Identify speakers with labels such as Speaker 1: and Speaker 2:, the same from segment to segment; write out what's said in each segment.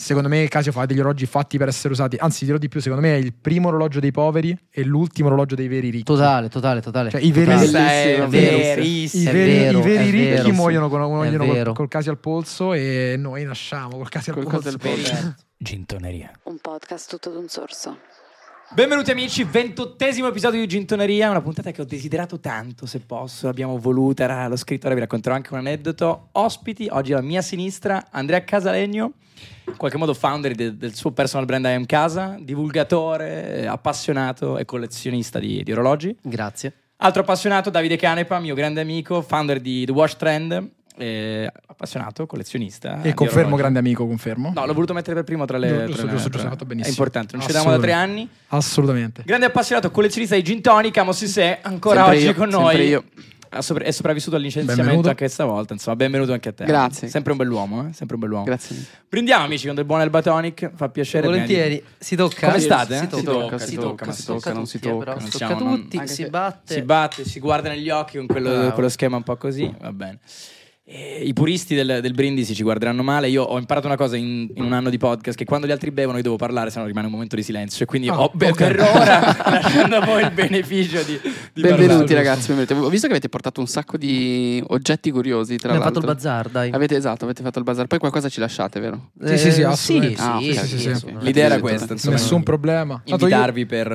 Speaker 1: Secondo me Casio fa degli orologi fatti per essere usati. Anzi, dirò di più, secondo me è il primo orologio dei poveri e l'ultimo orologio dei veri ricchi.
Speaker 2: Totale, totale, totale.
Speaker 1: Cioè, i veri,
Speaker 2: Totale.
Speaker 1: ricchi-
Speaker 3: è
Speaker 1: i
Speaker 3: verissimo.
Speaker 2: È
Speaker 1: veri-
Speaker 2: vero,
Speaker 1: i veri
Speaker 2: è
Speaker 1: ricchi
Speaker 2: vero, sì.
Speaker 1: muoiono, con, muoiono
Speaker 2: È
Speaker 1: col-
Speaker 2: vero.
Speaker 1: col Casio al polso e noi nasciamo col Casio al
Speaker 3: Col
Speaker 1: polso.
Speaker 3: Casio al polso.
Speaker 4: Gintoneria.
Speaker 5: Un podcast tutto d'un sorso.
Speaker 3: Benvenuti amici, ventottesimo episodio di Gintoneria, una puntata che ho desiderato tanto, se posso, l'abbiamo voluta, era- l'ho scritta, ora vi racconterò anche un aneddoto. Ospiti, oggi alla mia sinistra, Andrea Casalegno, in qualche modo founder de- del suo personal brand I Am Casa, divulgatore, eh, appassionato e collezionista di- di orologi.
Speaker 2: Grazie.
Speaker 3: Altro appassionato, Davide Canepa, mio grande amico, founder di The Watch Trend, eh, appassionato,
Speaker 2: Eh,
Speaker 3: collezionista.
Speaker 1: E
Speaker 3: di
Speaker 1: confermo,
Speaker 3: orologi.
Speaker 1: grande amico, confermo.
Speaker 3: No, l'ho voluto mettere per primo tra le...
Speaker 1: Giusto,
Speaker 3: tra le-
Speaker 1: giusto, giusto,
Speaker 3: tra-
Speaker 1: hai fatto benissimo.
Speaker 3: È importante, non ci vediamo da tre
Speaker 1: Assolutamente.
Speaker 3: anni.
Speaker 1: Assolutamente.
Speaker 3: Grande appassionato, collezionista di gin tonic, amo Sissè, ancora
Speaker 6: Sempre
Speaker 3: oggi
Speaker 6: io,
Speaker 3: con
Speaker 6: sempre
Speaker 3: noi.
Speaker 6: io.
Speaker 3: Ha sopra- è sopravvissuto al licenziamento
Speaker 1: Benvenuto.
Speaker 3: anche stavolta, insomma, benvenuto anche a te.
Speaker 6: Grazie.
Speaker 3: Sempre un bell'uomo, eh? sempre un bell'uomo.
Speaker 6: Grazie mille.
Speaker 3: Prendiamo amici con del buon Albatonic, fa piacere.
Speaker 2: Volentieri, si tocca.
Speaker 3: Come state?
Speaker 2: Si tocca, si tocca, si tocca,
Speaker 6: si tocca, non si
Speaker 2: tutti, eh,
Speaker 6: tocca,
Speaker 2: però.
Speaker 6: non
Speaker 2: Si
Speaker 3: siamo-
Speaker 2: tocca
Speaker 3: non-
Speaker 2: tutti,
Speaker 6: anche
Speaker 2: si
Speaker 6: se-
Speaker 2: batte.
Speaker 3: Si batte, si guarda negli occhi con quello,
Speaker 2: Bravo.
Speaker 3: quello schema un po' così, va bene. Eh, I puristi del, del brindisi ci guarderanno male. Io ho imparato una cosa in, in un anno di podcast: che quando gli altri bevono io devo parlare, sennò rimane un momento di silenzio. E quindi
Speaker 1: Ah,
Speaker 3: ho- beh,
Speaker 1: ok.
Speaker 3: per ora lasciando a voi il beneficio di, di
Speaker 6: Benvenuti
Speaker 3: parlare.
Speaker 6: ragazzi, benvenuti. Ho visto che avete portato un sacco di oggetti curiosi, tra
Speaker 2: Abbiamo fatto
Speaker 6: l'altro.
Speaker 2: il bazar, dai.
Speaker 6: Avete esatto, avete fatto il bazar. Poi qualcosa ci lasciate, vero?
Speaker 1: Sì, sì, sì,
Speaker 2: Eh,
Speaker 1: assolutamente.
Speaker 6: Ah,
Speaker 2: sì,
Speaker 6: ok,
Speaker 2: sì,
Speaker 6: ok,
Speaker 2: sì,
Speaker 6: ok.
Speaker 2: assolutamente.
Speaker 3: L'idea era
Speaker 6: Giusto.
Speaker 3: questa, insomma.
Speaker 1: Nessun problema. Tanto io-
Speaker 3: Invitarvi per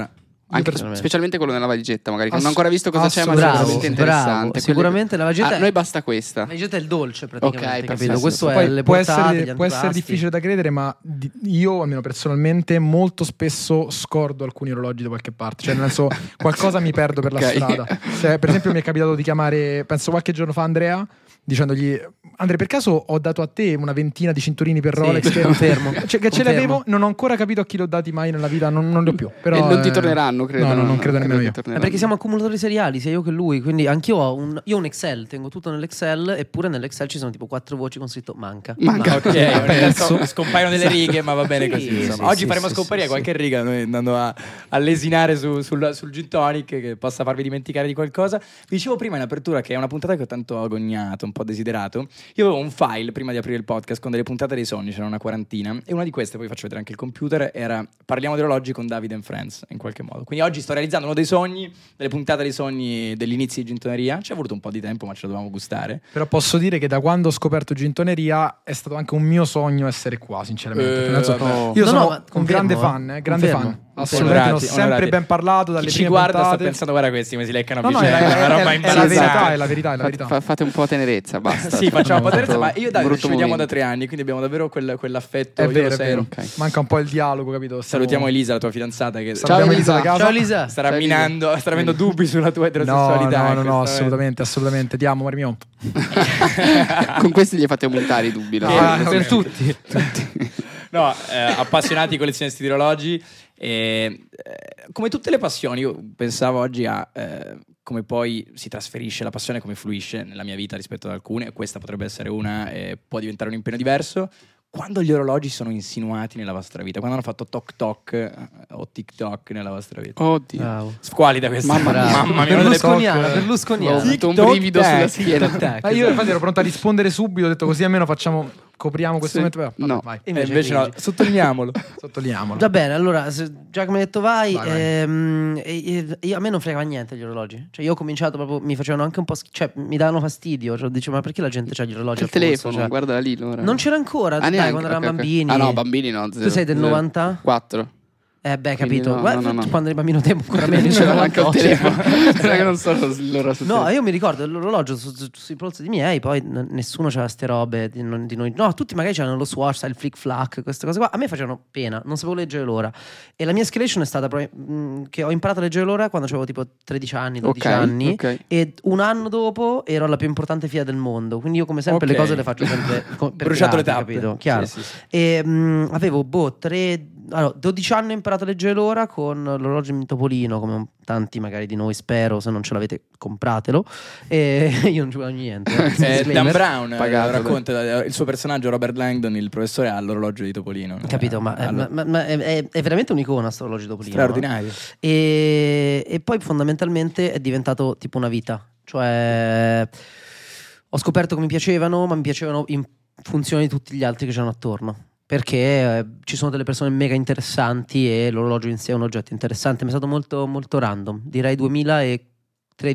Speaker 6: Anche-
Speaker 2: Assolutamente.
Speaker 6: specialmente quello nella valigetta, magari che non ho
Speaker 1: Ass-
Speaker 6: ancora visto cosa c'è, ma è
Speaker 1: assolutamente.
Speaker 6: sicuramente
Speaker 2: Bravo, bravo.
Speaker 6: interessante. Quelli-
Speaker 2: Sicuramente la valigetta
Speaker 6: A
Speaker 2: è-
Speaker 6: noi basta questa.
Speaker 2: La vegeta è il dolce praticamente,
Speaker 6: Ok,
Speaker 2: capito?
Speaker 6: perfetto.
Speaker 2: Questo è
Speaker 1: Poi
Speaker 2: le
Speaker 1: può,
Speaker 2: portate,
Speaker 1: essere,
Speaker 2: gli
Speaker 1: può essere
Speaker 2: antipasti.
Speaker 1: difficile da credere, ma di- io, almeno personalmente, molto spesso scordo alcuni orologi da qualche parte. Cioè, nel senso, qualcosa mi perdo per la
Speaker 6: Ok.
Speaker 1: strada. Cioè, per esempio, mi è capitato di chiamare, penso qualche giorno fa, Andrea, dicendogli: Andrea, per caso ho dato a te una ventina di cinturini per
Speaker 2: Sì,
Speaker 1: Rolex? che-
Speaker 2: confermo.
Speaker 1: Cioè, che ce
Speaker 2: Confermo.
Speaker 1: l'avevo, non ho ancora capito a chi l'ho dati mai nella vita, non, non li ho più. Però,
Speaker 6: e non ti
Speaker 1: eh,
Speaker 6: torneranno, credo.
Speaker 1: No, no, non credo nemmeno
Speaker 6: che
Speaker 1: io.
Speaker 2: Eh,
Speaker 6: torneranno.
Speaker 2: perché siamo accumulatori seriali, sia io che lui, quindi anch'io ho un, io ho un Excel, tengo tutto nell'Excel, eppure nell'Excel ci sono tipo quattro voci con scritto manca.
Speaker 6: Manca.
Speaker 3: Ok, ogni tanto scompaiono delle righe, ma va bene
Speaker 2: Sì,
Speaker 3: così.
Speaker 2: sì,
Speaker 3: insomma.
Speaker 2: sì,
Speaker 3: Oggi
Speaker 2: sì,
Speaker 3: faremo
Speaker 2: sì,
Speaker 3: scomparire
Speaker 2: sì,
Speaker 3: qualche riga, noi andando a, a lesinare su- sul, sul gin tonic che possa farvi dimenticare di qualcosa. Vi dicevo prima in apertura che è una puntata che ho tanto agognato, un po' desiderato. Io avevo un file prima di aprire il podcast con delle puntate dei sogni, c'era una quarantina, e una di queste, poi vi faccio vedere anche il computer, era Parliamo di orologi con David and Friends, in qualche modo. Quindi oggi sto realizzando uno dei sogni, delle puntate dei sogni dell'inizio di Gintoneria. Ci è voluto un po' di tempo, ma ce lo dovevamo gustare.
Speaker 1: Però posso dire che da quando ho scoperto Gintoneria è stato anche un mio sogno essere qua, sinceramente.
Speaker 3: Eh,
Speaker 1: Perché nel senso-
Speaker 3: vabbè.
Speaker 1: Io
Speaker 2: No,
Speaker 1: sono
Speaker 2: no, ma
Speaker 1: un
Speaker 2: confermo,
Speaker 1: grande
Speaker 2: eh.
Speaker 1: fan, eh, grande
Speaker 2: Confermo,
Speaker 1: fan.
Speaker 2: confermo.
Speaker 1: Assolutamente, ne ho
Speaker 3: Onorati,
Speaker 1: sempre
Speaker 3: onorati.
Speaker 1: ben parlato dalle
Speaker 3: Chi ci
Speaker 1: prime
Speaker 3: guarda sta
Speaker 1: puntate.
Speaker 3: pensando, guarda questi, come si leccano a
Speaker 1: No, no, è,
Speaker 3: vicenda.
Speaker 1: è-
Speaker 3: una roba
Speaker 1: è- è la verità,
Speaker 3: imbarazzante.
Speaker 1: è la verità, è la
Speaker 6: Eh, Fate,
Speaker 1: verità.
Speaker 6: fa- fate un po' tenerezza, basta.
Speaker 3: sì, facciamo un po'
Speaker 1: Fatto
Speaker 3: terza, ma io e Davide ci
Speaker 6: brutto
Speaker 3: vediamo da
Speaker 6: momento.
Speaker 3: tre anni, quindi abbiamo davvero quel- quell'affetto.
Speaker 1: È
Speaker 3: io
Speaker 1: vero,
Speaker 3: lo
Speaker 1: è
Speaker 3: sento.
Speaker 1: vero.
Speaker 6: Ok.
Speaker 1: Manca un po' il dialogo, capito? Siamo-
Speaker 3: Salutiamo Elisa, la tua fidanzata, che
Speaker 1: Ciao, Salutiamo Elisa da casa.
Speaker 2: Ciao Elisa.
Speaker 3: starà
Speaker 6: Ciao, Elisa.
Speaker 3: minando, starà avendo dubbi sulla tua
Speaker 1: No,
Speaker 3: eterosessualità.
Speaker 1: no,
Speaker 3: in
Speaker 1: no, no,
Speaker 3: questo
Speaker 1: assolutamente, assolutamente. Ti amo, amore mio.
Speaker 6: Con questi gli fate aumentare i dubbi. lo
Speaker 3: Ah,
Speaker 6: so.
Speaker 1: ok.
Speaker 3: no,
Speaker 2: per tutti.
Speaker 3: momento. No, eh, appassionati collezionisti di orologi. e, eh, come tutte le passioni, io pensavo oggi a eh, come poi si trasferisce la passione, come fluisce nella mia vita rispetto ad alcune. Questa potrebbe essere una, eh, può diventare un impegno diverso. Quando gli orologi sono insinuati nella vostra vita, quando hanno fatto toc toc eh, o tic toc nella vostra vita.
Speaker 6: Oddio.
Speaker 2: Bravo.
Speaker 3: Squalida questa.
Speaker 6: Mamma mia.
Speaker 3: una delle
Speaker 2: Berlusconiana,
Speaker 3: poche-
Speaker 2: Berlusconiana.
Speaker 6: Ho avuto un
Speaker 3: Tic-toc,
Speaker 6: brivido
Speaker 3: tac,
Speaker 6: sulla schiena.
Speaker 2: Tac,
Speaker 1: Ma io
Speaker 3: esatto.
Speaker 1: infatti ero pronto a rispondere subito, ho detto così almeno facciamo, copriamo questo
Speaker 6: Sì.
Speaker 1: momento. Vabbè,
Speaker 6: No.
Speaker 1: vai,
Speaker 3: Eh, invece no, sottolineiamolo.
Speaker 1: sottolineiamolo.
Speaker 2: Va bene, allora, se- già che mi hai detto vai,
Speaker 1: Vai, vai.
Speaker 2: ehm, e- e- io- a me non frega niente gli orologi. Cioè, io ho cominciato proprio, mi facevano anche un po', sch- cioè, mi davano fastidio. Cioè, dicevo, ma perché la gente ha gli orologi
Speaker 6: Il
Speaker 2: al polso?
Speaker 6: telefono,
Speaker 2: Cioè,
Speaker 6: guarda lì. allora.
Speaker 2: Non c'era ancora,
Speaker 6: Ah,
Speaker 2: dai,
Speaker 6: neanche?
Speaker 2: quando eravamo
Speaker 6: Ok, ok.
Speaker 2: bambini.
Speaker 6: Ah no, bambini no.
Speaker 2: Tu sei del 90?
Speaker 6: 4.
Speaker 2: Eh beh,
Speaker 6: Quindi
Speaker 2: capito.
Speaker 6: no,
Speaker 2: Guarda,
Speaker 6: no, no, no.
Speaker 2: Quando eri bambino te ancora
Speaker 6: Non
Speaker 2: meno
Speaker 6: c'era
Speaker 2: non
Speaker 6: neanche il
Speaker 2: oggi.
Speaker 6: telefono. Raga, non so loro sul
Speaker 2: No,
Speaker 6: telefono.
Speaker 2: io mi ricordo l'orologio su- su- sui polsi di miei, poi n- nessuno c'aveva ste robe di, non- di noi. No, tutti magari c'erano lo Swatch, sai, il flick flack, queste cose qua. A me facevano pena, non sapevo leggere l'ora. E la mia escalation è stata proprio, mh, che ho imparato a leggere l'ora quando avevo tipo 13 anni, 12
Speaker 6: Ok,
Speaker 2: anni.
Speaker 6: ok.
Speaker 2: E un anno dopo ero la più importante FIA del mondo. Quindi io come sempre
Speaker 3: Ok.
Speaker 2: le cose le faccio sempre co- per
Speaker 3: Bruciato le
Speaker 2: gradi,
Speaker 3: tappe.
Speaker 2: capito? Chiaro.
Speaker 3: Sì, sì, sì.
Speaker 2: E mh, avevo boh, tre, allora, 12 anni ho imparato a leggere l'ora con l'orologio in topolino, come un- tanti magari di noi, spero, se non ce l'avete compratelo. E io non ci guadagno niente. eh,
Speaker 3: Eh,
Speaker 2: disclaimer.
Speaker 3: Dan Brown eh,
Speaker 6: Pagato, dai.
Speaker 3: racconta eh, il suo personaggio Robert Langdon, il professore all'orologio di Topolino.
Speaker 2: Capito, ma,
Speaker 3: Eh,
Speaker 2: ma- ma- ma è, è- è veramente un'icona sto orologio topolino.
Speaker 3: straordinario.
Speaker 2: E, e poi fondamentalmente è diventato tipo una vita. Cioè, ho scoperto che mi piacevano, ma mi piacevano in funzione di tutti gli altri che c'erano attorno. perché eh, ci sono delle persone mega interessanti e l'orologio in sé è un oggetto interessante. Mi è stato molto, molto random, direi 2013-14.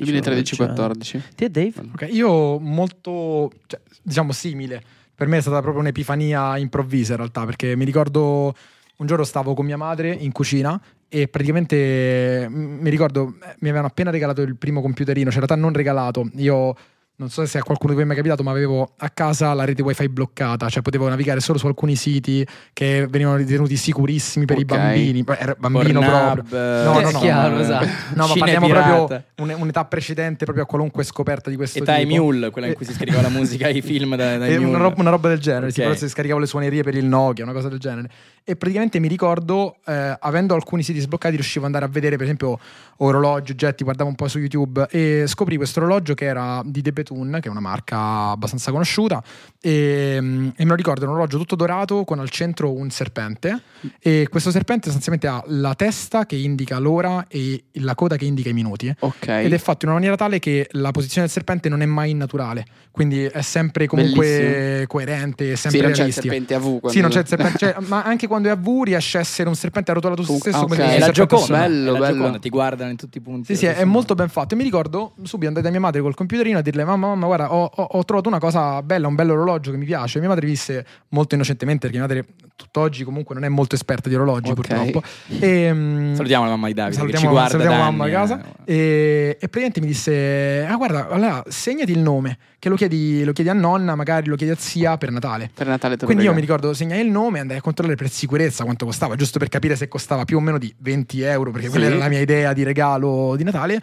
Speaker 6: 2013-14.
Speaker 2: cioè. Te Dave?
Speaker 1: Ok, io molto, cioè, diciamo, simile. Per me è stata proprio un'epifania improvvisa in realtà, perché mi ricordo un giorno stavo con mia madre in cucina e praticamente mm, mi ricordo eh, mi avevano appena regalato il primo computerino, cioè in realtà non regalato. Io non so se a qualcuno di voi è mai capitato, ma avevo a casa la rete wifi bloccata, cioè potevo navigare solo su alcuni siti che venivano ritenuti sicurissimi per
Speaker 6: Ok.
Speaker 1: i bambini. Beh, era bambino proprio.
Speaker 3: No,
Speaker 1: No, no, no,
Speaker 2: chiaro, esatto.
Speaker 1: No, ma parliamo proprio un- un'età precedente proprio a qualunque scoperta di questo
Speaker 3: Età
Speaker 1: tipo.
Speaker 3: Mule, quella in cui si scriveva la musica ai film da, dai
Speaker 1: Eh,
Speaker 3: Mule.
Speaker 1: una, roba, una roba del genere, sì,
Speaker 3: Ok.
Speaker 1: però si scaricavo le suonerie per il Nokia, una cosa del genere. E praticamente mi ricordo, eh, avendo alcuni siti sbloccati, riuscivo ad andare a vedere, per esempio, orologi, oggetti, guardavo un po' su YouTube e scoprì questo orologio che era di De Betun, che è una marca abbastanza conosciuta, e, mm, e me lo ricordo, è un orologio tutto dorato con al centro un serpente e questo serpente sostanzialmente ha la testa che indica l'ora e la coda che indica i minuti.
Speaker 6: Ok.
Speaker 1: Ed è fatto in una maniera tale che la posizione del serpente non è mai naturale, quindi è sempre comunque
Speaker 6: Bellissimo.
Speaker 1: coerente, è sempre
Speaker 6: sì, non c'è il
Speaker 1: realistica.
Speaker 6: serpente a V.
Speaker 1: sì,
Speaker 6: quando-
Speaker 1: non c'è il serpente, cioè, ma anche quando è a V riesce a essere un serpente arrotolato su se
Speaker 6: Comunque-
Speaker 1: stesso.
Speaker 6: ah,
Speaker 1: come se
Speaker 6: ok.
Speaker 1: fosse
Speaker 3: È la
Speaker 6: sempre
Speaker 3: Gioconda,
Speaker 1: persona.
Speaker 6: Bello,
Speaker 3: è la
Speaker 6: bello.
Speaker 3: Gioconda, ti guardano in tutti i punti.
Speaker 1: Sì, sì, è molto ben fatto. E mi ricordo subito andai da mia madre col computerino a dirle: Mamma, mamma, guarda, ho, ho- ho trovato una cosa bella, un bello orologio che mi piace. Mia madre disse molto innocentemente, perché mia madre tutt'oggi comunque non è molto esperta di orologi,
Speaker 6: Ok.
Speaker 1: purtroppo. E, mm,
Speaker 3: Salutiamo la mamma di Davide che
Speaker 1: Salutiamo,
Speaker 3: ci guarda
Speaker 1: salutiamo
Speaker 3: da
Speaker 1: mamma a
Speaker 3: anni,
Speaker 1: casa.
Speaker 3: eh.
Speaker 1: E, e praticamente mi disse: Ah, guarda, allora segnati il nome, che lo chiedi, lo chiedi a nonna, magari lo chiedi a zia per Natale.
Speaker 6: Per Natale te lo
Speaker 1: Quindi io mi
Speaker 6: regalo.
Speaker 1: ricordo, segnai il nome, andai a controllare per sicurezza quanto costava, giusto per capire se costava più o meno di 20 euro, perché quella
Speaker 6: Sì.
Speaker 1: era la mia idea di regalo di Natale.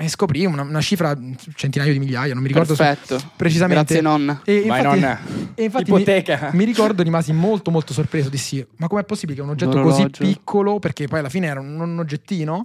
Speaker 1: E scoprì una, una cifra, centinaio di migliaia, non mi ricordo se-
Speaker 6: Perfetto.
Speaker 1: precisamente.
Speaker 6: Grazie nonna.
Speaker 1: E
Speaker 3: Vai,
Speaker 1: infatti-
Speaker 3: nonna.
Speaker 1: e infatti mi-
Speaker 3: Ipoteca.
Speaker 1: mi ricordo rimasi molto molto sorpreso dissi ma com'è possibile che un oggetto così
Speaker 6: orologio.
Speaker 1: piccolo perché poi alla fine era un, un oggettino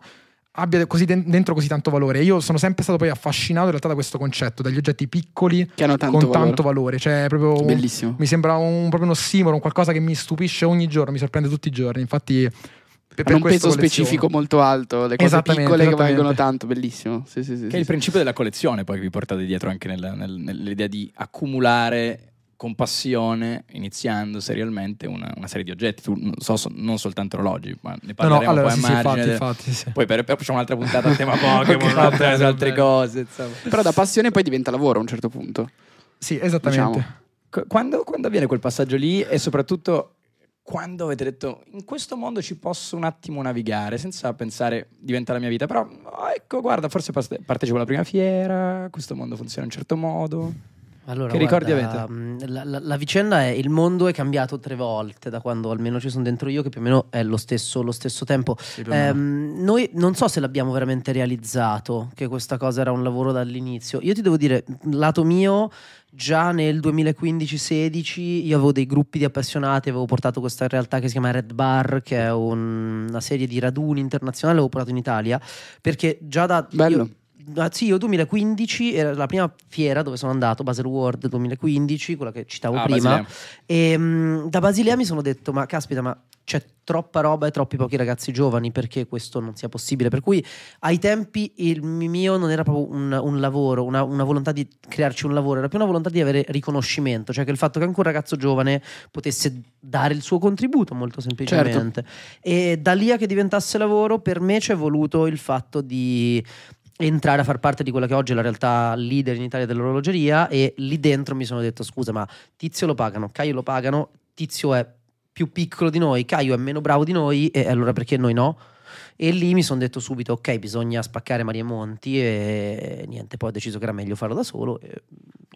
Speaker 1: abbia così den- dentro così tanto valore io sono sempre stato poi affascinato in realtà da questo concetto dagli oggetti piccoli
Speaker 6: Che hanno tanto
Speaker 1: con
Speaker 6: valore.
Speaker 1: tanto valore cioè è proprio un-
Speaker 6: Bellissimo.
Speaker 1: mi sembra un, proprio uno simolo un qualcosa che mi stupisce ogni giorno mi sorprende tutti i giorni infatti per, per
Speaker 6: Hanno un
Speaker 1: questo
Speaker 6: peso
Speaker 1: colleziono.
Speaker 6: specifico molto alto, le cose
Speaker 1: Esattamente,
Speaker 6: piccole che
Speaker 1: esattamente.
Speaker 6: valgono tanto, bellissimo. Sì, sì, sì,
Speaker 3: Che
Speaker 6: sì,
Speaker 3: è il
Speaker 6: sì.
Speaker 3: principio della collezione poi che vi portate dietro anche nella- nel- nell'idea di accumulare con passione, iniziando serialmente una, una serie di oggetti, Tu- non, so, so- non soltanto orologi, ma ne
Speaker 1: no no
Speaker 3: parleremo
Speaker 1: allora
Speaker 3: poi
Speaker 1: sì, sì,
Speaker 3: a margine.
Speaker 1: infatti,
Speaker 3: del-
Speaker 1: infatti, sì, sì.
Speaker 3: Poi per, per- facciamo un'altra puntata a tema Pokémon,
Speaker 1: Ok,
Speaker 3: un'altre,
Speaker 1: va bene,
Speaker 3: altre
Speaker 1: va bene.
Speaker 3: cose. insomma.
Speaker 6: Però da passione poi diventa lavoro a un certo punto.
Speaker 1: Sì, esattamente
Speaker 6: Diciamo.
Speaker 3: Qu- Quando, quando avviene quel passaggio lì e soprattutto quando avete detto in questo mondo ci posso un attimo navigare senza pensare diventa la mia vita, però oh, ecco guarda forse parte- partecipo alla prima fiera, questo mondo funziona in un certo modo.
Speaker 2: Allora,
Speaker 3: Che ricordi
Speaker 2: guarda, mh, La, la- la vicenda è il mondo è cambiato tre volte da quando almeno ci sono dentro io, che più o meno è lo stesso, lo stesso tempo.
Speaker 3: Eh,
Speaker 2: Ehm, noi non so se l'abbiamo veramente realizzato che questa cosa era un lavoro dall'inizio. Io ti devo dire, lato mio, già nel 2015-16 io avevo dei gruppi di appassionati, avevo portato questa realtà che si chiama Red Bar, che è un- una serie di raduni internazionali, l'avevo portato in Italia, perché già da...
Speaker 6: Bello.
Speaker 2: io- Ah, sì, io 2015 era la prima fiera dove sono andato, Basel World 2015, quella che citavo
Speaker 3: Ah,
Speaker 2: prima.
Speaker 3: Basilea.
Speaker 2: E mh, Ehm, da Basilea mi sono detto: Ma caspita, ma c'è troppa roba e troppi pochi ragazzi giovani perché questo non sia possibile. Per cui ai tempi il mi- mio non era proprio un, un lavoro, una, una volontà di crearci un lavoro, era più una volontà di avere riconoscimento, cioè che il fatto che anche un ragazzo giovane potesse dare il suo contributo molto semplicemente. E da lì a che diventasse lavoro, per me c'è voluto il fatto di entrare a far parte di quella che oggi è la realtà leader in Italia dell'orologeria e lì dentro mi sono detto scusa ma Tizio lo pagano, Caio lo pagano, Tizio è più piccolo di noi, Caio è meno bravo di noi e allora perché noi no? E lì mi sono detto subito ok bisogna spaccare Maria Monti e niente, poi ho deciso che era meglio farlo da solo. e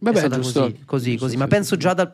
Speaker 6: Vabbè,
Speaker 2: è stata
Speaker 6: giusto.
Speaker 2: così, così,
Speaker 6: Giusto,
Speaker 2: così.
Speaker 6: sì,
Speaker 2: ma
Speaker 6: sì,
Speaker 2: penso
Speaker 6: sì.
Speaker 2: già dal...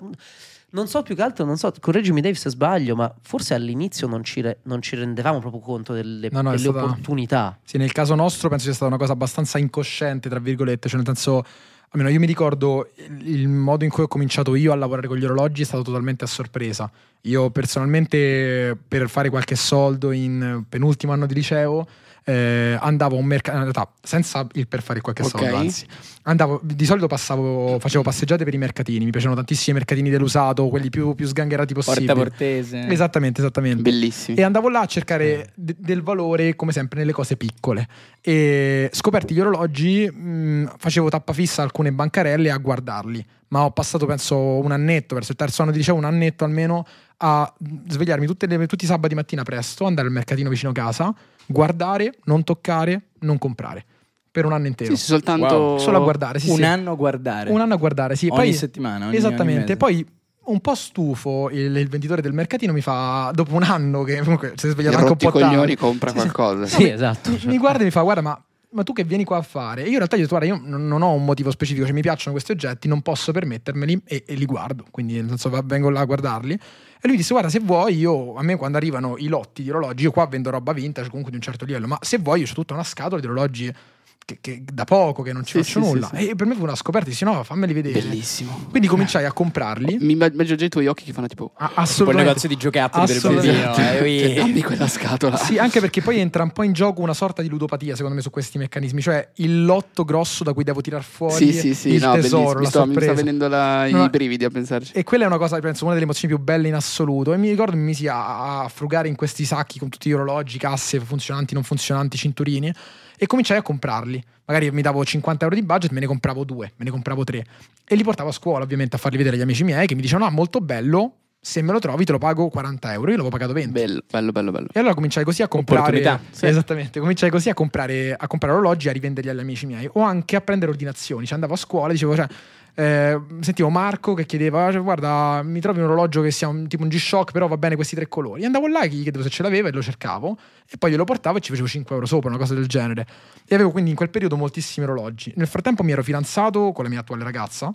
Speaker 2: Non so più che altro, non so, correggimi Dave se sbaglio, ma forse all'inizio non ci, re- non ci rendevamo proprio conto delle,
Speaker 1: No, no, è
Speaker 2: delle
Speaker 1: stata-
Speaker 2: opportunità.
Speaker 1: Sì, nel caso nostro penso sia stata una cosa abbastanza incosciente, tra virgolette, cioè nel senso, almeno io mi ricordo il, il modo in cui ho cominciato io a lavorare con gli orologi è stato totalmente a sorpresa. Io personalmente per fare qualche soldo in penultimo anno di liceo eh, andavo a un mercato, in realtà senza il per fare qualche
Speaker 6: Ok.
Speaker 1: soldo, anzi, andavo, di solito passavo, facevo passeggiate per i mercatini, mi piacevano tantissimi i mercatini dell'usato, quelli più, più sgangherati possibili.
Speaker 3: Porta Portese.
Speaker 1: Esattamente, esattamente.
Speaker 6: Bellissimi.
Speaker 1: E andavo là a
Speaker 3: Eh.
Speaker 1: cercare de- del valore, come sempre, nelle cose piccole. E scoperti gli orologi, mh, facevo tappa fissa a alcune bancarelle a guardarli. Ma ho passato, penso, un annetto, verso il terzo anno di liceo, un annetto almeno, a svegliarmi tutte le- tutti i sabati mattina presto, andare al mercatino vicino casa, guardare, non toccare, non comprare. Per un anno intero.
Speaker 6: Sì, sì, soltanto
Speaker 3: Wow.
Speaker 1: Solo a guardare, sì,
Speaker 3: un
Speaker 1: sì.
Speaker 3: anno a guardare.
Speaker 1: Un anno a guardare, sì.
Speaker 3: Ogni
Speaker 1: Poi-
Speaker 3: settimana. ogni- ogni
Speaker 1: Esattamente,
Speaker 3: mese.
Speaker 1: poi un po' stufo il, il venditore del mercatino mi fa, dopo un anno che comunque si è svegliato anche un
Speaker 6: Rotti
Speaker 1: po'
Speaker 6: coglioni
Speaker 1: tardi,
Speaker 6: compra
Speaker 1: Sì, sì.
Speaker 6: qualcosa.
Speaker 2: Sì, esatto.
Speaker 1: mi, mi guarda e mi fa guarda ma, ma tu che vieni qua a fare? E io in realtà gli ho detto guarda io non, non ho un motivo specifico, cioè mi piacciono questi oggetti, non posso permettermeli e, e li guardo, quindi nel senso va- vengo là a guardarli. E lui disse guarda se vuoi io, a me quando arrivano i lotti di orologi, io qua vendo roba vintage comunque di un certo livello, ma se vuoi io ho tutta una scatola di orologi che, che da poco, che non ci
Speaker 6: Sì,
Speaker 1: faccio
Speaker 6: sì, sì,
Speaker 1: nulla.
Speaker 6: sì.
Speaker 1: E per me fu una scoperta, disse no fammeli vedere.
Speaker 6: Bellissimo.
Speaker 1: Quindi cominciai a comprarli.
Speaker 6: Mi immagino già i tuoi occhi che fanno tipo
Speaker 1: Ah,
Speaker 3: Quel
Speaker 1: assolutamente.
Speaker 3: negozio di giocattoli del
Speaker 1: Assolutamente.
Speaker 3: bambino. eh, ui.
Speaker 6: dammi quella scatola.
Speaker 1: Sì, anche perché poi entra un po' in gioco una sorta di ludopatia, secondo me, su questi meccanismi. Cioè, il lotto grosso da cui devo tirar fuori
Speaker 6: Sì, sì, sì,
Speaker 1: il tesoro,
Speaker 6: no, bellissimo. Mi
Speaker 1: la
Speaker 6: sto, mi sta
Speaker 1: sorpresa.
Speaker 6: venendo la-
Speaker 1: No,
Speaker 6: i brividi a pensarci.
Speaker 1: E quella è una cosa, penso, una delle emozioni più belle in assoluto. E mi ricordo mi misi a, a frugare in questi sacchi con tutti gli orologi, casse, funzionanti, non funzionanti, cinturini. E cominciai a comprarli. Magari mi davo 50 euro di budget, me ne compravo due, me ne compravo tre. E li portavo a scuola, ovviamente, a farli vedere agli amici miei che mi dicevano: Ah, molto bello. Se me lo trovi, te lo pago 40 euro. Io l'avevo pagato 20.
Speaker 6: Bello, bello, bello, bello.
Speaker 1: E allora cominciai così a comprare
Speaker 3: Opportunità,
Speaker 1: sì. Esattamente, cominciai così a comprare, a comprare orologi e a rivenderli agli amici miei o anche a prendere ordinazioni, cioè andavo a scuola e dicevo cioè, eh, sentivo Marco che chiedeva "Ah, guarda mi trovi un orologio che sia un, tipo un G-Shock però va bene questi tre colori e andavo là e gli chiedevo se ce l'aveva e lo cercavo e poi glielo portavo e ci facevo 5 euro sopra una cosa del genere e avevo quindi in quel periodo moltissimi orologi nel frattempo mi ero fidanzato con la mia attuale ragazza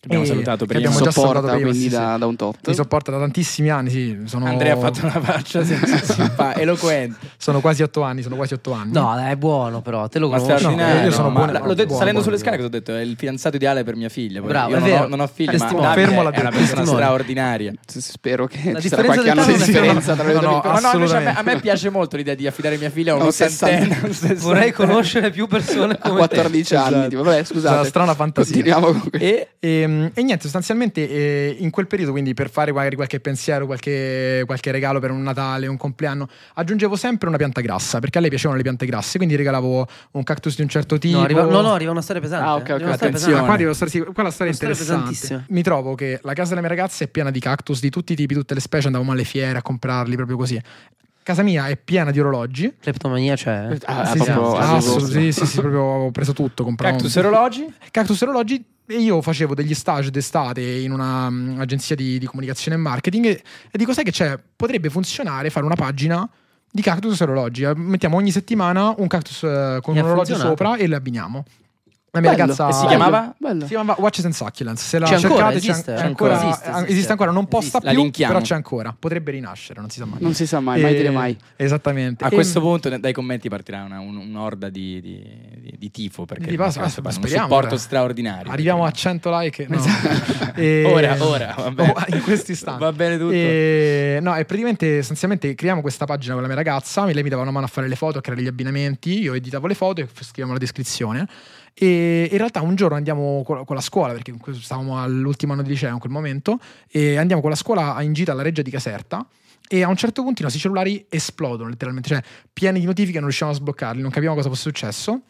Speaker 3: Abbiamo
Speaker 1: e-
Speaker 3: salutato
Speaker 1: che
Speaker 3: prima.
Speaker 1: abbiamo già
Speaker 6: Sopporta
Speaker 1: salutato prima
Speaker 6: quindi
Speaker 1: sì,
Speaker 6: da,
Speaker 1: sì.
Speaker 6: da un tot.
Speaker 1: mi sopporta da tantissimi anni sì, sono...
Speaker 3: Andrea ha fatto una faccia sim- simpa- eloquente.
Speaker 1: sono quasi 8 anni sono quasi 8 anni
Speaker 2: No, dai, è buono però, te lo
Speaker 3: Ma
Speaker 2: conosco.
Speaker 3: straordinario.
Speaker 1: no, io sono
Speaker 3: ma
Speaker 1: buono-
Speaker 3: l'ho detto-
Speaker 1: buono,
Speaker 3: salendo
Speaker 1: buono.
Speaker 3: sulle scale, cosa ho detto? È il fidanzato ideale per mia figlia. poi.
Speaker 2: Bravo,
Speaker 3: Io
Speaker 2: è
Speaker 3: non,
Speaker 2: vero.
Speaker 3: Ho, non ho figli, ma
Speaker 2: Testimone.
Speaker 3: Davide
Speaker 1: Fermo la
Speaker 3: è una persona
Speaker 2: testimone.
Speaker 3: straordinaria.
Speaker 6: S- Spero che
Speaker 2: La
Speaker 6: ci sarà
Speaker 2: differenza
Speaker 6: qualche anno di
Speaker 2: d'età non è vero.
Speaker 6: differenza tra le
Speaker 1: No,
Speaker 6: due.
Speaker 1: no,
Speaker 6: persone.
Speaker 3: Ma no, invece a me, a me
Speaker 1: assolutamente.
Speaker 3: piace molto l'idea di affidare mia figlia a
Speaker 6: A
Speaker 3: un
Speaker 6: un
Speaker 3: ottantenne. un sessantenne.
Speaker 2: Vorrei conoscere più persone
Speaker 6: a
Speaker 2: come te.
Speaker 6: 14 anni.
Speaker 1: Esatto.
Speaker 6: Tipo, vabbè,
Speaker 1: Una
Speaker 6: scusate.
Speaker 1: strana fantasia.
Speaker 6: Continuiamo con questo.
Speaker 3: E
Speaker 1: Ehm, E, e niente, sostanzialmente eh, in quel periodo, quindi per fare magari qualche pensiero, qualche, qualche regalo per un Natale, un compleanno, aggiungevo sempre una pianta grassa, perché a lei piacevano le piante grasse, quindi regalavo un cactus di un certo tipo.
Speaker 2: No, arriva, no, no, arriva una storia pesante.
Speaker 6: Ah, ok, ok,
Speaker 2: Arriva una storia
Speaker 3: attenzione.
Speaker 1: Ah,
Speaker 2: pesante.
Speaker 1: qua, devo stare- sì, qua la storia è
Speaker 2: Una storia
Speaker 1: interessante.
Speaker 2: pesantissima.
Speaker 1: Mi trovo che la casa della mia ragazza è piena di cactus di tutti i tipi, tutte le specie, andavamo alle fiere a comprarli proprio così. Casa mia è piena di orologi.
Speaker 2: Cleptomania c'è. eh?
Speaker 6: Ah,
Speaker 1: Sì, sì,
Speaker 6: proprio
Speaker 1: sì,
Speaker 6: arrivo-
Speaker 1: assolut- sì, sì, sì, proprio ho preso tutto. compravo-
Speaker 3: cactus e orologi?
Speaker 1: Cactus Orologi e io facevo degli stage d'estate in un'agenzia di, di comunicazione e marketing e, e dico sai che c'è potrebbe funzionare fare una pagina di cactus orologi Eh, mettiamo ogni settimana un cactus eh, con
Speaker 2: E
Speaker 1: un
Speaker 2: ha
Speaker 1: orologio
Speaker 2: funzionato.
Speaker 1: sopra e le abbiniamo la mia
Speaker 6: Bello.
Speaker 1: ragazza
Speaker 3: E si
Speaker 6: Bello,
Speaker 3: chiamava?
Speaker 6: Bello.
Speaker 1: si chiamava Watches and Succulents se la
Speaker 2: C'è ancora,
Speaker 1: cercate
Speaker 2: esiste?
Speaker 1: c'è,
Speaker 2: C'è
Speaker 1: ancora,
Speaker 2: ancora.
Speaker 1: eh,
Speaker 2: Esiste,
Speaker 1: esiste,
Speaker 2: esiste.
Speaker 1: ancora non posta
Speaker 2: Esiste.
Speaker 3: La
Speaker 1: più
Speaker 3: linkiamo.
Speaker 1: però c'è ancora potrebbe rinascere non si sa mai
Speaker 6: Non si sa mai, mai
Speaker 1: Eh,
Speaker 6: dire mai.
Speaker 1: esattamente
Speaker 3: A
Speaker 1: E-
Speaker 3: questo punto ne- dai commenti partirà una- un- un'orda di, di- di- di tifo perché
Speaker 1: Di
Speaker 3: non
Speaker 1: passo-
Speaker 3: cazzo,
Speaker 1: ah,
Speaker 3: parla, un
Speaker 1: speriamo,
Speaker 3: supporto
Speaker 1: dai.
Speaker 3: straordinario.
Speaker 1: Arriviamo a
Speaker 3: Perché-
Speaker 1: 100 like. no.
Speaker 6: Esatto.
Speaker 2: Eh,
Speaker 1: E-
Speaker 3: Ora, ora, va bene.
Speaker 1: Oh, in questi istanti.
Speaker 3: Va bene tutto.
Speaker 1: E- no, e praticamente sostanzialmente creiamo questa pagina con la mia ragazza. Lei mi dava una mano a fare le foto, a creare gli abbinamenti. Io editavo le foto e f- scriviamo la descrizione. E in realtà un giorno andiamo co- con la scuola, perché in questo stavamo all'ultimo anno di liceo in quel momento, e andiamo con la scuola a- in gita alla reggia di Caserta. E a un certo punto i nostri cellulari esplodono letteralmente, cioè pieni di notifiche, non riusciamo a sbloccarli, non capiamo cosa fosse successo.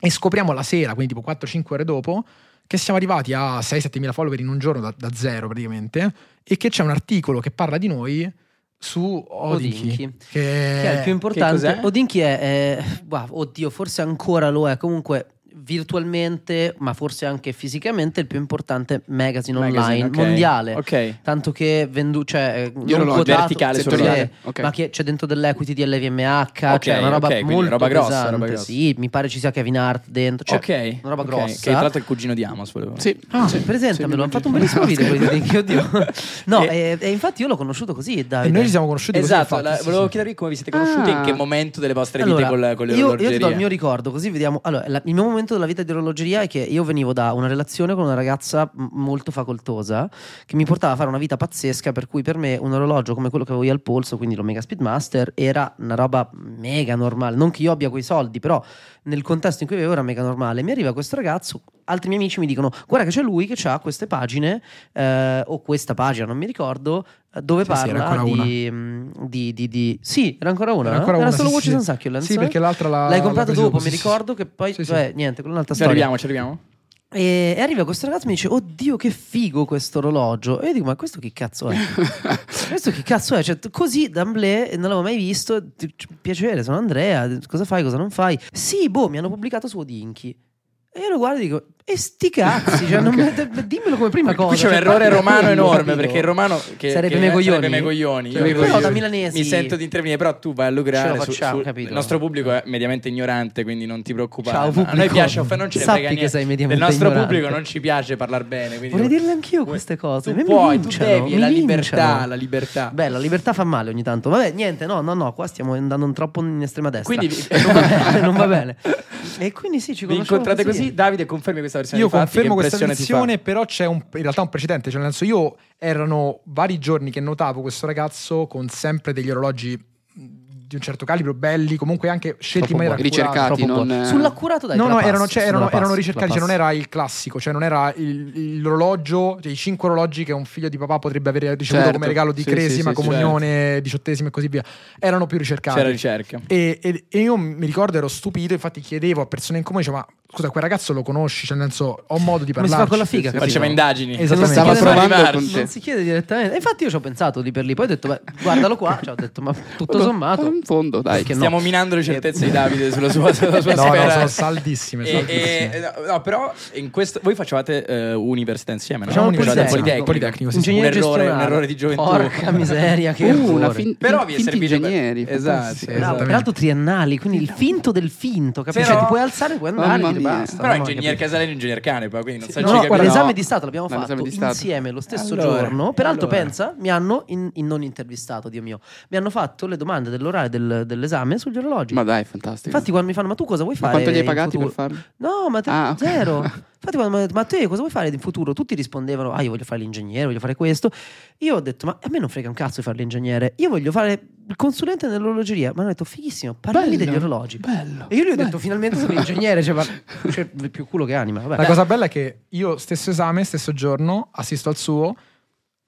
Speaker 1: E scopriamo la sera, quindi tipo 4-5 ore dopo, che siamo arrivati a 6-7 mila follower in un giorno da, da zero praticamente, e che c'è un articolo che parla di noi su Odinchi. Eh,
Speaker 2: Odinchi.
Speaker 1: Che,
Speaker 2: che è il più
Speaker 3: che
Speaker 2: importante.
Speaker 3: cos'è?
Speaker 2: Odinchi è, è- guau, oddio, forse ancora lo è, comunque virtualmente, ma forse anche fisicamente, il più importante magazine, online
Speaker 3: Magazine, ok.
Speaker 2: mondiale.
Speaker 3: Ok,
Speaker 2: Tanto che vendu, cioè, eh,
Speaker 6: Io
Speaker 2: non
Speaker 6: non ho
Speaker 2: quotato,
Speaker 3: verticale
Speaker 2: sì,
Speaker 3: solo.
Speaker 2: sì,
Speaker 6: Ok.
Speaker 2: ma che c'è dentro dell'equity di LVMH,
Speaker 3: Ok,
Speaker 2: cioè una roba
Speaker 3: ok, quindi
Speaker 2: molto
Speaker 3: roba grossa,
Speaker 2: pesante.
Speaker 3: roba grossa.
Speaker 2: Sì, mi pare ci sia Kevin Hart dentro, cioè,
Speaker 3: ok.
Speaker 2: una roba
Speaker 3: ok,
Speaker 2: grossa.
Speaker 3: Che tra l'altro è il cugino di Amos. Volevo.
Speaker 6: Sì,
Speaker 1: Ah,
Speaker 6: sì.
Speaker 2: Presentamelo,
Speaker 6: Sì,
Speaker 2: hanno fatto un bellissimo video quelli di Odinchi, oddio. No, e, e infatti io l'ho conosciuto così,
Speaker 1: E
Speaker 2: Davide.
Speaker 1: noi ci siamo conosciuti così,
Speaker 3: Esatto,
Speaker 1: infatti,
Speaker 3: la-
Speaker 1: sì,
Speaker 3: volevo
Speaker 1: sì.
Speaker 3: chiedervi come vi siete conosciuti,
Speaker 6: Ah.
Speaker 3: in che momento delle vostre vite
Speaker 2: Allora,
Speaker 3: con, la- con le
Speaker 2: io, io
Speaker 3: orologerie.
Speaker 2: ti do il mio ricordo, così vediamo. Allora, la- il mio momento della vita di orologeria è che io venivo da una relazione con una ragazza m- molto facoltosa che mi portava a fare una vita pazzesca per cui per me un orologio come quello che avevo io al polso, quindi l'Omega Speedmaster, era una roba mega normale. Non che io abbia quei soldi, però nel contesto in cui vivevo era mega normale. Mi arriva questo ragazzo, altri miei amici mi dicono guarda che c'è lui che ha queste pagine eh, o questa pagina, non mi ricordo, eh, dove
Speaker 1: Sì, sì, era
Speaker 2: parla
Speaker 1: ancora
Speaker 2: di, mm, di, di, di- Sì, era ancora una.
Speaker 1: Era ancora una,
Speaker 2: solo
Speaker 1: sì,
Speaker 2: Watches
Speaker 1: sì.
Speaker 2: and Succulents. eh?
Speaker 1: Sì, perché l'altra la-
Speaker 2: L'hai
Speaker 1: l'ha
Speaker 2: comprato
Speaker 1: presa
Speaker 2: dopo,
Speaker 1: dopo,
Speaker 2: mi
Speaker 1: sì, sì.
Speaker 2: ricordo che poi...
Speaker 1: Sì, sì.
Speaker 2: vabbè, niente, quella è un'altra
Speaker 3: Ci
Speaker 2: storia.
Speaker 3: arriviamo, ci arriviamo.
Speaker 2: E, e arriva questo ragazzo e mi dice: Oddio, che figo questo orologio. E io dico: Ma questo che cazzo è? questo che cazzo è? Cioè, t- così d'amblè non l'avevo mai visto. Ti- c- Piacere, sono Andrea. Cosa fai, cosa non fai? Sì, boh, mi hanno pubblicato su Odinchi. E io lo guardo e dico: E sti cazzi, cioè, non me- d- dimmelo come prima cosa.
Speaker 3: Qui c'è un
Speaker 2: cioè,
Speaker 3: errore
Speaker 2: parli da
Speaker 3: romano
Speaker 2: quello,
Speaker 3: enorme
Speaker 2: capito?
Speaker 3: perché il romano che,
Speaker 2: Sarebbe
Speaker 3: che
Speaker 2: me coglioni?
Speaker 3: sarebbe me coglioni.
Speaker 2: Sarebbe me
Speaker 3: Io
Speaker 2: coglioni.
Speaker 3: mi-
Speaker 2: Però da milanesi.
Speaker 3: mi sento di intervenire, però tu vai a
Speaker 2: Ce
Speaker 3: lucrare.
Speaker 2: la
Speaker 3: su-
Speaker 2: facciamo,
Speaker 3: sul-
Speaker 2: capito.
Speaker 3: Il nostro pubblico è mediamente ignorante, quindi non ti preoccupare.
Speaker 2: Ciao,
Speaker 3: A noi
Speaker 2: pubblico.
Speaker 3: piace, off- non ce ne
Speaker 2: Sappi
Speaker 3: frega
Speaker 2: che
Speaker 3: niente.
Speaker 2: sei mediamente
Speaker 3: Del nostro
Speaker 2: ignorante.
Speaker 3: pubblico non ci piace parlare bene. quindi-
Speaker 2: Vorrei dirle anch'io
Speaker 3: Tu-
Speaker 2: queste cose.
Speaker 3: Tu
Speaker 2: Mi
Speaker 3: puoi,
Speaker 2: linciano,
Speaker 3: tu devi, è
Speaker 2: mi
Speaker 3: la
Speaker 2: linciano.
Speaker 3: libertà, la libertà.
Speaker 2: Beh, la libertà fa male ogni tanto. Vabbè, niente, no, no, no, qua stiamo andando un troppo in estrema destra.
Speaker 3: Quindi- eh,
Speaker 2: non, va bene, non va bene. E quindi sì, ci
Speaker 3: Vi
Speaker 2: conosciamo
Speaker 3: incontrate così. Davide, confermi questa versione
Speaker 1: Io
Speaker 3: di fatti, che
Speaker 1: confermo questa
Speaker 3: impressione ti fa?
Speaker 1: versione, però c'è un- in realtà un precedente. Cioè, nel senso, io erano vari giorni che notavo questo ragazzo con sempre degli orologi mh, di un certo calibro, belli, comunque anche scelti in
Speaker 2: Troppo
Speaker 1: maniera
Speaker 6: buoni.
Speaker 1: accurata.
Speaker 6: Ricercati.
Speaker 2: Troppo
Speaker 6: non-
Speaker 2: buono. Sull'accurato dai,
Speaker 1: No,
Speaker 2: te
Speaker 1: no,
Speaker 2: la
Speaker 1: erano,
Speaker 2: passo,
Speaker 1: cioè,
Speaker 2: te la
Speaker 1: erano-
Speaker 2: passo,
Speaker 1: erano
Speaker 2: te la
Speaker 1: ricercati, cioè
Speaker 2: passo.
Speaker 1: non era il classico, cioè non era il- l'orologio, cioè i cinque orologi che un figlio di papà potrebbe avere ricevuto
Speaker 6: Certo,
Speaker 1: come regalo di
Speaker 3: sì,
Speaker 1: cresima,
Speaker 3: sì, sì,
Speaker 1: comunione, diciottesima e così via. Erano più ricercati.
Speaker 3: C'era ricerca.
Speaker 1: E, e- e io mi ricordo ero stupito, infatti chiedevo a persone in comune, dicevo, ma scusa, quel ragazzo lo conosci? Cioè, nel senso, ho modo di
Speaker 2: Come si
Speaker 1: parlarci.
Speaker 2: fa con la figa, capito?
Speaker 3: Facciamo indagini.
Speaker 1: Esatto.
Speaker 2: Non si
Speaker 6: Stava
Speaker 2: chiede-
Speaker 6: provando
Speaker 2: non-
Speaker 6: con te.
Speaker 2: Non si chiede direttamente. E Infatti io ci ho pensato lì per lì, poi ho detto, beh, guardalo qua, cioè, ho detto, ma tutto sommato...
Speaker 6: In fondo, dai.
Speaker 2: Perché no?
Speaker 3: Stiamo minando le certezze di Davide sulla sua, sulla sua
Speaker 1: No,
Speaker 3: sfera.
Speaker 1: no, sono saldissime,
Speaker 3: E-
Speaker 1: saldissime.
Speaker 3: e- no, no, però in questo, voi facevate eh, università insieme, no?
Speaker 1: Facciamo
Speaker 3: Cioè,
Speaker 1: l'università,
Speaker 3: al Politecnico.
Speaker 1: Politecnico, sì, sì.
Speaker 3: un,
Speaker 2: Ingegnere
Speaker 3: errore, un
Speaker 2: gestionale.
Speaker 3: errore di gioventù.
Speaker 2: Porca miseria, che
Speaker 6: Uh, una
Speaker 2: orrore.
Speaker 6: fin-
Speaker 3: Però
Speaker 6: fin-
Speaker 3: vi è
Speaker 6: finti
Speaker 3: servito per-
Speaker 6: ingegneri.
Speaker 3: Esatto,
Speaker 6: fantastico.
Speaker 1: esatto.
Speaker 2: Bravo, peraltro triennali, quindi il finto del finto, capito?
Speaker 3: Però-
Speaker 2: Cioè, ti puoi alzare, puoi andare,
Speaker 6: Mamma
Speaker 2: ti
Speaker 6: mia.
Speaker 2: basta.
Speaker 3: Però
Speaker 2: no,
Speaker 3: ingegner
Speaker 2: capito?
Speaker 3: Casalino è ingegner cane, poi quindi non
Speaker 2: No,
Speaker 3: so ci
Speaker 2: no,
Speaker 3: capire.
Speaker 6: guarda,
Speaker 2: l'esame
Speaker 6: no.
Speaker 2: di Stato l'abbiamo fatto
Speaker 6: L'esame di Stato.
Speaker 2: insieme lo stesso
Speaker 3: Allora,
Speaker 2: giorno. Peraltro,
Speaker 3: allora.
Speaker 2: pensa, mi hanno, in, in- non intervistato, Dio mio, mi hanno fatto le domande dell'orale del- dell'esame sugli orologi.
Speaker 6: Ma dai, fantastico.
Speaker 2: Infatti, quando mi fanno, ma tu cosa vuoi
Speaker 6: Ma
Speaker 2: fare?
Speaker 6: quanto gli hai
Speaker 2: in
Speaker 6: pagati
Speaker 2: futuro?"
Speaker 6: per farlo?
Speaker 2: No, ma te-
Speaker 6: Ah, ok.
Speaker 2: zero. Infatti, quando mi hanno detto, ma te cosa vuoi fare in futuro? Tutti rispondevano, ah, io voglio fare l'ingegnere, voglio fare questo. Io ho detto, ma a me non frega un cazzo di fare l'ingegnere, io voglio fare il consulente nell'orologeria. Mi hanno detto, fighissimo, parlami
Speaker 6: Bello,
Speaker 2: degli orologi.
Speaker 6: bello,
Speaker 2: E io gli ho
Speaker 6: bello.
Speaker 2: detto, finalmente sono ingegnere, cioè, ma- cioè, più culo che anima. Vabbè.
Speaker 1: La cosa bella è che io stesso esame, stesso giorno, assisto al suo,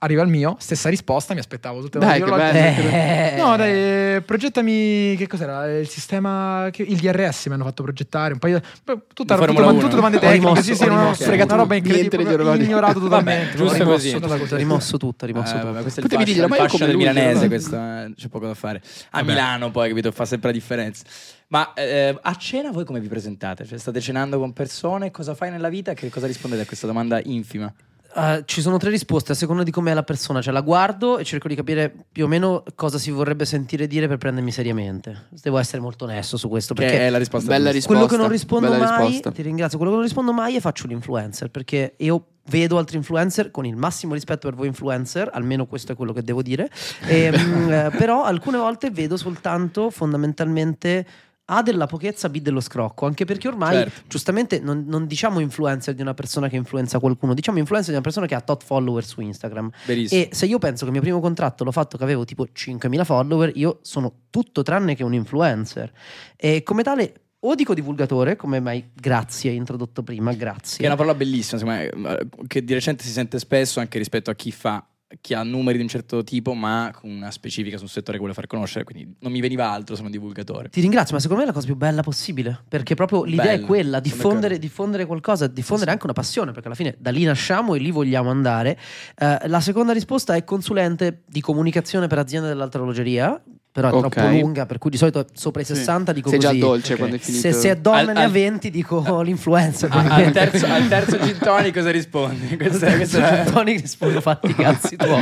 Speaker 1: arriva il mio, stessa risposta, mi aspettavo tutte le
Speaker 6: Dai,
Speaker 1: volte.
Speaker 6: che
Speaker 1: Io l'ho-
Speaker 6: bello.
Speaker 2: Eh.
Speaker 1: No, dai, eh, progettami che cos'era? Il sistema che- il DRS mi hanno fatto progettare un paio di- beh, tutta,
Speaker 3: Di
Speaker 1: tutto,
Speaker 3: Formula
Speaker 1: ma-
Speaker 3: Uno.
Speaker 1: tutte domande
Speaker 2: Ho
Speaker 1: tecniche,
Speaker 2: rimosso,
Speaker 1: sì, sì,
Speaker 2: ho
Speaker 1: una,
Speaker 2: rimosso.
Speaker 1: fregata, una roba
Speaker 6: Niente
Speaker 1: incredibile,
Speaker 6: degli
Speaker 1: proprio
Speaker 6: orologi.
Speaker 1: ignorato totalmente.
Speaker 3: Vabbè, giusto
Speaker 1: proprio
Speaker 3: così.
Speaker 1: rimosso,
Speaker 2: Ho
Speaker 1: totale-
Speaker 2: rimosso tutto, ho rimosso
Speaker 3: Eh,
Speaker 2: tutto.
Speaker 3: vabbè, questo è il
Speaker 6: Potevi
Speaker 3: fascio,
Speaker 6: dirglielo,
Speaker 3: il
Speaker 6: ma io
Speaker 3: fascio
Speaker 6: come
Speaker 3: del
Speaker 6: lui,
Speaker 3: milanese,
Speaker 6: allora.
Speaker 3: questo eh, c'è poco da fare. A
Speaker 1: Vabbè.
Speaker 3: Milano poi, capito, fa sempre la differenza. Ma eh, a cena voi come vi presentate? Cioè, state cenando con persone, cosa fai nella vita? Che cosa rispondete a questa domanda infima?
Speaker 2: Eh, ci sono tre risposte a seconda di com'è la persona, cioè la guardo e cerco di capire più o meno cosa si vorrebbe sentire dire per prendermi seriamente. Devo essere molto onesto su questo
Speaker 3: Che
Speaker 2: perché
Speaker 3: è la risposta
Speaker 6: Bella
Speaker 3: giusta.
Speaker 6: risposta.
Speaker 2: quello che non rispondo
Speaker 6: bella
Speaker 2: mai,
Speaker 6: risposta.
Speaker 2: ti ringrazio, quello che non rispondo mai è faccio l'influencer perché io vedo altri influencer con il massimo rispetto per voi influencer, almeno questo è quello che devo dire, e, mm, eh, però alcune volte vedo soltanto fondamentalmente A della pochezza, B dello scrocco, anche perché ormai
Speaker 3: Certo.
Speaker 2: giustamente non, non diciamo influencer di una persona che influenza qualcuno, diciamo influencer di una persona che ha tot follower su Instagram.
Speaker 6: Eh,
Speaker 3: Verissimo.
Speaker 2: E se io penso che il mio primo contratto l'ho fatto che avevo tipo 5.000 follower, io sono tutto tranne che un influencer. E come tale o dico divulgatore, come mai grazie hai introdotto prima,
Speaker 3: Che è una
Speaker 2: grazie.
Speaker 3: parola bellissima, insomma, eh, che di recente si sente spesso anche rispetto a chi fa chi ha numeri di un certo tipo, ma con una specifica su un settore che vuole far conoscere, quindi non mi veniva altro, sono un divulgatore.
Speaker 2: Ti ringrazio, ma secondo me è la cosa più bella possibile, perché proprio l'idea
Speaker 3: Bello,
Speaker 2: è quella,
Speaker 3: sono
Speaker 2: diffondere,
Speaker 3: d'accordo.
Speaker 2: diffondere qualcosa, diffondere
Speaker 3: sì.
Speaker 2: anche una passione, perché alla fine da lì nasciamo e lì vogliamo andare. Eh, la seconda risposta è consulente di comunicazione per aziende dell'altra orologeria, però è
Speaker 6: Ok.
Speaker 2: troppo lunga, per cui di solito sopra i 60 dico
Speaker 6: Sei già
Speaker 2: così.
Speaker 6: dolce
Speaker 3: ok.
Speaker 6: quando è finito.
Speaker 2: Se, se è donna
Speaker 3: Al-
Speaker 2: ne ha
Speaker 3: al-
Speaker 2: 20 dico l'influenza.
Speaker 3: A-
Speaker 6: Ah,
Speaker 3: al, terzo, al terzo gin tonic cosa rispondi? Questa, questa è la-
Speaker 2: Tony rispondo fatti i cazzi tuoi.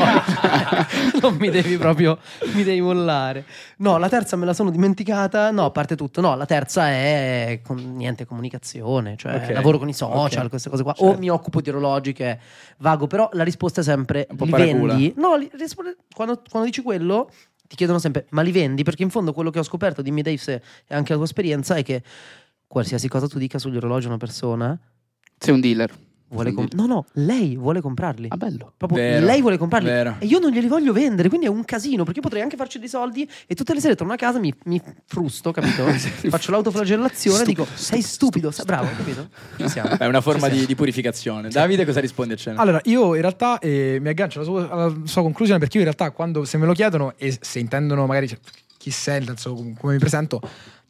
Speaker 2: non mi devi proprio mi devi mollare. No, la terza me la sono dimenticata. No, a parte tutto. No, la terza è con- niente comunicazione, cioè
Speaker 3: Ok.
Speaker 2: lavoro con i social,
Speaker 3: Ok.
Speaker 2: queste cose qua o
Speaker 3: Certo.
Speaker 2: mi occupo di orologi che è vago, però la risposta è sempre
Speaker 3: Un po'
Speaker 2: li
Speaker 3: paracula.
Speaker 2: vendi? No, li- risponde- quando, quando dici quello ti chiedono sempre ma li vendi? Perché in fondo quello che ho scoperto, dimmi Dave se è anche la tua esperienza è che qualsiasi cosa tu dica sugli orologi a una persona,
Speaker 6: Sei un dealer.
Speaker 2: vuole
Speaker 6: Sì.
Speaker 2: com- no, no, lei vuole comprarli.
Speaker 6: Ah, bello.
Speaker 2: Proprio
Speaker 3: Vero,
Speaker 2: lei vuole comprarli
Speaker 3: vero.
Speaker 2: e io non glieli voglio vendere, quindi è un casino perché io potrei anche farci dei soldi e tutte le sere torno a casa mi, mi frusto, capito? Faccio l'autoflagellazione e dico sei stupido, sei bravo, capito? Ci siamo.
Speaker 3: È una forma
Speaker 2: Ci
Speaker 3: di, di purificazione. Davide, cosa rispondi a cena?
Speaker 1: Allora, io in realtà eh, mi aggancio alla sua, alla sua conclusione perché io in realtà quando se me lo chiedono e se intendono magari cioè, chi sei, nel senso com- come mi presento,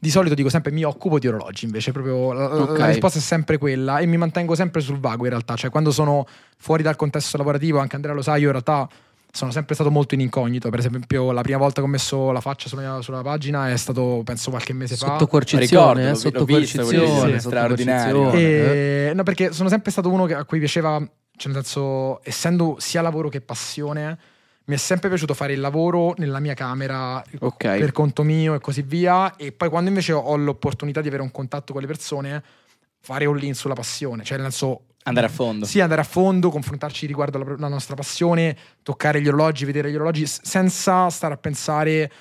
Speaker 1: di solito dico sempre mi occupo di orologi, invece proprio la, la-
Speaker 6: Ok.
Speaker 1: la risposta è sempre quella e mi mantengo sempre sul vago in realtà, cioè quando sono fuori dal contesto lavorativo, anche Andrea lo sa, io in realtà sono sempre stato molto in incognito, per esempio la prima volta che ho messo la faccia sulla, sulla pagina è stato penso qualche mese fa.
Speaker 2: Sotto coercizione,
Speaker 3: Ricordo,
Speaker 2: eh,
Speaker 3: l'ho-
Speaker 2: sotto
Speaker 3: l'ho visto, quello lì,
Speaker 2: coercizione,
Speaker 3: sì,
Speaker 2: sotto
Speaker 3: straordinario.
Speaker 2: coercizione, eh.
Speaker 1: E- no, perché sono sempre stato uno che- a cui piaceva, cioè nel senso, essendo sia lavoro che passione, mi è sempre piaciuto fare il lavoro nella mia camera
Speaker 6: Ok.
Speaker 1: per conto mio e così via. E poi quando invece ho l'opportunità di avere un contatto con le persone, fare all in sulla passione, cioè nel senso
Speaker 3: Andare a fondo.
Speaker 1: sì, andare a fondo, confrontarci riguardo alla, alla nostra passione, toccare gli orologi, vedere gli orologi, s- senza stare a pensare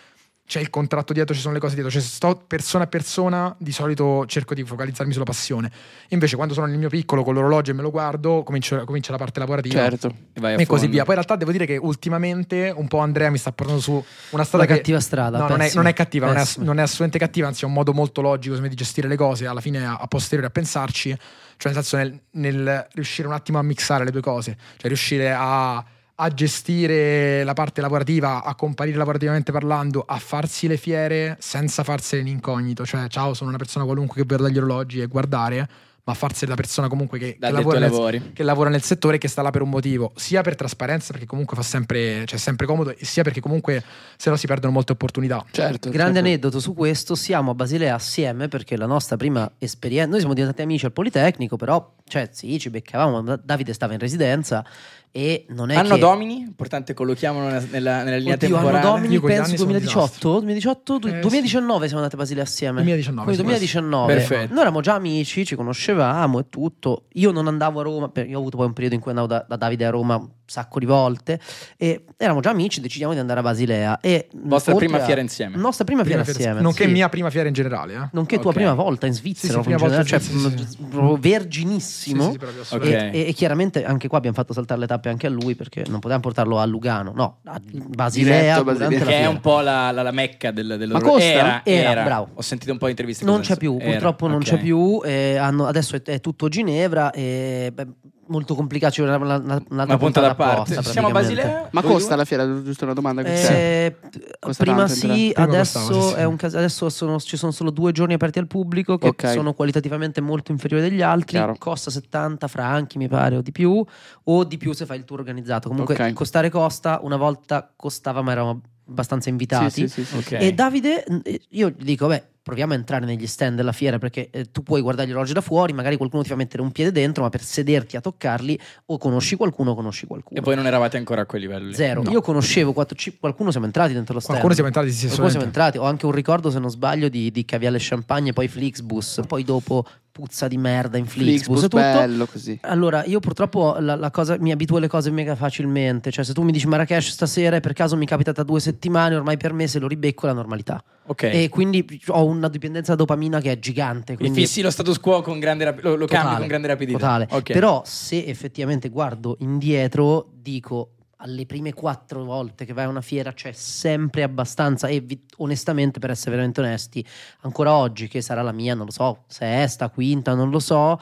Speaker 1: c'è il contratto dietro, ci sono le cose dietro. Cioè, se sto persona a persona, di solito cerco di focalizzarmi sulla passione. Invece, quando sono nel mio piccolo con l'orologio e me lo guardo, comincio- comincia la parte lavorativa.
Speaker 6: Certo.
Speaker 3: E, vai a
Speaker 1: E così
Speaker 3: fondo.
Speaker 1: via. Poi in realtà devo dire che ultimamente un po' Andrea mi sta portando su una strada
Speaker 2: La
Speaker 1: che
Speaker 2: cattiva strada. Eh,
Speaker 1: No, non è,
Speaker 2: pessima,
Speaker 1: non è cattiva, non è, ass-
Speaker 2: pessima.
Speaker 1: non è assolutamente cattiva, anzi è un modo molto logico secondo me, di gestire le cose, alla fine a, a posteriori a pensarci, cioè nel senso nel, nel riuscire un attimo a mixare le due cose, cioè riuscire a, a gestire la parte lavorativa, a comparire lavorativamente parlando, a farsi le fiere senza farsene l'incognito, cioè ciao sono una persona qualunque che guarda gli orologi e guardare, ma farsene la persona comunque che,
Speaker 3: Dà
Speaker 1: che
Speaker 3: detto
Speaker 1: lavora
Speaker 3: ai
Speaker 1: nel,
Speaker 3: lavori.
Speaker 1: che lavora nel settore e che sta là per un motivo, sia per trasparenza, perché comunque fa sempre, cioè, è sempre comodo, e sia perché comunque se no si perdono molte opportunità.
Speaker 6: Certo.
Speaker 2: Grande
Speaker 6: certo.
Speaker 2: aneddoto su questo, siamo a Basilea assieme perché la nostra prima esperienza, noi siamo diventati amici al Politecnico, però cioè sì, ci beccavamo, Da- Davide stava in residenza e non è
Speaker 3: Anno
Speaker 2: che...
Speaker 3: Domini, importante collochiamolo nella, nella- nella linea
Speaker 2: Oddio, anno
Speaker 3: temporale.
Speaker 2: Domini
Speaker 1: Io quegli
Speaker 2: penso
Speaker 1: anni sono un
Speaker 2: 2018, 2018, du-
Speaker 1: Eh, sì.
Speaker 2: 2019 siamo andati a Basilea assieme.
Speaker 1: 2019,
Speaker 2: Quindi
Speaker 1: sì,
Speaker 2: 2019.
Speaker 3: Perfetto.
Speaker 2: Noi eravamo già amici, ci conoscevamo e tutto. Io non andavo a Roma, perché io ho avuto poi un periodo in cui andavo da, da Davide a Roma un sacco di volte e eravamo già amici, decidiamo di andare a Basilea e
Speaker 3: Vostra
Speaker 2: oltre
Speaker 3: prima
Speaker 2: a-
Speaker 3: fiera insieme.
Speaker 2: Nostra prima,
Speaker 1: Prima
Speaker 2: fiera
Speaker 1: fiera-
Speaker 2: assieme.
Speaker 1: nonché
Speaker 2: sì.
Speaker 1: mia prima fiera in generale. Eh?
Speaker 2: Nonché tua
Speaker 3: Ok.
Speaker 2: prima volta in
Speaker 1: Sì,
Speaker 2: Svizzera,
Speaker 1: sì, prima
Speaker 2: in
Speaker 1: volta in
Speaker 2: generale,
Speaker 1: Svizzera,
Speaker 2: cioè
Speaker 1: sì, sì.
Speaker 2: proprio
Speaker 1: Sì,
Speaker 2: verginissimo.
Speaker 1: sì, sì, proprio assolutamente.
Speaker 3: Ok.
Speaker 2: E, e- e chiaramente anche qua abbiamo fatto saltare le tappe anche a lui perché non potevamo portarlo a Lugano, no, a Basilea.
Speaker 6: Diretto a
Speaker 2: durante
Speaker 6: Basilea.
Speaker 2: la
Speaker 3: Che è
Speaker 2: fiera.
Speaker 3: un po' la, la- la mecca del, del
Speaker 2: Ma costa?
Speaker 3: Era,
Speaker 2: Era,
Speaker 3: era,
Speaker 2: bravo.
Speaker 3: Ho sentito un po' di interviste.
Speaker 2: Non
Speaker 3: cosa
Speaker 2: c'è
Speaker 3: ne
Speaker 2: più,
Speaker 3: so. Era,
Speaker 2: purtroppo non
Speaker 3: ok.
Speaker 2: c'è più. eh, hanno- adesso è, è tutto Ginevra, e, beh, molto complicato. C'è una, una- un'altra
Speaker 3: Una punta da parte.
Speaker 2: apposta,
Speaker 3: Siamo a
Speaker 2: praticamente.
Speaker 3: Basilea.
Speaker 6: Ma
Speaker 3: voi
Speaker 6: costa
Speaker 3: due?
Speaker 6: la fiera? Giusto una domanda che c'è.
Speaker 2: Eh,
Speaker 6: Costa
Speaker 2: prima
Speaker 6: tanto
Speaker 2: sì,
Speaker 6: entrare?
Speaker 1: Prima
Speaker 2: adesso,
Speaker 1: costava, sì, sì.
Speaker 2: è un caso- adesso sono- ci sono solo due giorni aperti al pubblico che
Speaker 6: Ok.
Speaker 2: sono qualitativamente molto inferiori degli altri.
Speaker 6: Chiaro.
Speaker 2: Costa 70 franchi, mi pare, o di più, o di più se fai il tour organizzato. Comunque,
Speaker 6: Ok.
Speaker 2: costare costa. Una volta costava, ma eravamo abbastanza invitati.
Speaker 6: Sì, sì, sì, sì.
Speaker 3: Ok.
Speaker 2: E Davide, mh, eh, io gli dico, beh, proviamo a entrare negli stand della fiera perché eh, tu puoi guardare gli orologi da fuori, magari qualcuno ti fa mettere un piede dentro, ma per sederti a toccarli o conosci qualcuno o conosci qualcuno.
Speaker 3: E voi non eravate ancora a quel livello. lì.
Speaker 2: Zero. Io conoscevo quattro- ci- qualcuno siamo entrati dentro lo stand.
Speaker 1: Qualcuno siamo entrati, sì, sì,
Speaker 2: Qualcuno siamo
Speaker 1: assolutamente.
Speaker 2: entrati. Ho anche un ricordo, se non sbaglio, di, di Caviale e Champagne, poi Flixbus, poi dopo puzza di merda in Flixbus,
Speaker 6: Flixbus,
Speaker 2: e tutto.
Speaker 6: bello così.
Speaker 2: Allora, io purtroppo la, la cosa, mi abituo alle cose mega facilmente. Cioè, se tu mi dici Marrakesh stasera e per caso mi capita tra due settimane, ormai per me se lo ribecco è la normalità.
Speaker 3: Ok.
Speaker 2: E quindi ho una dipendenza da dopamina che è gigante. Quindi
Speaker 3: Fissi lo status quo con grande rap- lo, lo cambi
Speaker 2: Totale,
Speaker 3: con grande rapidità.
Speaker 2: totale.
Speaker 3: Ok.
Speaker 2: Però se effettivamente guardo indietro, dico alle prime quattro volte che vai a una fiera c'è sempre abbastanza e vi- onestamente per essere veramente onesti ancora oggi che sarà la mia non lo so sesta quinta non lo so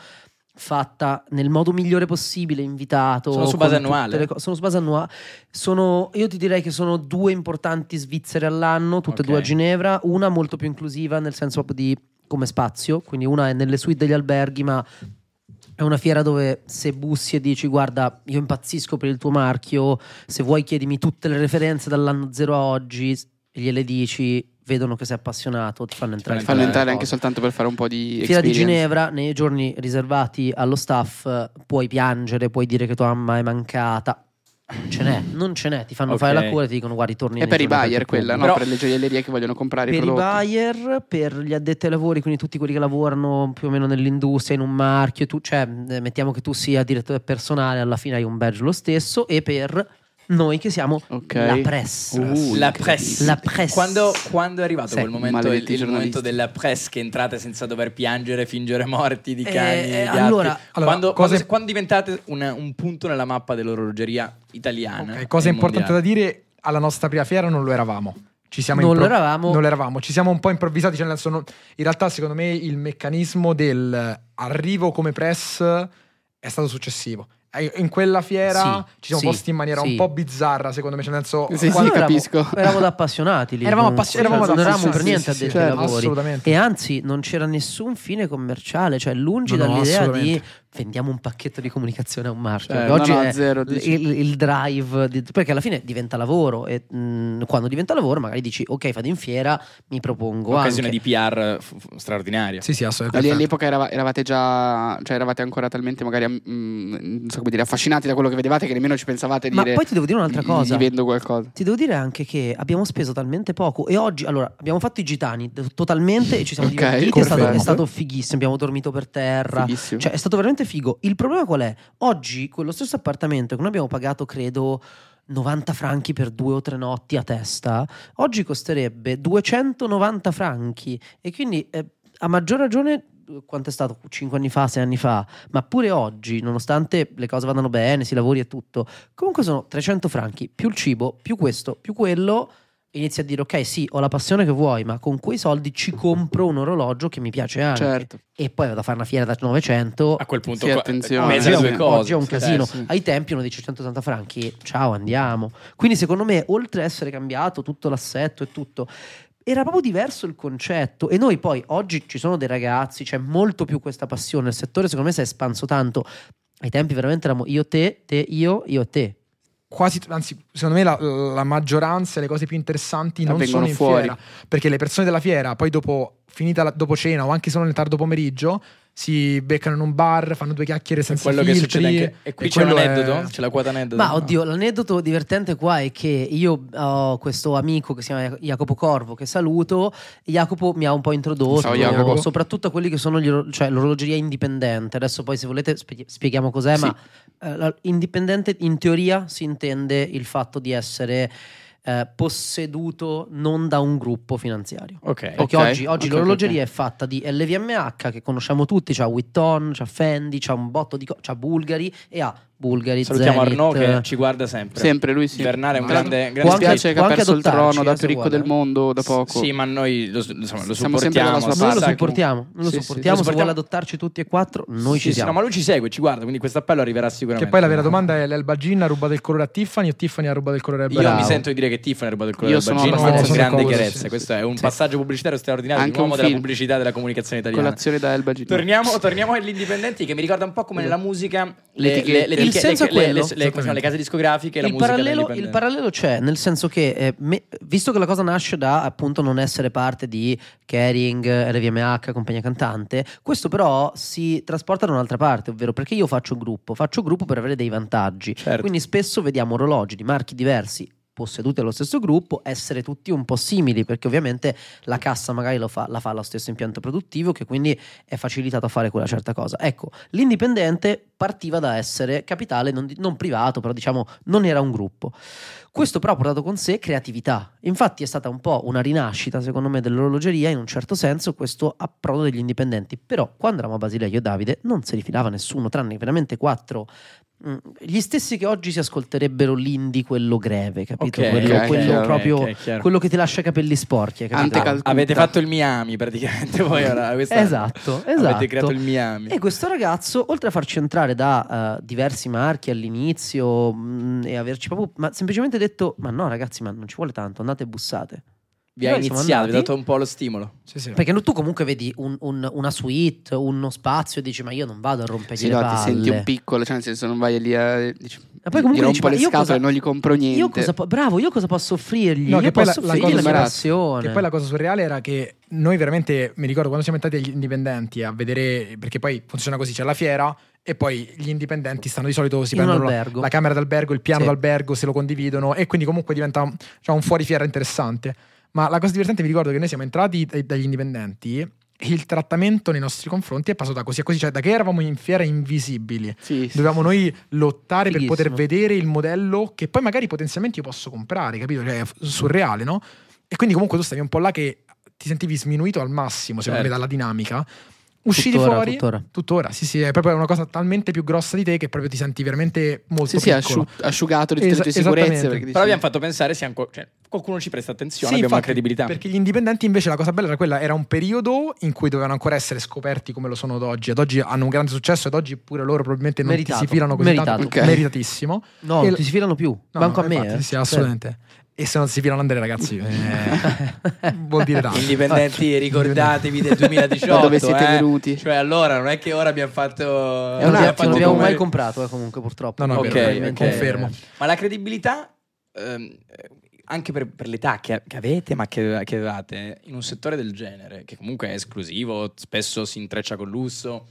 Speaker 2: fatta nel modo migliore possibile invitato
Speaker 3: Sono su
Speaker 2: con
Speaker 3: base
Speaker 2: tutte
Speaker 3: annuale?
Speaker 2: le co- sono su base annuale sono, io ti direi che sono due importanti Svizzere all'anno, tutte e
Speaker 3: Ok.
Speaker 2: due a Ginevra, una molto più inclusiva nel senso proprio di come spazio, quindi una è nelle suite degli alberghi, ma è una fiera dove se bussi e dici guarda io impazzisco per il tuo marchio, se vuoi chiedimi tutte le referenze dall'anno zero a oggi, gliele dici, vedono che sei appassionato, ti fanno entrare.
Speaker 3: fanno
Speaker 6: Fanno
Speaker 3: Eh,
Speaker 6: entrare
Speaker 3: no.
Speaker 6: anche soltanto per fare un po' di
Speaker 2: Fiera di
Speaker 6: experience.
Speaker 2: Ginevra, nei giorni riservati allo staff, eh, puoi piangere, puoi dire che tua mamma è mancata. Ce n'è, non ce n'è, ti fanno
Speaker 3: Ok.
Speaker 2: fare la cura e ti dicono guardi torni
Speaker 6: È
Speaker 2: nei
Speaker 6: per i
Speaker 2: giorni
Speaker 6: buyer
Speaker 2: aperti al
Speaker 6: quella, no?
Speaker 2: pubblico.
Speaker 3: Però-
Speaker 6: per le gioiellerie che vogliono comprare i
Speaker 2: per i
Speaker 6: prodotti.
Speaker 2: buyer, per gli addetti ai lavori, quindi tutti quelli che lavorano più o meno nell'industria, in un marchio, tu- cioè eh, mettiamo che tu sia direttore personale, alla fine hai un badge lo stesso, e per noi che siamo
Speaker 6: Ok.
Speaker 2: la press.
Speaker 6: Uh,
Speaker 3: la
Speaker 6: incredibile.
Speaker 3: press.
Speaker 2: La press.
Speaker 3: Quando, quando è arrivato
Speaker 2: Sì.
Speaker 3: quel momento, il,
Speaker 6: Maledetti
Speaker 3: il momento
Speaker 6: giornalisti.
Speaker 3: della press che entrate senza dover piangere, fingere morti di
Speaker 2: Eh,
Speaker 3: cani?
Speaker 2: eh,
Speaker 3: e di
Speaker 2: allora-
Speaker 3: atti?
Speaker 1: Allora,
Speaker 3: quando,
Speaker 1: cose-
Speaker 3: quando- quando diventate una- un punto nella mappa dell'orologeria italiana,
Speaker 1: Ok, cosa
Speaker 3: e
Speaker 1: importante da
Speaker 3: mondiale.
Speaker 1: dire, alla nostra prima fiera non lo eravamo. Ci siamo
Speaker 2: Non lo eravamo.
Speaker 1: non lo eravamo, ci siamo un po' improvvisati. Cioè nel senso, no- in realtà, secondo me, il meccanismo del eh, arrivo come press è stato successivo. Eh, In quella fiera
Speaker 2: Sì,
Speaker 1: ci siamo
Speaker 2: sì,
Speaker 1: posti in maniera
Speaker 2: sì.
Speaker 1: un po' bizzarra, secondo me. Cioè, nel senso,
Speaker 6: Sì, sì,
Speaker 1: quando-
Speaker 2: Noi eravamo-
Speaker 6: capisco.
Speaker 2: Eravamo da appassionati lì.
Speaker 1: Eravamo
Speaker 2: comunque,
Speaker 1: appassi- eravamo
Speaker 2: cioè,
Speaker 1: da
Speaker 2: non eravamo per
Speaker 1: appassionati,
Speaker 2: niente
Speaker 1: sì, sì, sì,
Speaker 2: addetti ai
Speaker 1: certo.
Speaker 2: lavori.
Speaker 1: Assolutamente.
Speaker 2: E anzi, non c'era nessun fine commerciale, cioè lungi
Speaker 1: No, no,
Speaker 2: dall'idea di
Speaker 1: assolutamente.
Speaker 2: vendiamo un pacchetto di comunicazione a un marchio.
Speaker 6: Eh,
Speaker 2: che
Speaker 6: no,
Speaker 2: oggi
Speaker 6: no,
Speaker 2: è
Speaker 6: zero,
Speaker 2: l-
Speaker 6: dici.
Speaker 2: il, il drive, di- perché alla fine diventa lavoro e mh, quando diventa lavoro magari dici ok, vado in fiera, mi propongo
Speaker 3: Occasione
Speaker 2: anche.
Speaker 3: di PR f- f- straordinaria.
Speaker 1: Sì, sì, assolutamente.
Speaker 6: Lì all'epoca erava- eravate già, cioè eravate ancora talmente magari, mm, non so come dire, affascinati da quello che vedevate che nemmeno ci pensavate di
Speaker 2: Ma
Speaker 6: dire.
Speaker 2: poi ti devo dire un'altra
Speaker 6: "Gli-
Speaker 2: cosa.
Speaker 6: Gli vendo qualcosa.
Speaker 2: Ti devo dire anche che abbiamo speso talmente poco e oggi, allora, abbiamo fatto i gitani t- totalmente e ci siamo
Speaker 6: Ok,
Speaker 2: divertiti, è stato, è
Speaker 6: confermo.
Speaker 2: stato fighissimo, abbiamo dormito per terra,
Speaker 6: Fighissimo.
Speaker 2: cioè è stato veramente figo. Il problema qual è? Oggi quello stesso appartamento che noi abbiamo pagato, credo, 90 franchi per due o tre notti a testa, oggi costerebbe 290 franchi e quindi eh, a maggior ragione eh, quanto è stato 5 anni fa, 6 anni fa, ma pure oggi, nonostante le cose vadano bene, si lavori e tutto, comunque sono 300 franchi più il cibo, più questo, più quello. e Inizi a dire, ok, sì, ho la passione che vuoi, ma con quei soldi ci compro un orologio che mi piace anche.
Speaker 6: Certo.
Speaker 2: E poi vado a fare una fiera da 900.
Speaker 3: A quel punto,
Speaker 6: Sì,
Speaker 3: qua-
Speaker 6: attenzione.
Speaker 3: pesa
Speaker 2: Oggi
Speaker 6: mezzo
Speaker 3: le
Speaker 2: è
Speaker 6: alle
Speaker 3: due
Speaker 2: un-
Speaker 3: cose. cioè,
Speaker 2: oggi è un
Speaker 3: Sì,
Speaker 2: casino.
Speaker 3: sì.
Speaker 2: Ai tempi uno dice 180 franchi, ciao andiamo. Quindi secondo me, oltre a essere cambiato tutto l'assetto e tutto, era proprio diverso il concetto. E noi poi oggi ci sono dei ragazzi, c'è molto più questa passione. Il settore secondo me si è espanso tanto. Ai tempi veramente eravamo io te, te io, io te.
Speaker 1: quasi, anzi, secondo me la, la maggioranza e le cose più interessanti non
Speaker 6: Avvengono
Speaker 1: sono in
Speaker 6: fuori.
Speaker 1: fiera. Perché le persone della fiera, poi dopo, finita la- dopo cena o anche solo nel tardo pomeriggio, si beccano in un bar, fanno due chiacchiere senza
Speaker 3: Quello che
Speaker 1: filtri.
Speaker 3: succede anche- E qui c'è un
Speaker 1: quello è-
Speaker 3: aneddoto? C'è la quota aneddoto?
Speaker 2: Ma oddio, l'aneddoto divertente qua è che io ho questo amico che si chiama Jacopo Corvo, che saluto. Jacopo mi ha un po' introdotto,
Speaker 6: Ciao, Jacopo.
Speaker 2: soprattutto a quelli che sono gli oro- cioè, l'orologeria indipendente. Adesso poi se volete spie- spieghiamo cos'è,
Speaker 6: Sì.
Speaker 2: ma eh, la- indipendente in teoria si intende il fatto di essere eh, posseduto non da un gruppo finanziario.
Speaker 3: Ok.
Speaker 2: Perché
Speaker 6: Ok,
Speaker 2: oggi, oggi
Speaker 6: ok,
Speaker 2: l'orologeria
Speaker 6: ok,
Speaker 2: è fatta di LVMH che conosciamo tutti, c'ha Witton, c'ha Fendi, c'ha un botto di co- c'ha Bulgari e ha Bulgari
Speaker 3: Salutiamo
Speaker 2: Zenith,
Speaker 3: Arnaud che
Speaker 2: eh,
Speaker 3: ci guarda sempre.
Speaker 6: Sempre lui sì.
Speaker 3: Bernard è un
Speaker 6: Tra l'altro,
Speaker 3: grande,
Speaker 6: Mi
Speaker 3: grande
Speaker 2: Può anche-
Speaker 6: spiace che
Speaker 2: può
Speaker 6: ha
Speaker 2: anche
Speaker 6: perso il
Speaker 2: adottarci,
Speaker 6: trono da
Speaker 2: eh,
Speaker 6: più
Speaker 2: se
Speaker 6: ricco del
Speaker 2: vuole.
Speaker 6: mondo da poco.
Speaker 3: Sì, ma noi lo, insomma, lo
Speaker 6: Siamo sempre dalla
Speaker 3: supportiamo.
Speaker 6: sua
Speaker 2: Noi lo
Speaker 6: Sa che-
Speaker 2: supportiamo, noi lo
Speaker 6: Sì, sì,
Speaker 2: supportiamo,
Speaker 3: sì.
Speaker 2: se vuole adottarci tutti e quattro, noi
Speaker 3: Sì,
Speaker 2: ci
Speaker 3: sì,
Speaker 2: siamo.
Speaker 3: no, ma lui ci segue, ci guarda, quindi questo appello arriverà sicuramente.
Speaker 1: Che poi la vera domanda è: l'Elba Gin ha rubato il colore a Tiffany o Tiffany ha rubato il colore a Elba
Speaker 3: Io
Speaker 1: Gin?
Speaker 3: mi sento di dire che Tiffany ha rubato il colore
Speaker 6: Io
Speaker 3: del
Speaker 6: sono
Speaker 3: bacino
Speaker 1: abbastanza
Speaker 3: senza grande
Speaker 1: d'accordo,
Speaker 3: chiarezza.
Speaker 1: sì, sì,
Speaker 3: Questo è un
Speaker 6: Sì.
Speaker 3: passaggio pubblicitario straordinario.
Speaker 6: Anche
Speaker 3: un uomo
Speaker 6: un
Speaker 3: della
Speaker 6: film.
Speaker 3: pubblicità e della comunicazione italiana.
Speaker 6: Colazione da Elba Gin.
Speaker 3: Torniamo, torniamo agli indipendenti che mi ricorda un po' come nella musica
Speaker 6: Le etichette.
Speaker 3: le-
Speaker 2: Il
Speaker 3: le-
Speaker 2: senso è
Speaker 3: le- le- le-
Speaker 2: quello.
Speaker 3: le- come si chiama, le case discografiche, la
Speaker 2: il
Speaker 3: musica
Speaker 2: parallelo, il
Speaker 3: dell'indipendente.
Speaker 2: parallelo c'è, nel senso che eh, me- visto che la cosa nasce da appunto non essere parte di Kering, RVMH, compagnia cantante, questo però si trasporta da un'altra parte, ovvero perché io faccio gruppo, faccio gruppo per avere dei vantaggi.
Speaker 3: Certo.
Speaker 2: Quindi spesso vediamo orologi di marchi diversi posseduti dallo stesso gruppo, essere tutti un po' simili, perché ovviamente la cassa magari lo fa, la fa lo stesso impianto produttivo, che quindi è facilitato a fare quella certa cosa. Ecco, l'indipendente partiva da essere capitale non, di- non privato, però diciamo non era un gruppo. Questo però ha portato con sé creatività. Infatti è stata un po' una rinascita, secondo me, dell'orologeria, in un certo senso, questo approdo degli indipendenti. Però quando eravamo a Basilea, io e Davide, non si rifilava nessuno, tranne veramente quattro... mm, Gli stessi che oggi si ascolterebbero l'indi, quello greve, capito?
Speaker 3: Ok,
Speaker 2: quello
Speaker 6: ok,
Speaker 2: quello
Speaker 6: chiaro,
Speaker 2: proprio
Speaker 3: ok, chiaro.
Speaker 2: quello che ti lascia i capelli sporchi. hai capito?
Speaker 6: Antecal-
Speaker 3: Avete fatto il Miami praticamente voi ora. quest'anno.
Speaker 2: Esatto, esatto.
Speaker 3: Avete creato il Miami.
Speaker 2: E questo ragazzo, oltre a farci entrare da eh, diversi marchi all'inizio mh, e averci proprio, ma semplicemente detto, ma no ragazzi, ma non ci vuole tanto, andate e bussate.
Speaker 3: Vi ha
Speaker 2: Noi siamo
Speaker 3: iniziato, vi ha
Speaker 2: andati-
Speaker 3: dato un po' lo stimolo.
Speaker 1: Sì, sì.
Speaker 2: Perché tu comunque vedi un- un- una suite, uno spazio e dici, ma io non vado a rompergli
Speaker 6: Sì,
Speaker 2: le
Speaker 6: no, ti
Speaker 2: palle.
Speaker 6: senti un piccolo, cioè nel senso non vai lì a... Dici,
Speaker 2: E poi
Speaker 6: gli
Speaker 2: comunque
Speaker 6: rompo
Speaker 2: dici, ma
Speaker 6: le
Speaker 2: io
Speaker 6: scatole,
Speaker 2: cosa-
Speaker 6: non gli compro niente.
Speaker 2: Io cosa po- bravo, io cosa posso offrirgli?
Speaker 1: No,
Speaker 2: io
Speaker 1: che poi la-
Speaker 2: posso
Speaker 1: la
Speaker 2: offrirgli
Speaker 1: cosa
Speaker 2: la, mia
Speaker 1: smarata-
Speaker 2: passione.
Speaker 1: Che poi la cosa surreale era che noi veramente, mi ricordo quando siamo entrati agli indipendenti a vedere, perché poi funziona così, c'è la fiera e poi gli indipendenti stanno di solito, si
Speaker 2: In un
Speaker 1: prendono la,
Speaker 2: albergo.
Speaker 1: la camera d'albergo, il piano
Speaker 2: Sì.
Speaker 1: d'albergo, se lo condividono e quindi comunque diventa un- cioè, un fuorifiera interessante. Ma la cosa divertente, vi ricordo che noi siamo entrati dai- dagli indipendenti il trattamento nei nostri confronti è passato da così a così, cioè da che eravamo in fiera invisibili,
Speaker 6: Sì, sì.
Speaker 1: dovevamo noi lottare
Speaker 2: Fighissimo.
Speaker 1: per poter vedere il modello che poi magari potenzialmente io posso comprare, capito? Cioè, è f- surreale, no? E quindi comunque tu stavi un po' là che ti sentivi sminuito al massimo, secondo
Speaker 3: Certo.
Speaker 1: me, dalla dinamica. Usciti
Speaker 2: Tuttora,
Speaker 1: fuori,
Speaker 2: tuttora.
Speaker 1: tuttora, sì, sì, è proprio una cosa talmente più grossa di te che proprio ti senti veramente molto
Speaker 6: Sì, sì,
Speaker 1: piccolo.
Speaker 6: asciu- asciugato di tutte le
Speaker 1: Esa-
Speaker 6: tue sicurezze.
Speaker 1: esattamente.
Speaker 6: perché dici-
Speaker 3: Però abbiamo fatto pensare, siamo co- cioè, qualcuno ci presta attenzione,
Speaker 1: Sì,
Speaker 3: abbiamo
Speaker 1: infatti,
Speaker 3: la credibilità.
Speaker 1: Perché gli indipendenti invece la cosa bella era quella, era un periodo in cui dovevano ancora essere scoperti come lo sono ad oggi. Ad oggi hanno un grande successo, ad oggi pure loro probabilmente non
Speaker 2: Meritato.
Speaker 1: ti si filano così tanto.
Speaker 2: Meritato.
Speaker 6: Ok.
Speaker 1: Meritatissimo.
Speaker 2: No,
Speaker 1: E-
Speaker 2: non ti si filano più.
Speaker 1: No,
Speaker 2: Manco
Speaker 1: no,
Speaker 2: a me.
Speaker 1: infatti,
Speaker 2: eh.
Speaker 1: Sì, assolutamente. E se non si filano Andrea, ragazzi,
Speaker 2: Cioè.
Speaker 1: eh, vuol dire tanto.
Speaker 3: Indipendenti, ricordatevi del 2018.
Speaker 6: Da dove siete
Speaker 3: eh.
Speaker 6: venuti?
Speaker 3: Cioè, allora non è che ora abbiamo fatto.
Speaker 2: È un
Speaker 3: abbiamo
Speaker 1: Esatto,
Speaker 2: piatto che
Speaker 3: fatto
Speaker 2: non abbiamo mai
Speaker 3: numeri.
Speaker 2: comprato, eh, comunque, purtroppo.
Speaker 1: No, no, è
Speaker 3: Ok,
Speaker 1: vero,
Speaker 3: ok.
Speaker 1: confermo.
Speaker 3: Ma la credibilità, ehm, eh, anche per, per l'età che, che avete, ma che, che avevate, in un settore del genere, che comunque è esclusivo, spesso si intreccia col lusso,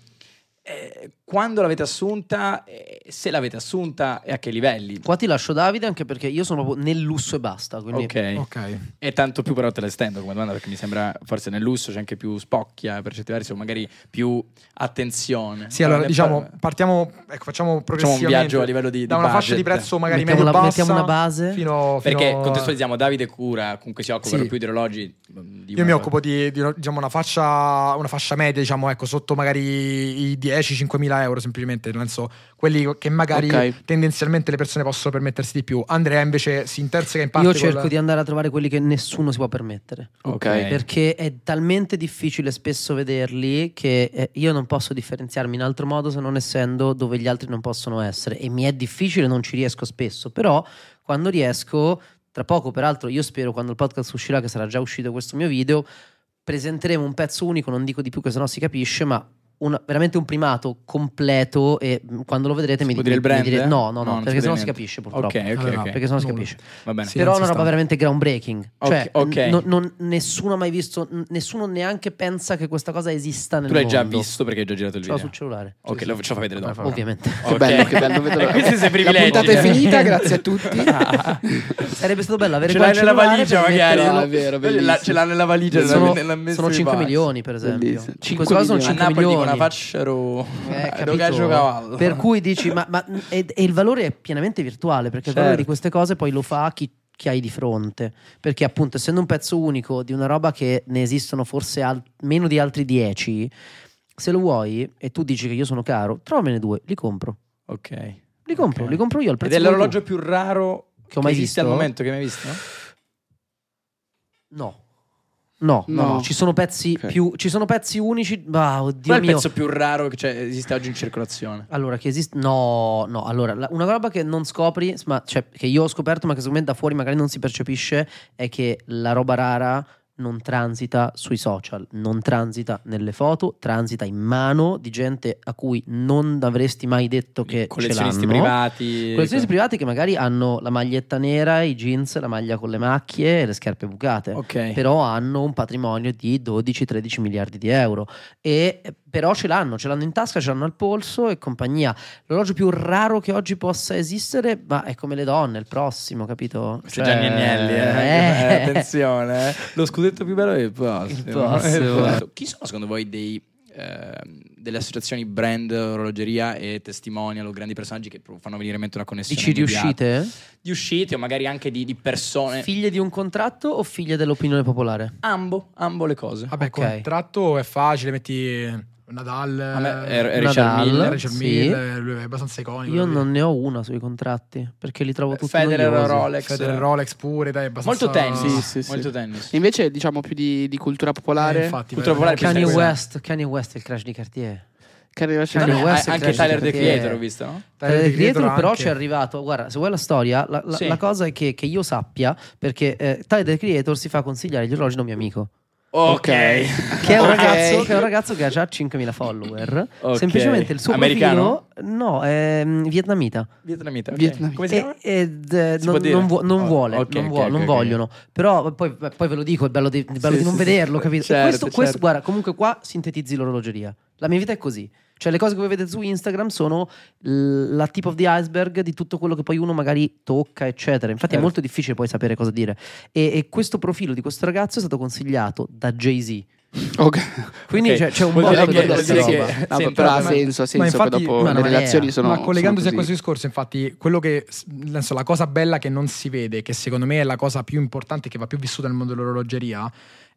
Speaker 3: eh, quando l'avete assunta, eh, se l'avete assunta e a che livelli?
Speaker 2: Qua ti lascio Davide anche perché io sono proprio nel lusso e basta. Quindi
Speaker 3: Ok,
Speaker 1: Ok.
Speaker 3: e tanto più però te la estendo come domanda perché mi sembra forse nel lusso c'è anche più spocchia per certi versi o magari più attenzione.
Speaker 1: Sì, allora
Speaker 3: Parla-
Speaker 1: diciamo,
Speaker 3: parla-
Speaker 1: partiamo, ecco, facciamo
Speaker 3: facciamo un
Speaker 1: progressivamente.
Speaker 3: viaggio a livello di,
Speaker 1: da
Speaker 3: di
Speaker 1: una fascia di
Speaker 3: budget.
Speaker 1: prezzo magari
Speaker 2: Mettiamo
Speaker 1: medio
Speaker 2: la-
Speaker 1: bassa
Speaker 2: mettiamo una base.
Speaker 1: fino,
Speaker 3: Perché
Speaker 1: fino a-
Speaker 3: contestualizziamo Davide cura, comunque si occupa
Speaker 1: Sì.
Speaker 3: per più di orologi. mm, di
Speaker 1: Io
Speaker 3: una-
Speaker 1: mi occupo di, di, diciamo, una, fascia, una fascia media, diciamo, ecco, sotto magari i 10-5.000 euro semplicemente, nel senso, quelli che magari
Speaker 6: Ok.
Speaker 1: tendenzialmente le persone possono permettersi di più. Andrea invece si interseca in parte
Speaker 2: io cerco
Speaker 1: col-
Speaker 2: di andare a trovare quelli che nessuno si può permettere.
Speaker 3: Ok.
Speaker 6: Ok.
Speaker 2: Perché è talmente difficile spesso vederli che eh, io non posso differenziarmi in altro modo se non essendo dove gli altri non possono essere. E mi è difficile, non ci riesco spesso. Però quando riesco, tra poco, peraltro, io spero quando il podcast uscirà, che sarà già uscito questo mio video, presenteremo un pezzo unico, non dico di più che sennò si capisce, ma una- veramente un primato completo e mh, quando lo vedrete mi,
Speaker 3: può dire il
Speaker 2: mi- mi
Speaker 3: brand?
Speaker 2: dire- no, no, no,
Speaker 3: No, non si
Speaker 2: perché
Speaker 3: può
Speaker 2: sennò
Speaker 3: dire
Speaker 2: si
Speaker 3: niente.
Speaker 2: capisce purtroppo.
Speaker 3: Ok, ok,
Speaker 1: Allora,
Speaker 3: ok.
Speaker 2: Perché sennò si
Speaker 1: nulla.
Speaker 2: capisce.
Speaker 3: Va bene.
Speaker 1: Sì.
Speaker 2: Però è
Speaker 1: non
Speaker 2: una
Speaker 1: si
Speaker 2: roba
Speaker 1: sta.
Speaker 2: veramente groundbreaking.
Speaker 3: Ok,
Speaker 2: Cioè,
Speaker 3: ok.
Speaker 2: n- non- nessuno ha mai visto, n- nessuno neanche pensa che questa cosa esista nel
Speaker 3: Tu l'hai
Speaker 2: mondo.
Speaker 3: già visto perché hai già girato il
Speaker 2: Ce l'ho
Speaker 3: video.
Speaker 2: sul cellulare.
Speaker 3: Ok, lo ce lo fa vedere dopo.
Speaker 2: Ovviamente.
Speaker 6: Che
Speaker 3: Ok.
Speaker 6: bello, che bello. vedo-
Speaker 3: E questi sei
Speaker 6: La
Speaker 3: privilegi.
Speaker 6: puntata è finita,
Speaker 2: eh.
Speaker 6: grazie a tutti.
Speaker 2: Sarebbe stato bello avere
Speaker 3: Ce
Speaker 2: qua
Speaker 3: l'hai
Speaker 2: il cellulare
Speaker 3: nella valigia
Speaker 2: per
Speaker 3: magari.
Speaker 6: metterlo-
Speaker 3: no?
Speaker 6: Ah, è vero,
Speaker 3: Ce l'ha- Ce
Speaker 6: bellissimo.
Speaker 3: l'ha nella valigia.
Speaker 2: metterlo-
Speaker 3: l'ha-
Speaker 2: Sono,
Speaker 3: l'ha messo
Speaker 2: sono
Speaker 3: in
Speaker 2: 5
Speaker 3: box.
Speaker 2: milioni, per esempio.
Speaker 6: Bellissimo.
Speaker 2: Queste
Speaker 6: Cinque
Speaker 2: cose sono
Speaker 6: milioni.
Speaker 3: A
Speaker 2: 5
Speaker 3: Napoli dicono
Speaker 2: milioni.
Speaker 3: una facero.
Speaker 2: Eh, capito?
Speaker 3: Dogaggio cavallo.
Speaker 2: Per cui dici, ma, ma- e, e il valore è pienamente virtuale, perché il valore
Speaker 3: Certo.
Speaker 2: di queste cose poi lo fa chi, chi hai di fronte. Perché appunto, essendo un pezzo unico di una roba che ne esistono forse al- meno di altri 10, se lo vuoi e tu dici che io sono caro, trovamene due, li compro.
Speaker 3: Ok.
Speaker 2: Li compro,
Speaker 3: Ok.
Speaker 2: li compro io al
Speaker 3: Ed
Speaker 2: prezzo
Speaker 3: è
Speaker 2: che vuoi
Speaker 3: l'orologio più raro
Speaker 2: tu. che ho mai visto.
Speaker 3: esiste al momento che mi hai visto?
Speaker 2: No. No, no,
Speaker 6: No.
Speaker 2: no, ci sono pezzi
Speaker 6: Ok.
Speaker 2: più ci sono pezzi unici, ah, oddio
Speaker 3: Qual è il
Speaker 2: mio.
Speaker 3: pezzo più raro che c'è- esiste oggi in circolazione?
Speaker 2: Allora, che esiste. No, no. Allora, la- una roba che non scopri, ma cioè, che io ho scoperto, ma che secondo me da fuori magari non si percepisce, è che la roba rara non transita sui social, non transita nelle foto, transita in mano di gente a cui non avresti mai detto che
Speaker 3: Collezionisti
Speaker 2: ce l'hanno.
Speaker 3: privati. cioè.
Speaker 2: Collezionisti privati che magari hanno la maglietta nera, i jeans, la maglia con le macchie e le scarpe bucate
Speaker 3: Ok.
Speaker 2: però hanno un patrimonio di 12-13 miliardi di euro e eh, però ce l'hanno, ce l'hanno in tasca, ce l'hanno al polso e compagnia. L'orologio più raro che oggi possa esistere, ma è come le donne, il prossimo, capito? Cioè,
Speaker 3: Questi Gianni Agnelli, eh.
Speaker 2: eh.
Speaker 3: Eh, attenzione. eh. Lo scudetto più bello è il prossimo.
Speaker 2: Il prossimo.
Speaker 3: Eh, esatto. Chi sono secondo voi dei, ehm, delle associazioni brand, orologeria e testimonial o grandi personaggi che pro- fanno venire in mente una connessione?
Speaker 2: Dici
Speaker 3: immediata?
Speaker 2: riuscite?
Speaker 3: Di uscite o magari anche di, di persone.
Speaker 2: Figlie di un contratto o figlie dell'opinione popolare?
Speaker 3: ambo, ambo le cose.
Speaker 1: Vabbè,
Speaker 2: Ok.
Speaker 1: contratto è facile, metti Nadal,
Speaker 3: A me è,
Speaker 1: eh,
Speaker 3: è Richard
Speaker 2: Nadal,
Speaker 3: Miller,
Speaker 1: Richard
Speaker 2: sì.
Speaker 1: Mille, lui è abbastanza iconico.
Speaker 2: Io
Speaker 1: lui.
Speaker 2: non ne ho una sui contratti perché li trovo tutti
Speaker 3: Federer,
Speaker 2: noiosi.
Speaker 3: Rolex.
Speaker 1: Federer, Rolex pure, dai, è abbastanza...
Speaker 3: Molto tennis.
Speaker 6: Sì, sì, sì.
Speaker 3: Molto tennis.
Speaker 6: Invece, diciamo più di, di cultura popolare.
Speaker 1: Eh, infatti,
Speaker 3: Purtroppo
Speaker 1: veramente.
Speaker 3: Rolex
Speaker 2: Kanye
Speaker 3: Questa è quella.
Speaker 2: West, Kanye West è il crash di Cartier.
Speaker 6: Carriera
Speaker 2: Kanye
Speaker 6: Chanel.
Speaker 3: Eh,
Speaker 2: West è
Speaker 3: anche
Speaker 2: cresciuto
Speaker 3: Tyler The
Speaker 2: perché-
Speaker 3: Creator ho visto, no?
Speaker 1: Tyler,
Speaker 2: Tyler,
Speaker 1: The
Speaker 2: Creator,
Speaker 1: Creator
Speaker 2: Eh, però
Speaker 1: anche.
Speaker 2: ci è arrivato. Guarda, se vuoi la storia, la, la-
Speaker 3: Sì.
Speaker 2: la cosa è che, che io sappia, perché eh, Tyler The Creator si fa consigliare gli orologi da un mio amico,
Speaker 3: Ok.
Speaker 2: che è un,
Speaker 6: Ok.
Speaker 2: ragazzo, che, è un ragazzo che ha già 5.000 follower.
Speaker 3: Ok.
Speaker 2: Semplicemente il suo
Speaker 3: Americano?
Speaker 2: profilo, no, è mm, vietnamita.
Speaker 3: Vietnamita. ok.
Speaker 6: Vietnamita.
Speaker 3: Come si chiama?
Speaker 2: E, ed, eh,
Speaker 3: Si può
Speaker 2: non,
Speaker 3: dire?
Speaker 2: non vuo- non
Speaker 3: Oh,
Speaker 2: vuole,
Speaker 3: ok,
Speaker 2: non,
Speaker 3: ok,
Speaker 2: vuo-
Speaker 3: ok,
Speaker 2: non
Speaker 3: ok.
Speaker 2: voglio. Però poi, poi ve lo dico, il bello di, il bello
Speaker 3: Sì,
Speaker 2: di non
Speaker 3: sì, sì.
Speaker 2: vederlo, capito?
Speaker 3: Certo,
Speaker 2: questo, questo-
Speaker 3: certo.
Speaker 2: guarda, comunque qua sintetizzi l'orologeria. La mia vita è così. Cioè le cose che voi vedete su Instagram sono l- la tip of the iceberg di tutto quello che poi uno magari tocca, eccetera. Infatti è
Speaker 3: Certo.
Speaker 2: molto difficile poi sapere cosa dire. E, e questo profilo di questo ragazzo è stato consigliato da Jay-Z.
Speaker 6: Ok.
Speaker 2: Quindi
Speaker 3: Ok.
Speaker 2: c'è, c'è un
Speaker 3: Vuol
Speaker 2: modo
Speaker 3: dire
Speaker 2: per
Speaker 3: che-
Speaker 2: dire
Speaker 3: vuol
Speaker 2: questa
Speaker 3: dire che-
Speaker 2: roba.
Speaker 6: No,
Speaker 3: Sì,
Speaker 6: beh, però ha
Speaker 1: ma-
Speaker 6: senso, ha
Speaker 1: ma
Speaker 6: senso poi
Speaker 1: infatti-
Speaker 6: dopo
Speaker 2: ma no,
Speaker 6: le
Speaker 2: ma lei
Speaker 6: relazioni
Speaker 2: ha-
Speaker 6: sono
Speaker 1: Ma collegandosi a
Speaker 6: sono
Speaker 1: questo
Speaker 6: così.
Speaker 1: discorso, infatti, quello che s- nel senso, la cosa bella che non si vede, che secondo me è la cosa più importante che va più vissuta nel mondo dell'orologeria,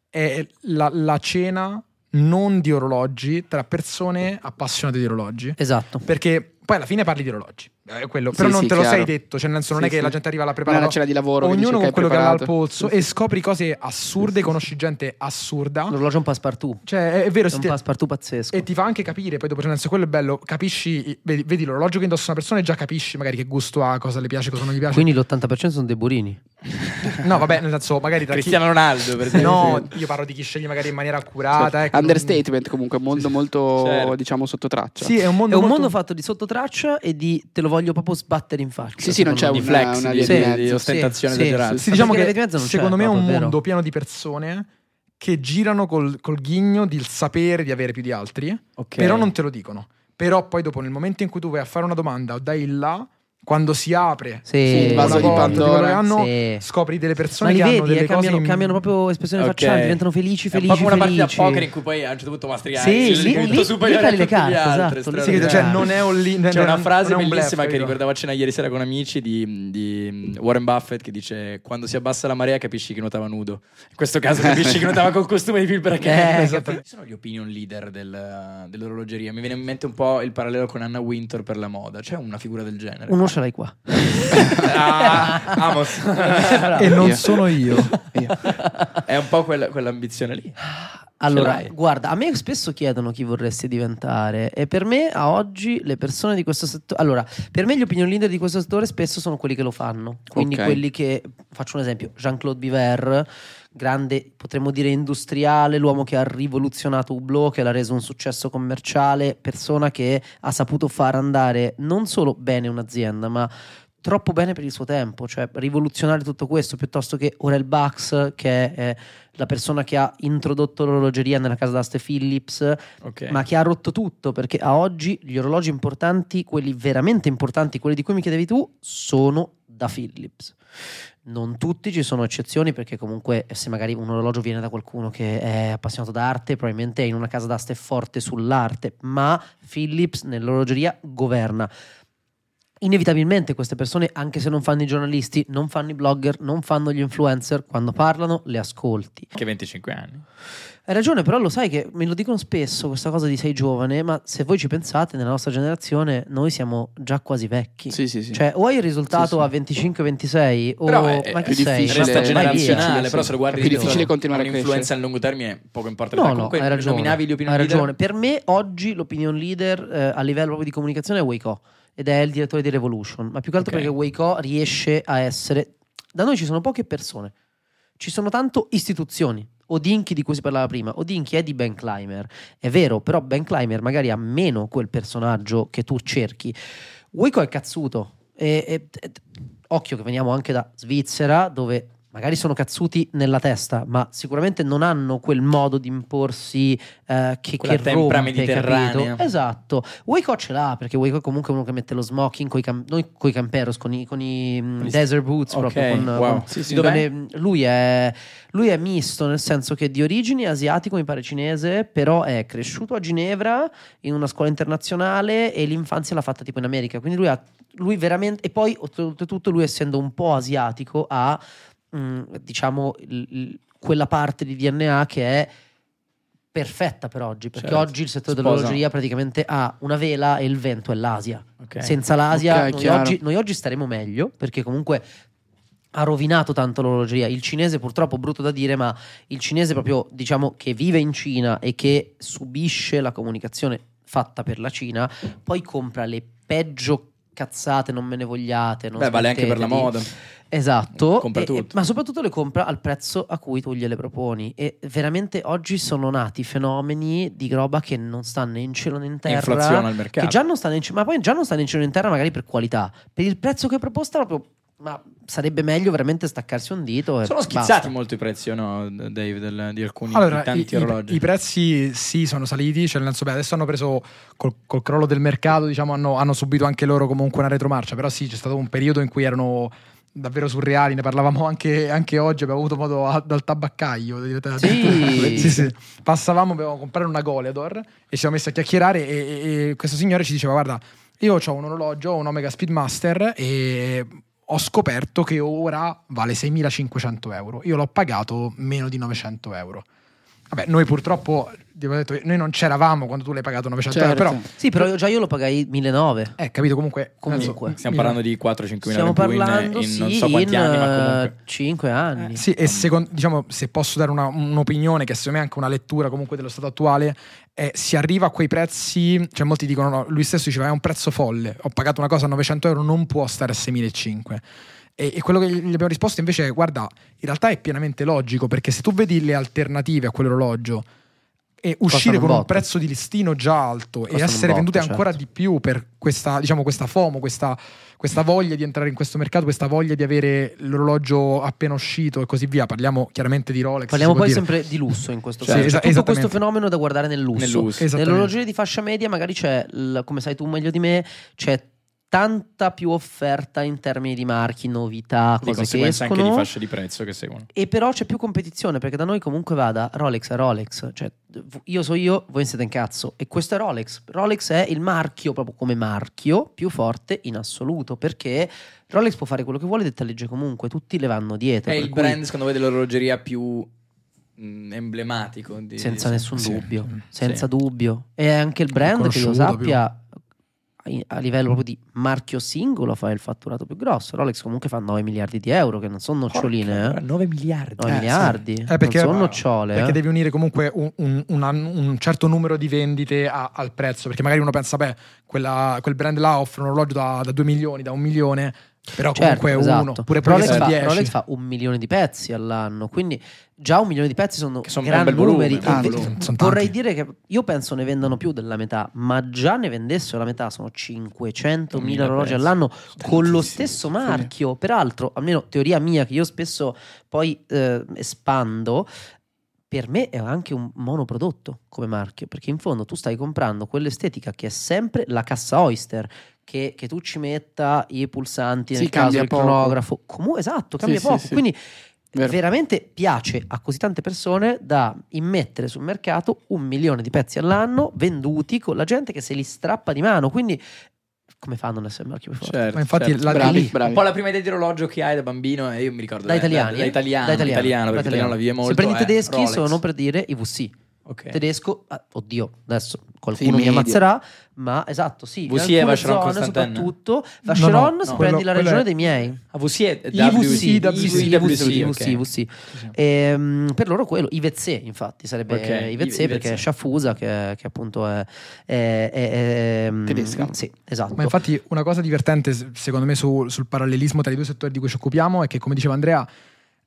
Speaker 1: è la, la cena non di orologi tra persone appassionate di orologi.
Speaker 2: Esatto.
Speaker 1: Perché poi alla fine parli di orologi, eh, quello.
Speaker 6: Sì,
Speaker 1: però non
Speaker 6: sì,
Speaker 1: te lo
Speaker 6: chiaro.
Speaker 1: sei detto, cioè nel senso non
Speaker 6: Sì,
Speaker 1: è che
Speaker 6: sì.
Speaker 1: la gente arriva alla
Speaker 6: Non è una
Speaker 1: preparata.
Speaker 6: cena di lavoro
Speaker 1: Ognuno con quello che
Speaker 6: ha
Speaker 1: aveva al polso e scopri cose assurde, conosci gente assurda.
Speaker 2: L'orologio è un passepartout.
Speaker 1: Cioè, è, è vero,
Speaker 2: È
Speaker 1: si
Speaker 2: un
Speaker 1: te-
Speaker 2: passepartout pazzesco.
Speaker 1: e ti fa anche capire, poi dopo, cioè, nel senso, quello è bello, capisci, vedi, vedi l'orologio che indossa una persona e già capisci magari che gusto ha, cosa le piace, cosa non gli piace.
Speaker 2: Quindi l'80% sono dei burini.
Speaker 1: No, vabbè, nel senso, magari tra
Speaker 3: Cristiano Ronaldo, per Certo.
Speaker 1: chi...
Speaker 3: esempio.
Speaker 1: No, io parlo di chi sceglie magari in maniera accurata. ecco, non-
Speaker 6: Understatement comunque, mondo molto
Speaker 3: Certo.
Speaker 6: diciamo sotto traccia.
Speaker 1: Sì, è un
Speaker 2: È
Speaker 1: mondo
Speaker 2: un
Speaker 1: molto-
Speaker 2: mondo fatto di sottotraccia e di te lo voglio proprio sbattere in faccia.
Speaker 6: Sì, sì, non
Speaker 2: secondo
Speaker 6: c'è
Speaker 2: me.
Speaker 6: un
Speaker 3: flex,
Speaker 6: una
Speaker 3: di,
Speaker 6: via di
Speaker 3: di- di
Speaker 6: mezzo.
Speaker 3: ostentazione
Speaker 2: sì, sì,
Speaker 3: esagerata.
Speaker 2: sì,
Speaker 1: Sì, diciamo
Speaker 2: Perché
Speaker 1: che
Speaker 2: la via di mezzo non c'è,
Speaker 1: secondo me è un
Speaker 2: proprio, vero.
Speaker 1: mondo pieno di persone che girano col, col ghigno del sapere di avere più di altri,
Speaker 3: Ok.
Speaker 1: però non te lo dicono. Però poi dopo, nel momento in cui tu vai a fare una domanda o dai il là, quando si apre
Speaker 2: Sì.
Speaker 6: Il
Speaker 1: una
Speaker 6: vaso di
Speaker 1: porta,
Speaker 6: Pandora.
Speaker 1: quello che hanno,
Speaker 2: Sì.
Speaker 1: scopri delle
Speaker 2: Ma
Speaker 1: persone
Speaker 2: li
Speaker 1: che hanno
Speaker 2: vedi,
Speaker 1: delle
Speaker 2: eh, cambiano,
Speaker 1: cose in-
Speaker 2: cambiano proprio espressione
Speaker 3: Ok.
Speaker 2: facciale, diventano felici,
Speaker 3: È un
Speaker 2: felici,
Speaker 3: po' come una partita a
Speaker 2: felici.
Speaker 3: poker in cui poi a un certo punto mastriai
Speaker 2: Sì,
Speaker 3: il
Speaker 2: lì-
Speaker 3: punto
Speaker 2: lì-
Speaker 3: superiore
Speaker 2: lì pari
Speaker 3: a
Speaker 2: le
Speaker 3: tutti gli
Speaker 2: carte, esatto,
Speaker 3: altri,
Speaker 2: lì
Speaker 1: Sì,
Speaker 2: si
Speaker 1: che-
Speaker 3: straordinario.
Speaker 1: cioè, non è un lì-
Speaker 3: C'è
Speaker 1: non è
Speaker 3: una frase
Speaker 1: non è un
Speaker 3: bellissima
Speaker 1: bluff,
Speaker 3: che
Speaker 1: capito?
Speaker 3: ricordavo a cena ieri sera con amici di, di mm, Warren Buffett che dice quando si abbassa la marea capisci chi nuotava nudo. In questo caso capisci chi nuotava col costume di Phil
Speaker 2: Eh,
Speaker 3: Esatto.
Speaker 2: esatto.
Speaker 3: Chi sono gli opinion leader del- dell'orologeria? Mi viene in mente un po' il parallelo con Anna Winter per la moda. C'è una figura del genere?
Speaker 2: Uno ce l'hai qua.
Speaker 3: Ah, Amos.
Speaker 1: E non
Speaker 6: Io.
Speaker 1: sono io.
Speaker 3: È un po' quella- quell'ambizione lì.
Speaker 2: Allora,
Speaker 3: l'hai.
Speaker 2: guarda, a me spesso chiedono chi vorresti diventare e per me a oggi le persone di questo settore... Allora, per me gli opinion leader di questo settore spesso sono quelli che lo fanno, quindi
Speaker 6: Ok.
Speaker 2: quelli che... Faccio un esempio, Jean-Claude Biver, grande, potremmo dire industriale, l'uomo che ha rivoluzionato Hublot, che l'ha reso un successo commerciale, persona che ha saputo far andare non solo bene un'azienda, ma troppo bene per il suo tempo, cioè rivoluzionare tutto questo piuttosto che Orel Bax che è la persona che ha introdotto l'orologeria nella casa d'aste Philips,
Speaker 3: Ok.
Speaker 2: ma che ha rotto tutto perché a oggi gli orologi importanti, quelli veramente importanti, quelli di cui mi chiedevi tu, sono da Philips. Non tutti, ci sono eccezioni perché comunque eh, se magari un orologio viene da qualcuno che è appassionato d'arte, probabilmente è in una casa d'aste forte sull'arte, ma Philips nell'orologeria governa. Inevitabilmente queste persone, anche se non fanno i giornalisti, non fanno i blogger, non fanno gli influencer, quando parlano le ascolti.
Speaker 3: Che 25 anni.
Speaker 2: Hai ragione, però lo sai che me lo dicono spesso questa cosa di sei giovane, ma se voi ci pensate, nella nostra generazione noi siamo già quasi vecchi.
Speaker 6: Sì, sì, sì.
Speaker 2: Cioè, o hai il risultato
Speaker 6: Sì,
Speaker 2: a 25-26, o
Speaker 3: Però è,
Speaker 2: ma
Speaker 3: è
Speaker 2: chi
Speaker 6: più
Speaker 2: sei?
Speaker 6: difficile- Vai
Speaker 3: resta
Speaker 6: via.
Speaker 3: generazionale,
Speaker 6: Sì,
Speaker 3: però
Speaker 6: sì.
Speaker 3: se lo guardi
Speaker 6: È più
Speaker 3: intorno,
Speaker 6: difficile continuare a
Speaker 3: Un'influenza a lungo termine poco importa.
Speaker 2: No, no,
Speaker 3: Comunque,
Speaker 2: hai ragione.
Speaker 3: nominavi gli opinion
Speaker 2: hai
Speaker 3: leader.
Speaker 2: ragione. Per me oggi l'opinion leader eh, a livello proprio di comunicazione è Waco ed è il direttore di Revolution, ma più che altro
Speaker 3: Ok.
Speaker 2: perché Waco riesce a essere... Da noi ci sono poche persone, ci sono tanto istituzioni. Odinchi di cui si parlava prima, Odinchi è di Ben Clymer, è vero, però Ben Clymer magari ha meno quel personaggio che tu cerchi. Waco è cazzuto, e- e- e- occhio che veniamo anche da Svizzera dove magari sono cazzuti nella testa, ma sicuramente non hanno quel modo di imporsi eh, che,
Speaker 3: Quella
Speaker 2: che
Speaker 3: tempra
Speaker 2: rompe,
Speaker 3: mediterranea.
Speaker 2: capito? Esatto. Waco ce l'ha, perché Waco comunque è uno che mette lo smoking coi cam- noi coi camperos, con i, con i, mm,
Speaker 3: Con i-
Speaker 2: desert boots
Speaker 3: Ok,
Speaker 2: proprio. Con,
Speaker 3: wow.
Speaker 2: con-
Speaker 3: Sì, sì.
Speaker 2: dove lui, è, lui è misto, nel senso che di origine asiatico, mi pare cinese, però è cresciuto a Ginevra in una scuola internazionale e l'infanzia l'ha fatta tipo in America. Quindi lui ha lui veramente e poi oltretutto lui essendo un po' asiatico ha mh, diciamo il- il- quella parte di DNA che è perfetta per oggi perché
Speaker 3: Certo.
Speaker 2: oggi il settore
Speaker 3: Sposa.
Speaker 2: dell'orologeria praticamente ha una vela e il vento è l'Asia
Speaker 3: Ok.
Speaker 2: senza l'Asia
Speaker 6: Ok,
Speaker 2: noi,
Speaker 6: chiaro.
Speaker 2: oggi, noi oggi staremo meglio perché comunque ha rovinato tanto l'orologeria. Il cinese, purtroppo, brutto da dire, ma il cinese proprio diciamo che vive in Cina e che subisce la comunicazione fatta per la Cina, poi compra le peggio cazzate, non me ne vogliate. Non
Speaker 3: Beh, vale anche per la
Speaker 2: smettetevi.
Speaker 3: moda. Mm,
Speaker 2: Esatto,
Speaker 3: Compra
Speaker 2: e- e-
Speaker 3: tutto.
Speaker 2: ma soprattutto le compra al prezzo a cui tu gliele proponi. E veramente oggi sono nati fenomeni di roba che non sta né in cielo né in terra.
Speaker 3: Inflaziona il
Speaker 2: Che
Speaker 3: mercato.
Speaker 2: già non sta né in cielo, ma poi già non sta né in cielo né in terra, magari per qualità. Per il prezzo che è proposta, proprio. Ma sarebbe meglio veramente staccarsi un dito. E
Speaker 3: Sono
Speaker 2: basta.
Speaker 3: schizzati molto i prezzi, o no, Dave, del- di alcuni
Speaker 1: Allora,
Speaker 3: di tanti
Speaker 1: i, i-
Speaker 3: orologi.
Speaker 1: i prezzi sì sono saliti, cioè nel senso, beh, adesso hanno preso col, col crollo del mercato, diciamo, hanno, hanno subito anche loro comunque una retromarcia, però sì, c'è stato un periodo in cui erano davvero surreali, ne parlavamo anche, anche oggi, abbiamo avuto modo a- dal tabaccaio.
Speaker 2: Sì.
Speaker 1: Sì, sì. Passavamo, abbiamo comprare una Goleador e ci siamo messi a chiacchierare e, e- e questo signore ci diceva guarda, io ho un orologio, un Omega Speedmaster e ho scoperto che ora vale 6.500 euro. Io l'ho pagato meno di 900 euro. Vabbè, noi purtroppo, ti avevo detto, noi non c'eravamo quando tu l'hai pagato 900 euro, però...
Speaker 6: Certo.
Speaker 2: Sì, però io- già io lo pagai 1.900.
Speaker 1: Eh, capito, comunque...
Speaker 2: Comunque.
Speaker 3: Stiamo parlando di 4-5 mila
Speaker 2: Stiamo parlando,
Speaker 3: in,
Speaker 2: sì, eh,
Speaker 3: non so quanti anni, ma comunque. Eh,
Speaker 2: 5 anni.
Speaker 1: Sì, e secondo, diciamo, se posso dare una- un'opinione, che secondo me è anche una lettura comunque dello stato attuale, è, si arriva a quei prezzi, cioè molti dicono, no, lui stesso diceva è un prezzo folle, ho pagato una cosa a 900 euro, non può stare a 6.500. E, e quello che gli abbiamo risposto invece è, guarda, in realtà è pienamente logico, perché se tu vedi le alternative a quell'orologio, e uscire
Speaker 2: un
Speaker 1: con un
Speaker 2: botto.
Speaker 1: prezzo di listino già alto e
Speaker 2: Costano un
Speaker 1: essere
Speaker 2: botto,
Speaker 1: vendute ancora
Speaker 2: certo.
Speaker 1: di più per questa, diciamo, questa FOMO, questa, questa voglia di entrare in questo mercato, questa voglia di avere l'orologio appena uscito e così via. Parliamo chiaramente di Rolex.
Speaker 2: Parliamo
Speaker 1: si può
Speaker 2: poi
Speaker 1: dire.
Speaker 2: sempre di lusso in questo
Speaker 1: Sì,
Speaker 2: caso.
Speaker 1: esa-
Speaker 2: C'è tutto questo
Speaker 1: esattamente.
Speaker 2: fenomeno da guardare nel lusso.
Speaker 3: Cioè, Nel lusso.
Speaker 1: Esattamente.
Speaker 2: Nell'orologio di fascia media magari c'è, il- come sai tu meglio di me, c'è tanta più offerta in termini di marchi, novità, cose
Speaker 3: Di
Speaker 2: che
Speaker 3: conseguenza anche di
Speaker 2: escono.
Speaker 3: fasce di prezzo che seguono.
Speaker 2: E però c'è più competizione perché da noi comunque vada Rolex a Rolex, cioè v- io so io, voi siete in cazzo e questo è Rolex. Rolex è il marchio proprio come marchio più forte in assoluto perché Rolex può fare quello che vuole, detta legge comunque, tutti le vanno dietro.
Speaker 3: È
Speaker 2: per
Speaker 3: il
Speaker 2: cui-
Speaker 3: brand, secondo voi, dell'orologeria più mm, emblematico. di-
Speaker 2: Senza
Speaker 3: di-
Speaker 2: nessun
Speaker 1: Sì.
Speaker 2: dubbio,
Speaker 1: Sì.
Speaker 2: senza dubbio. E anche il brand che io
Speaker 1: Conosciuto
Speaker 2: sappia i- a livello proprio di marchio singolo fa il fatturato più grosso. Rolex comunque fa 9 miliardi di euro, che non sono noccioline,
Speaker 3: Porca,
Speaker 2: eh.
Speaker 3: 9 miliardi.
Speaker 2: 9
Speaker 3: Eh,
Speaker 2: miliardi,
Speaker 1: Eh, perché-
Speaker 2: non sono
Speaker 1: ah,
Speaker 2: nocciole.
Speaker 1: Perché
Speaker 2: eh.
Speaker 1: devi unire comunque un, un- una- un certo numero di vendite a- al prezzo. Perché magari uno pensa, beh, quella- quel brand là offre un orologio da, da 2 milioni, da un milione, però
Speaker 2: Certo,
Speaker 1: comunque è uno.
Speaker 2: esatto.
Speaker 1: Pure
Speaker 2: Rolex,
Speaker 1: Rolex
Speaker 2: fa,
Speaker 1: 10.
Speaker 2: Rolex fa un milione di pezzi all'anno, quindi già un milione di pezzi sono,
Speaker 3: Che sono un
Speaker 2: grandi
Speaker 3: bel volume,
Speaker 2: numeri.
Speaker 3: un bel
Speaker 2: E ve-
Speaker 1: volume. Ah, Sono tanti.
Speaker 2: Vorrei dire che io penso ne vendano più della metà, ma già ne vendessero la metà, sono 500.000
Speaker 3: Mila
Speaker 2: orologi
Speaker 3: pezzi.
Speaker 2: all'anno con lo
Speaker 3: Tantissimi.
Speaker 2: stesso marchio. Peraltro, almeno teoria mia che io spesso poi eh, espando, per me è anche un monoprodotto come marchio, perché in fondo tu stai comprando quell'estetica che è sempre la cassa Oyster. Che, che tu ci metta i pulsanti
Speaker 6: Sì,
Speaker 2: nel caso
Speaker 6: cambia
Speaker 2: del
Speaker 6: poco.
Speaker 2: cronografo, comu- esatto, cambia
Speaker 6: sì,
Speaker 2: poco.
Speaker 6: sì.
Speaker 2: Quindi eh,
Speaker 6: Vero.
Speaker 2: veramente piace a così tante persone da immettere sul mercato un milione di pezzi all'anno venduti con la gente che se li strappa di mano. Quindi, come fanno ad non essere il marchio più forte?
Speaker 3: Certo,
Speaker 1: Ma infatti
Speaker 3: certo.
Speaker 1: la-
Speaker 6: Bravi,
Speaker 1: lì-
Speaker 6: bravi.
Speaker 3: Un po' la prima idea di orologio che hai da bambino, e io mi ricordo
Speaker 2: Da
Speaker 3: eh,
Speaker 2: italiani,
Speaker 3: da,
Speaker 2: eh?
Speaker 3: italiano, da italiano,
Speaker 2: da
Speaker 3: perché
Speaker 2: italiano.
Speaker 3: italiano la vive molto.
Speaker 2: Se prendi
Speaker 3: eh,
Speaker 2: tedeschi,
Speaker 3: Rolex.
Speaker 2: sono per dire i VC.
Speaker 3: Ok.
Speaker 2: Tedesco, ah, oddio, adesso
Speaker 6: Sì,
Speaker 2: qualcuno mi
Speaker 6: media.
Speaker 2: ammazzerà, ma esatto, sì. in
Speaker 3: VC
Speaker 2: alcune
Speaker 3: e Vacheron
Speaker 2: zone
Speaker 3: Constantin.
Speaker 2: soprattutto. Vacheron,
Speaker 1: no,
Speaker 2: se
Speaker 1: no.
Speaker 2: prendi
Speaker 1: Quello-
Speaker 2: la
Speaker 1: quello
Speaker 2: regione
Speaker 1: è-
Speaker 2: dei miei.
Speaker 3: Ah, VC e
Speaker 2: IVC, IVC,
Speaker 3: IVC,
Speaker 2: IVC,
Speaker 3: ok.
Speaker 2: IVC. Ehm, per loro quello, Ivezze infatti sarebbe
Speaker 3: Ok,
Speaker 2: eh, Ivezze
Speaker 3: Ivezze.
Speaker 2: perché è Sciaffusa che, che appunto è, è- è- è- mm,
Speaker 6: Tedesca.
Speaker 2: Sì, esatto.
Speaker 1: Ma infatti una cosa divertente s- secondo me su- sul parallelismo tra i due settori di cui ci occupiamo è che come diceva Andrea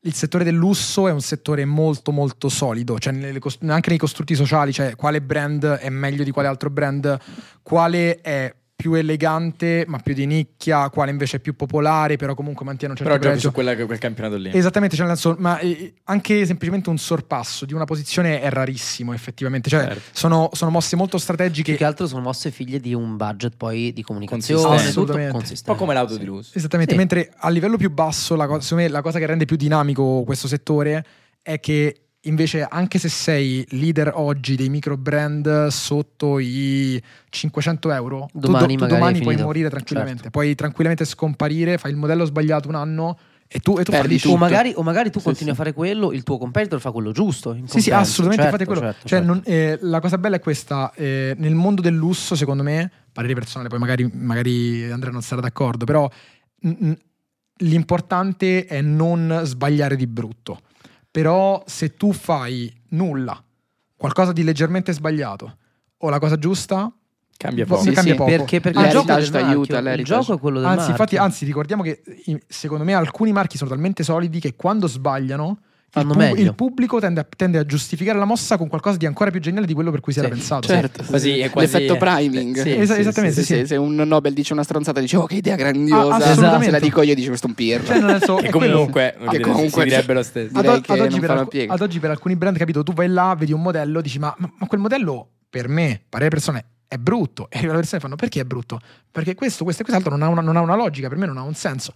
Speaker 1: il settore del lusso è un settore molto molto solido, cioè nelle cos- anche nei costrutti sociali, cioè quale brand è meglio di quale altro brand, quale è più elegante ma più di nicchia, quale invece è più popolare però comunque mantiene un certo
Speaker 3: Però giochi
Speaker 1: prezzo.
Speaker 3: su quella, quel campionato lì.
Speaker 1: Esattamente, cioè nel senso, ma eh, anche semplicemente un sorpasso di una posizione è rarissimo effettivamente, cioè
Speaker 3: Certo.
Speaker 1: sono, sono mosse molto strategiche
Speaker 2: più che altro sono mosse figlie di un budget poi di comunicazione,
Speaker 3: Consistente.
Speaker 2: tutto
Speaker 1: Assolutamente.
Speaker 2: consistente.
Speaker 3: Un po' come l'auto di lusso.
Speaker 1: Esattamente,
Speaker 2: Sì.
Speaker 1: mentre a livello più basso, la, cosa- secondo me, la cosa che rende più dinamico questo settore è che invece, anche se sei leader oggi dei micro brand sotto i 500 euro, tu
Speaker 2: Domani
Speaker 1: tu,
Speaker 2: magari
Speaker 1: domani
Speaker 2: è
Speaker 1: puoi
Speaker 2: finito. Certo.
Speaker 1: morire tranquillamente, puoi tranquillamente scomparire, fai il modello sbagliato un anno e tu, e tu
Speaker 6: Perdi
Speaker 1: fallisci.
Speaker 2: O
Speaker 6: tutto.
Speaker 2: magari, o magari tu
Speaker 6: Sì,
Speaker 2: continui
Speaker 6: sì.
Speaker 2: a fare quello, il tuo competitor fa quello giusto. in
Speaker 1: Sì, sì,
Speaker 2: compenso.
Speaker 1: assolutamente
Speaker 2: Certo,
Speaker 1: fate quello.
Speaker 2: certo,
Speaker 1: Cioè,
Speaker 2: certo.
Speaker 1: non- eh, la cosa bella è questa: eh, nel mondo del lusso, secondo me, parere personale, poi magari, magari Andrea non sarà d'accordo, però mm, mm, l'importante è non sbagliare di brutto. Però se tu fai nulla, qualcosa di leggermente sbagliato o la cosa giusta,
Speaker 3: Cambia
Speaker 1: Boh,
Speaker 3: poco.
Speaker 6: Sì,
Speaker 1: cambia poco.
Speaker 2: Perché, perché
Speaker 1: Ah,
Speaker 2: il,
Speaker 1: gioco
Speaker 2: gioco
Speaker 6: l'heritage
Speaker 2: del marchio,
Speaker 6: t'aiuta,
Speaker 2: il
Speaker 6: l'heritage.
Speaker 2: gioco è quello del
Speaker 1: cioè. Anzi, infatti,
Speaker 2: marchio.
Speaker 1: anzi, ricordiamo che i- secondo me alcuni marchi sono talmente solidi che quando sbagliano il,
Speaker 2: Fanno
Speaker 1: pub-
Speaker 2: meglio.
Speaker 1: il pubblico tende a, tende a giustificare la mossa con qualcosa di ancora più geniale di quello per cui si
Speaker 2: Sì,
Speaker 1: era pensato.
Speaker 6: Certo,
Speaker 3: Quasi-
Speaker 6: sì, sì.
Speaker 3: è quasi-
Speaker 6: l'effetto priming.
Speaker 3: Eh, sì,
Speaker 1: Esa- esattamente,
Speaker 6: se-
Speaker 1: sì.
Speaker 6: Se, se un Nobel dice una stronzata, dice oh che idea grandiosa.
Speaker 1: Ah,
Speaker 6: Se
Speaker 1: assolutamente.
Speaker 6: la dico io, dice questo è un pirro.
Speaker 1: Cioè, nel senso,
Speaker 3: Che
Speaker 1: è quello-
Speaker 3: comunque, voglio
Speaker 6: che
Speaker 3: dire,
Speaker 6: comunque-
Speaker 3: si direbbe lo stesso.
Speaker 1: ad,
Speaker 6: Direi
Speaker 1: ad
Speaker 6: che non
Speaker 1: oggi per
Speaker 6: fanno
Speaker 1: alcu-
Speaker 6: piega.
Speaker 1: ad oggi per alcuni brand, capito, tu vai là, vedi un modello, dici ma, ma- ma quel modello per me, parere personale, è brutto. E le persone fanno perché è brutto? Perché questo, questo e quest'altro non ha una, non ha una logica, per me non ha un senso.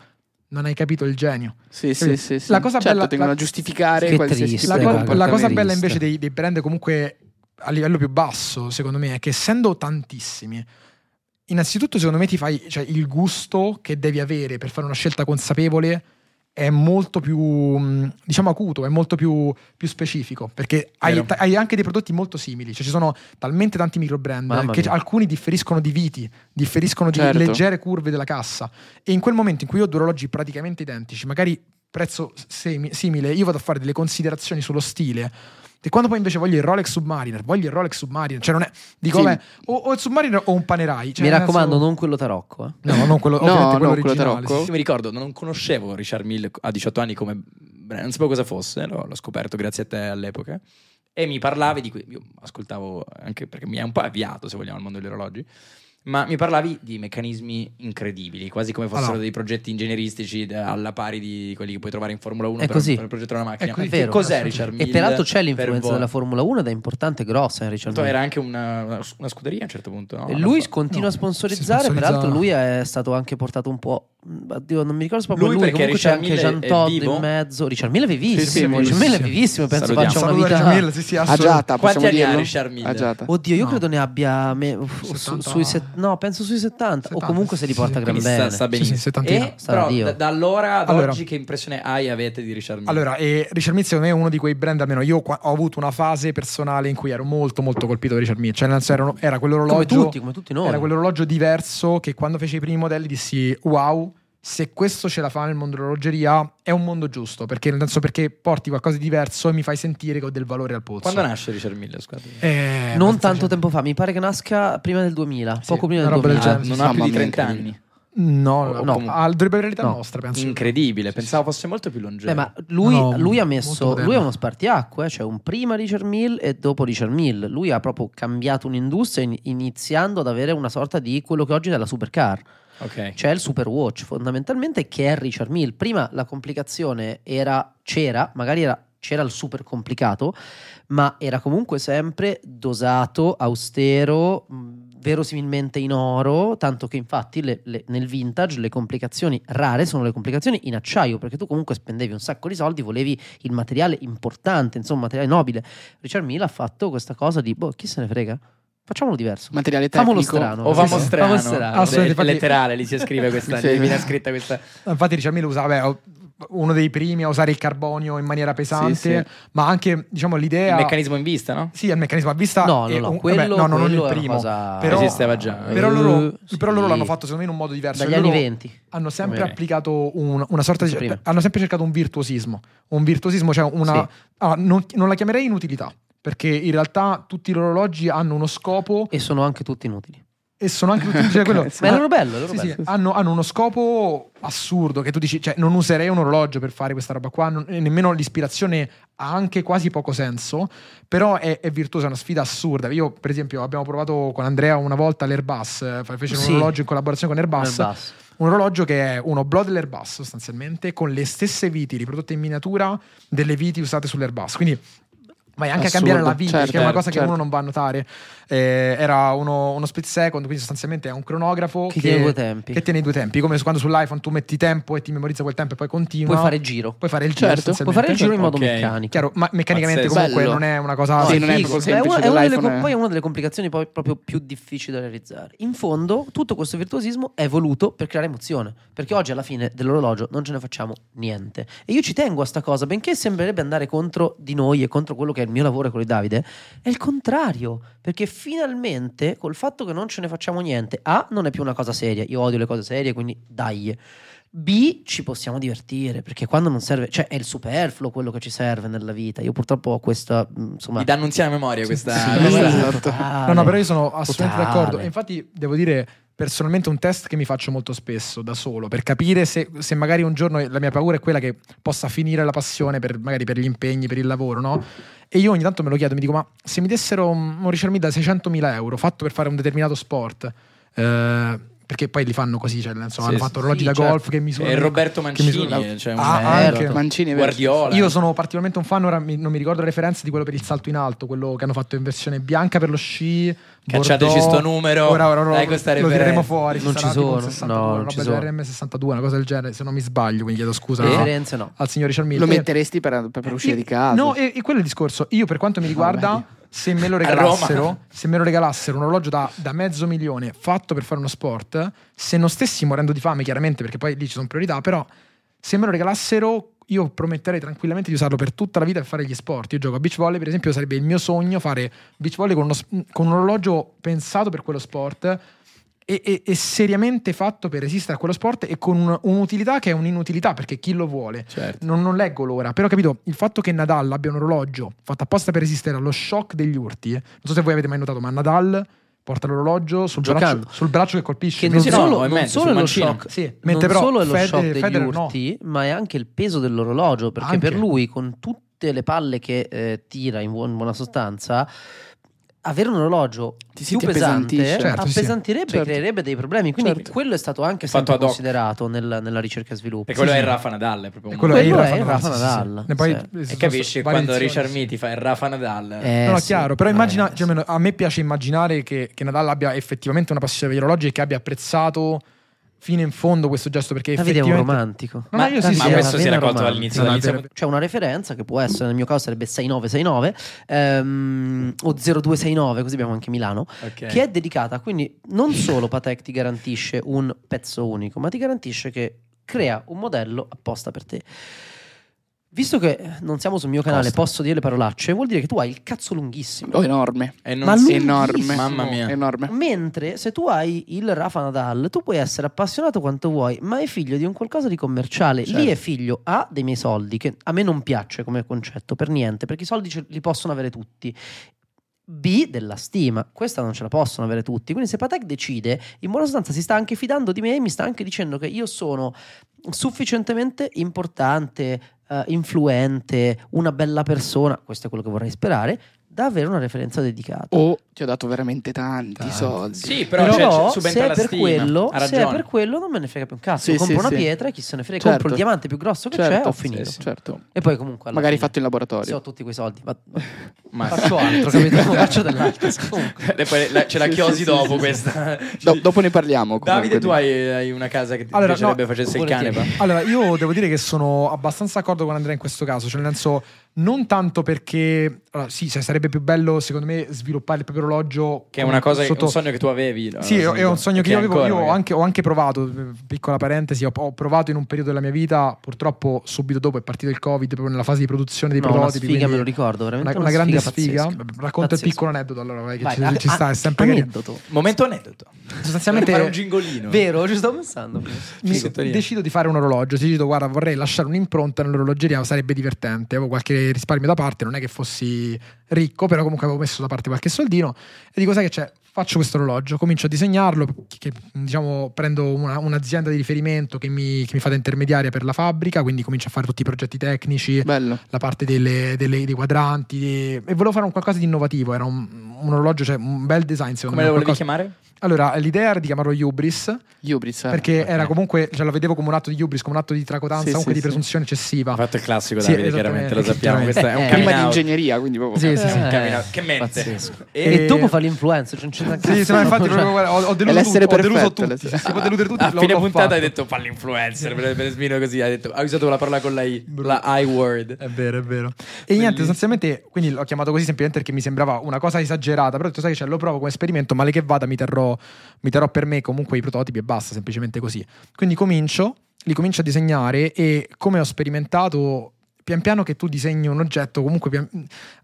Speaker 1: non hai capito il genio.
Speaker 6: Sì, sì,
Speaker 1: Capito?
Speaker 6: sì, sì.
Speaker 1: La cosa
Speaker 6: certo,
Speaker 1: bella-
Speaker 6: tengono
Speaker 1: la-
Speaker 6: a giustificare
Speaker 2: Che
Speaker 6: qualsiasi
Speaker 2: triste,
Speaker 6: tipo
Speaker 1: La,
Speaker 6: di
Speaker 1: co-
Speaker 2: guarda.
Speaker 1: la
Speaker 6: comportamento.
Speaker 1: cosa
Speaker 2: capitalista.
Speaker 1: bella invece dei, dei brand comunque a livello più basso, secondo me, è che essendo tantissimi, innanzitutto secondo me ti fai, cioè il gusto che devi avere per fare una scelta consapevole è molto più, mh, diciamo, acuto, è molto più, più specifico, perché hai,
Speaker 3: Vero.
Speaker 1: ta- hai anche dei prodotti molto simili, cioè ci sono talmente tanti microbrand
Speaker 2: Mamma
Speaker 1: che
Speaker 2: mia.
Speaker 1: alcuni differiscono di viti, differiscono di
Speaker 6: Certo.
Speaker 1: leggere curve della cassa e in quel momento in cui io ho due orologi praticamente identici, magari prezzo semi- simile, io vado a fare delle considerazioni sullo stile. E quando poi invece voglio il Rolex Submariner, voglio il Rolex Submariner, cioè non è, dico,
Speaker 6: Sì.
Speaker 1: vabbè, o, o il Submariner o un Panerai. cioè
Speaker 2: Mi
Speaker 1: nel
Speaker 2: raccomando,
Speaker 1: senso-
Speaker 2: non quello tarocco. eh.
Speaker 1: No, non quello,
Speaker 6: No,
Speaker 1: ovviamente quello
Speaker 6: no, quello
Speaker 1: originale,
Speaker 6: tarocco.
Speaker 1: sì,
Speaker 3: Io mi ricordo, non conoscevo Richard Mille a 18 anni come brand, non sapevo cosa fosse, l'ho, l'ho scoperto grazie a te all'epoca. E mi parlavi di. que- Io ascoltavo anche perché mi ha un po' avviato, se vogliamo, al mondo degli orologi. Ma mi parlavi di meccanismi incredibili, quasi come fossero
Speaker 1: Allora.
Speaker 3: dei progetti ingegneristici da- alla pari di quelli che puoi trovare in Formula 1
Speaker 2: È
Speaker 3: per,
Speaker 2: così.
Speaker 3: per progettare una macchina.
Speaker 1: È così,
Speaker 2: È vero.
Speaker 3: Cos'è
Speaker 1: assolutamente.
Speaker 3: Richard Mille?
Speaker 2: E peraltro c'è
Speaker 3: per
Speaker 2: l'influenza
Speaker 3: voi?
Speaker 2: della Formula 1 ed è importante e grossa in Richard
Speaker 3: Tanto
Speaker 2: Mille.
Speaker 3: Era anche una, una scuderia a un certo punto. no?
Speaker 2: E lui
Speaker 3: Alla-
Speaker 2: continua
Speaker 1: no,
Speaker 2: a sponsorizzare,
Speaker 1: si sponsorizza-
Speaker 2: peraltro lui è stato anche portato un po'... mm, Oddio, non mi ricordo se proprio
Speaker 3: Lui
Speaker 2: lui,
Speaker 3: perché
Speaker 2: comunque c'è
Speaker 3: Richard
Speaker 2: anche
Speaker 3: Mille
Speaker 2: Jean
Speaker 3: è
Speaker 2: Todd
Speaker 3: vivo?
Speaker 2: in mezzo. Richard Mille è vivissimo,
Speaker 1: Sì, sì, è
Speaker 2: Richard Mille è
Speaker 1: vivissimo.
Speaker 2: viciarmile è vivissimo, penso faccia
Speaker 3: Salutiamo.
Speaker 2: una
Speaker 1: Saluto
Speaker 2: vita...
Speaker 1: da Jamil, sì, sì, assolutamente.
Speaker 6: Agiata,
Speaker 3: Quanti
Speaker 6: possiamo
Speaker 3: anni ha
Speaker 6: dirlo?
Speaker 3: Richard
Speaker 1: Ah,
Speaker 3: Mille?
Speaker 6: Agiata.
Speaker 2: Oddio, io
Speaker 1: No.
Speaker 2: credo ne abbia me- f- su-
Speaker 1: 70.
Speaker 2: sui set- no, penso sui 70, o
Speaker 1: 70,
Speaker 2: comunque se li
Speaker 1: sì,
Speaker 2: porta
Speaker 1: sì.
Speaker 2: gran
Speaker 3: Quindi
Speaker 2: bene.
Speaker 3: sta, sta
Speaker 1: Sì, sì,
Speaker 3: benissimo.
Speaker 1: settantina.
Speaker 3: e
Speaker 2: Sarà
Speaker 3: però
Speaker 2: Dio.
Speaker 3: da, da allora ad
Speaker 1: Allora.
Speaker 3: oggi che impressione hai avete di Richard Mille?
Speaker 1: Allora, e Richard Mille secondo me è uno di quei brand, almeno io qua- ho avuto una fase personale in cui ero molto molto colpito da Richard Mille, cioè nel senso erano- era
Speaker 2: come
Speaker 1: quell'orologio
Speaker 2: tutti, come tutti noi.
Speaker 1: Era quell'orologio diverso che quando fece i primi modelli dissi wow, se questo ce la fa nel mondo dell'orologeria è un mondo giusto, perché nel senso perché porti qualcosa di diverso e mi fai sentire che ho del valore al polso.
Speaker 3: Quando nasce Richard Mille? Scusate.
Speaker 1: Eh,
Speaker 2: non
Speaker 1: ma-
Speaker 2: tanto tempo fa, mi pare che nasca prima del 2000,
Speaker 1: Sì,
Speaker 2: poco prima
Speaker 1: una
Speaker 2: del
Speaker 1: roba del
Speaker 2: 2000.
Speaker 3: Ah,
Speaker 1: genere.
Speaker 3: non ha più
Speaker 6: Mamma
Speaker 3: di
Speaker 6: mia,
Speaker 3: 30
Speaker 6: incredibile.
Speaker 3: anni.
Speaker 1: No,
Speaker 3: O-
Speaker 1: no,
Speaker 3: com-
Speaker 1: ah, dovrebbe avere l'età
Speaker 2: no.
Speaker 1: nostra, penso.
Speaker 3: Incredibile, pensavo fosse molto più longevo.
Speaker 2: Beh, Eh, ma lui,
Speaker 1: No,
Speaker 2: lui ha
Speaker 1: molto
Speaker 2: messo.
Speaker 1: moderno.
Speaker 2: Lui è uno spartiacque, eh, cioè un prima Richard Mille e dopo Richard Mille. Lui ha proprio cambiato un'industria in- iniziando ad avere una sorta di quello che oggi è la supercar,
Speaker 3: Ok.
Speaker 2: cioè il superwatch fondamentalmente, che è Richard Mille. Prima la complicazione era c'era, magari era. C'era il super complicato, ma era comunque sempre dosato, austero, mh, verosimilmente in oro, tanto che infatti le- le- nel vintage le complicazioni rare sono le complicazioni in acciaio, perché tu comunque spendevi un sacco di soldi, volevi il materiale importante, insomma, un materiale nobile. Richard Mille ha fatto questa cosa di, boh, chi se ne frega? Facciamolo diverso.
Speaker 6: Materiale
Speaker 2: Famolo
Speaker 6: tecnico.
Speaker 2: strano.
Speaker 3: O vamo
Speaker 2: Sì, sì.
Speaker 3: strano.
Speaker 2: Vamo strano.
Speaker 1: Ah, sì.
Speaker 3: Assolutamente,
Speaker 1: Infatti-
Speaker 3: letterale, lì si scrive questa,
Speaker 6: Sì.
Speaker 3: viene scritta questa.
Speaker 1: Infatti Richard Mille usava, vabbè, uno dei primi a usare il carbonio in maniera pesante,
Speaker 6: sì.
Speaker 1: ma anche, diciamo,
Speaker 3: Il
Speaker 1: l'idea
Speaker 3: meccanismo in vista, no?
Speaker 1: Sì, il meccanismo a vista
Speaker 2: No,
Speaker 1: è
Speaker 2: no, no,
Speaker 1: un-
Speaker 2: quello,
Speaker 1: vabbè, no, no, non
Speaker 2: quello
Speaker 1: il
Speaker 2: è una
Speaker 1: primo.
Speaker 2: cosa-
Speaker 1: però-
Speaker 3: Esisteva già.
Speaker 1: Però loro,
Speaker 2: Eh,
Speaker 1: però loro
Speaker 2: sì.
Speaker 1: l'hanno fatto secondo me in un modo diverso.
Speaker 2: Dagli
Speaker 1: E
Speaker 2: anni
Speaker 1: loro-
Speaker 2: 20.
Speaker 1: hanno sempre
Speaker 3: Ok.
Speaker 1: applicato un- una sorta di.
Speaker 2: Prima.
Speaker 1: Hanno sempre cercato un virtuosismo. Un virtuosismo, cioè una. ah, non, non la chiamerei inutilità. Perché in realtà tutti gli orologi hanno uno scopo
Speaker 2: E sono anche tutti inutili.
Speaker 1: e sono anche tutti. cioè, quello-
Speaker 2: Ma è loro bello, è loro
Speaker 1: Sì, sì,
Speaker 2: bello.
Speaker 1: hanno, hanno uno scopo assurdo che tu dici, cioè non userei un orologio per fare questa roba qua, non- e nemmeno l'ispirazione ha anche quasi poco senso, però è, è virtuosa, è una sfida assurda. Io per esempio abbiamo provato con Andrea una volta l'Airbus, eh, fe- fecero
Speaker 2: Sì.
Speaker 1: un orologio in collaborazione con
Speaker 2: Nel
Speaker 1: Airbus,
Speaker 2: basso.
Speaker 1: un orologio che è un oblò dell'Airbus sostanzialmente, con le stesse viti riprodotte in miniatura delle viti usate sull'Airbus. Quindi vai anche
Speaker 6: Assurdo,
Speaker 1: a cambiare la vita,
Speaker 6: certo,
Speaker 1: che è una cosa che
Speaker 6: certo.
Speaker 1: uno non va a notare. Eh, era uno, uno split second, quindi sostanzialmente è un cronografo
Speaker 2: Che tiene due tempi.
Speaker 1: che tiene i due tempi, come su- quando sull'iPhone tu metti tempo e ti memorizza quel tempo e poi continua.
Speaker 2: Puoi fare giro.
Speaker 1: Puoi fare il giro.
Speaker 6: Certo,
Speaker 2: Puoi fare il giro in modo
Speaker 3: Ok.
Speaker 2: mecanico.
Speaker 1: Chiaro, ma meccanicamente
Speaker 3: Pazzesco.
Speaker 1: comunque
Speaker 6: Bello.
Speaker 1: non è una cosa...
Speaker 6: Sì, non è
Speaker 2: figo.
Speaker 6: proprio
Speaker 2: Beh,
Speaker 6: semplice,
Speaker 2: è una- è una delle
Speaker 6: dell'iPhone
Speaker 2: co-
Speaker 6: è-
Speaker 2: poi è una delle complicazioni poi proprio più difficili da realizzare. In fondo, tutto questo virtuosismo è voluto per creare emozione, perché oggi alla fine dell'orologio non ce ne facciamo niente. E io ci tengo a sta cosa, benché sembrerebbe andare contro di noi e contro quello che è il mio lavoro con i Davide, è il contrario, perché finalmente col fatto che non ce ne facciamo niente, A, non è più una cosa seria, io odio le cose serie, quindi dai. B, ci possiamo divertire, perché quando non serve, cioè è il superfluo quello che ci serve nella vita. Io purtroppo ho questa, mh, insomma...
Speaker 3: Mi danno un sino a memoria questa.
Speaker 1: Sì.
Speaker 3: questa-
Speaker 6: esatto.
Speaker 1: No, no, però io sono assolutamente
Speaker 2: Totale.
Speaker 1: d'accordo. E infatti devo dire personalmente un test che mi faccio molto spesso da solo per capire se, se magari un giorno la mia paura è quella che possa finire la passione per, magari per gli impegni, per il lavoro, no? E io ogni tanto me lo chiedo, mi dico, ma se mi dessero un un Richard Mille da 600.000 euro fatto per fare un determinato sport, eh, Perché poi li fanno così, cioè, nel senso,
Speaker 3: Sì,
Speaker 1: hanno
Speaker 3: sì,
Speaker 1: fatto orologi
Speaker 3: sì,
Speaker 1: da
Speaker 3: certo.
Speaker 1: golf che misurano.
Speaker 3: E Roberto
Speaker 1: che misurano-
Speaker 3: Mancini, eh, cioè, un
Speaker 1: Ah,
Speaker 3: merda.
Speaker 1: anche.
Speaker 6: Mancini è vero.
Speaker 3: Guardiola.
Speaker 1: Io sono particolarmente un fan, ora mi- non mi ricordo le referenze di quello per il salto in alto, quello che hanno fatto in versione bianca per lo sci.
Speaker 3: Cacciateci
Speaker 1: Bordeaux.
Speaker 3: sto numero,
Speaker 1: Ora, ora, ora
Speaker 3: dai questa
Speaker 1: lo tireremo
Speaker 3: referenza.
Speaker 1: fuori.
Speaker 2: Non
Speaker 1: sarà
Speaker 2: ci
Speaker 1: tipo un
Speaker 2: sono,
Speaker 1: 62,
Speaker 2: no, non
Speaker 1: una
Speaker 2: ci
Speaker 1: roba
Speaker 2: sono. Eh?
Speaker 1: RM62, una cosa del genere. Se non mi sbaglio, quindi chiedo scusa
Speaker 2: Le referenze no.
Speaker 1: al signor Richard Mille.
Speaker 6: Lo
Speaker 1: Eh,
Speaker 6: metteresti per, per uscire
Speaker 1: io-
Speaker 6: di casa?
Speaker 1: No, e, e quello è il discorso. Io, per quanto mi riguarda,
Speaker 6: Vabbè.
Speaker 1: se me lo
Speaker 3: Roma.
Speaker 1: regalassero, se me lo regalassero un orologio da, da mezzo milione fatto per fare uno sport, se non stessi morendo di fame, chiaramente, perché poi lì ci sono priorità, però se me lo regalassero. Io prometterei tranquillamente di usarlo per tutta la vita per fare gli sport. Io gioco a beach volley, per esempio, sarebbe il mio sogno fare beach volley con, uno sp- con un orologio pensato per quello sport e, e- e seriamente fatto per resistere a quello sport e con un- un'utilità che è un'inutilità perché chi lo vuole
Speaker 3: Certo.
Speaker 1: non, non leggo l'ora, però capito il fatto che Nadal abbia un orologio fatto apposta per resistere allo shock degli urti. eh, Non so se voi avete mai notato, ma Nadal porta l'orologio sul,
Speaker 2: Giocando.
Speaker 1: braccio, sul braccio che colpisce.
Speaker 2: Che non
Speaker 3: sì, no,
Speaker 2: solo,
Speaker 3: no, è
Speaker 2: non solo
Speaker 3: mezzo, sul
Speaker 2: è lo
Speaker 3: mancino.
Speaker 2: shock,
Speaker 1: Sì,
Speaker 2: non
Speaker 1: mentre però
Speaker 2: solo è lo
Speaker 1: Fed-
Speaker 2: shock degli
Speaker 1: Federer no.
Speaker 2: urti, ma è anche il peso dell'orologio, perché
Speaker 1: Anche.
Speaker 2: per lui con tutte le palle che eh, tira in buon- buona sostanza avere un orologio
Speaker 6: Ti- sì,
Speaker 2: più
Speaker 6: ti
Speaker 2: pesante
Speaker 6: appesantisce.
Speaker 1: Certo, sì.
Speaker 2: appesantirebbe
Speaker 6: Certo.
Speaker 2: creerebbe dei problemi quindi
Speaker 6: Certo.
Speaker 2: quello è stato anche
Speaker 3: Fatto
Speaker 2: sempre
Speaker 3: ad hoc.
Speaker 2: considerato nella, nella ricerca e sviluppo
Speaker 3: E quello
Speaker 2: Sì,
Speaker 3: è
Speaker 2: sì.
Speaker 3: Rafa Nadal, è proprio un-
Speaker 1: E quello,
Speaker 2: Quello
Speaker 1: è
Speaker 2: è
Speaker 1: il Rafa Nadal. sì, sì. E, poi- eh,
Speaker 2: sì.
Speaker 1: sono
Speaker 3: E
Speaker 1: varie
Speaker 3: capisci quando
Speaker 1: edizioni.
Speaker 3: Richard Miti fa il Rafa Nadal.
Speaker 2: Eh,
Speaker 1: No, no,
Speaker 2: sì.
Speaker 1: chiaro, però immagina,
Speaker 2: Eh,
Speaker 1: cioè, almeno a me piace immaginare che, che Nadal abbia effettivamente una passione per gli orologi e che abbia apprezzato fino in fondo questo gesto perché
Speaker 2: Davide è un
Speaker 1: effettivamente...
Speaker 2: romantico
Speaker 1: No, no, io sì,
Speaker 2: Davide
Speaker 1: sì,
Speaker 3: ma
Speaker 2: è
Speaker 1: era
Speaker 3: questo
Speaker 2: una
Speaker 3: si era
Speaker 2: vena
Speaker 3: colto
Speaker 2: romantica.
Speaker 3: all'inizio.
Speaker 1: No, no,
Speaker 3: all'inizio-
Speaker 1: è vero.
Speaker 2: C'è una referenza che può essere, nel mio caso sarebbe 6969 ehm, o 0269, così abbiamo anche Milano,
Speaker 3: Ok.
Speaker 2: che è dedicata, quindi non solo Patek ti garantisce un pezzo unico, ma ti garantisce che crea un modello apposta per te. Visto che non siamo sul mio canale,
Speaker 3: Costa.
Speaker 2: posso dire le parolacce, vuol dire che tu hai il cazzo lunghissimo.
Speaker 6: Oh, enorme.
Speaker 3: E non
Speaker 2: Ma
Speaker 3: si-
Speaker 2: lui-
Speaker 6: Enorme.
Speaker 3: Mamma mia.
Speaker 6: Enorme.
Speaker 2: Mentre se tu hai il Rafa Nadal, tu puoi essere appassionato quanto vuoi, ma è figlio di un qualcosa di commerciale. Lì
Speaker 3: Certo.
Speaker 2: è figlio A dei miei soldi, che a me non piace come concetto per niente, perché i soldi ce- li possono avere tutti. B della stima, questa non ce la possono avere tutti. Quindi se Patek decide, in buona sostanza si sta anche fidando di me e mi sta anche dicendo che io sono sufficientemente importante, eh, influente, una bella persona, questo è quello che vorrei sperare, da avere una referenza dedicata.
Speaker 6: Oh, ti ho dato veramente tanti, soldi.
Speaker 3: Sì, però,
Speaker 2: Però,
Speaker 3: c'è- c'è-
Speaker 2: se,
Speaker 3: subentra
Speaker 2: è
Speaker 3: la
Speaker 2: per
Speaker 3: stima.
Speaker 2: quello,
Speaker 3: ha
Speaker 2: se è
Speaker 3: ragione.
Speaker 2: per quello non me ne frega più un cazzo.
Speaker 6: Sì,
Speaker 2: compro
Speaker 6: sì,
Speaker 2: una
Speaker 6: sì.
Speaker 2: pietra e chi se ne frega.
Speaker 6: Certo.
Speaker 2: Compro il diamante più grosso che
Speaker 6: Certo.
Speaker 2: c'è, ho
Speaker 6: Sì,
Speaker 2: finito.
Speaker 3: sì.
Speaker 6: Certo.
Speaker 2: E poi comunque... alla
Speaker 6: Magari
Speaker 2: fine,
Speaker 6: fatto in
Speaker 2: Se
Speaker 6: laboratorio.
Speaker 2: ho tutti quei soldi, ma
Speaker 3: Ma-
Speaker 2: faccio altro, capito? faccio dell'altro. Comunque.
Speaker 3: E poi la- ce la
Speaker 6: Sì,
Speaker 3: chiosi
Speaker 6: sì,
Speaker 3: dopo
Speaker 6: sì,
Speaker 3: questa.
Speaker 6: Do- dopo ne parliamo. comunque,
Speaker 3: Davide, tu
Speaker 6: di-
Speaker 3: hai, hai una casa che ti
Speaker 1: Allora,
Speaker 3: piacerebbe
Speaker 1: no,
Speaker 3: facesse il
Speaker 2: volentieri.
Speaker 3: canepa?
Speaker 1: Allora, io devo dire che sono abbastanza d'accordo con Andrea in questo caso, cioè nel senso non tanto perché allora, sì, se sarebbe più bello secondo me sviluppare il proprio orologio
Speaker 3: Che è una cosa,
Speaker 1: sotto-
Speaker 3: un sogno che tu avevi. no?
Speaker 1: Sì, è un sogno che io avevo,
Speaker 3: ancora, eh.
Speaker 1: io ho
Speaker 3: magari.
Speaker 1: anche, ho anche provato, eh, piccola parentesi, ho, ho provato in un periodo della mia vita, purtroppo subito dopo è partito il Covid, proprio nella fase di produzione dei
Speaker 2: No, una
Speaker 1: prototipi.
Speaker 2: sfiga,
Speaker 1: quindi
Speaker 2: me lo ricordo, veramente
Speaker 1: Una,
Speaker 2: una
Speaker 1: una grande
Speaker 2: sfiga
Speaker 1: sfiga.
Speaker 2: pazzesca.
Speaker 1: Racconta
Speaker 2: Pazzesco.
Speaker 1: il piccolo aneddoto allora, vai, che
Speaker 2: Vai, ah,
Speaker 1: ci,
Speaker 2: a-
Speaker 1: ci sta, è sempre carino.
Speaker 2: aneddoto.
Speaker 3: Momento aneddoto.
Speaker 1: Sostanzialmente
Speaker 3: Fare un gingolino.
Speaker 2: Vero, ci sto pensando.
Speaker 1: mi
Speaker 3: Sì, sottolineo.
Speaker 1: decido di fare un orologio. Ti dico, guarda, vorrei lasciare un'impronta nell'orologeria, sarebbe divertente. Avevo qualche risparmio da parte, non è che fossi ricco, però comunque avevo messo da parte qualche soldino. E dico, sai che c'è? Faccio questo orologio, comincio a disegnarlo, che, diciamo, prendo una- un'azienda di riferimento che mi, che mi fa da intermediaria per la fabbrica, quindi comincio a fare tutti i progetti tecnici,
Speaker 6: Bello.
Speaker 1: la parte delle- delle- dei quadranti. di- E volevo fare un qualcosa di innovativo. Era un, un orologio, cioè un bel design, secondo
Speaker 3: Come
Speaker 1: me.
Speaker 3: lo volevi
Speaker 1: qualcosa-
Speaker 3: chiamare?
Speaker 1: Allora, l'idea era di chiamarlo Hubris,
Speaker 6: Hubris. eh.
Speaker 1: perché
Speaker 3: ok.
Speaker 1: era comunque, cioè, la vedevo come un atto di hubris, come un atto di tracotanza,
Speaker 6: Sì,
Speaker 1: comunque
Speaker 6: sì,
Speaker 1: di
Speaker 6: sì.
Speaker 1: presunzione
Speaker 3: Ha
Speaker 1: eccessiva.
Speaker 3: fatto il classico,
Speaker 1: Sì,
Speaker 3: Davide, chiaramente lo sappiamo.
Speaker 1: esattamente.
Speaker 3: Questo è un
Speaker 2: Eh,
Speaker 6: Prima
Speaker 3: coming
Speaker 6: di
Speaker 3: out.
Speaker 6: ingegneria, quindi proprio.
Speaker 1: Sì, sì, sì.
Speaker 3: Un coming out. Che mente.
Speaker 2: Pazzesco.
Speaker 3: E-
Speaker 2: E
Speaker 1: Eh,
Speaker 2: dopo fa l'influencer, cioè non c'è una
Speaker 1: Sì, sì,
Speaker 2: cazzo, Cioè,
Speaker 1: ma infatti
Speaker 2: non c'è-
Speaker 1: proprio, guarda, ho, ho deluso tutti,
Speaker 6: cioè, l'essere
Speaker 1: ho deluso
Speaker 6: perfetto,
Speaker 1: tutti.
Speaker 6: l'essere- Ah,
Speaker 1: Si può deludere tutti.
Speaker 3: A
Speaker 1: l'ho-
Speaker 3: fine
Speaker 1: l'ho
Speaker 3: puntata hai
Speaker 1: fatto.
Speaker 3: detto fa l'influencer per, per Smino così hai, detto, hai usato la parola con la I la I word
Speaker 1: È vero, è vero. E niente,
Speaker 3: Bellissimo.
Speaker 1: sostanzialmente, quindi l'ho chiamato così semplicemente perché mi sembrava una cosa esagerata, però ho detto, sai che c'è, lo provo come esperimento, male che vada mi terrò, mi terrò per me comunque i prototipi e basta, semplicemente così. Quindi comincio, li comincio a disegnare e come ho sperimentato... Pian piano che tu disegni un oggetto, comunque pian-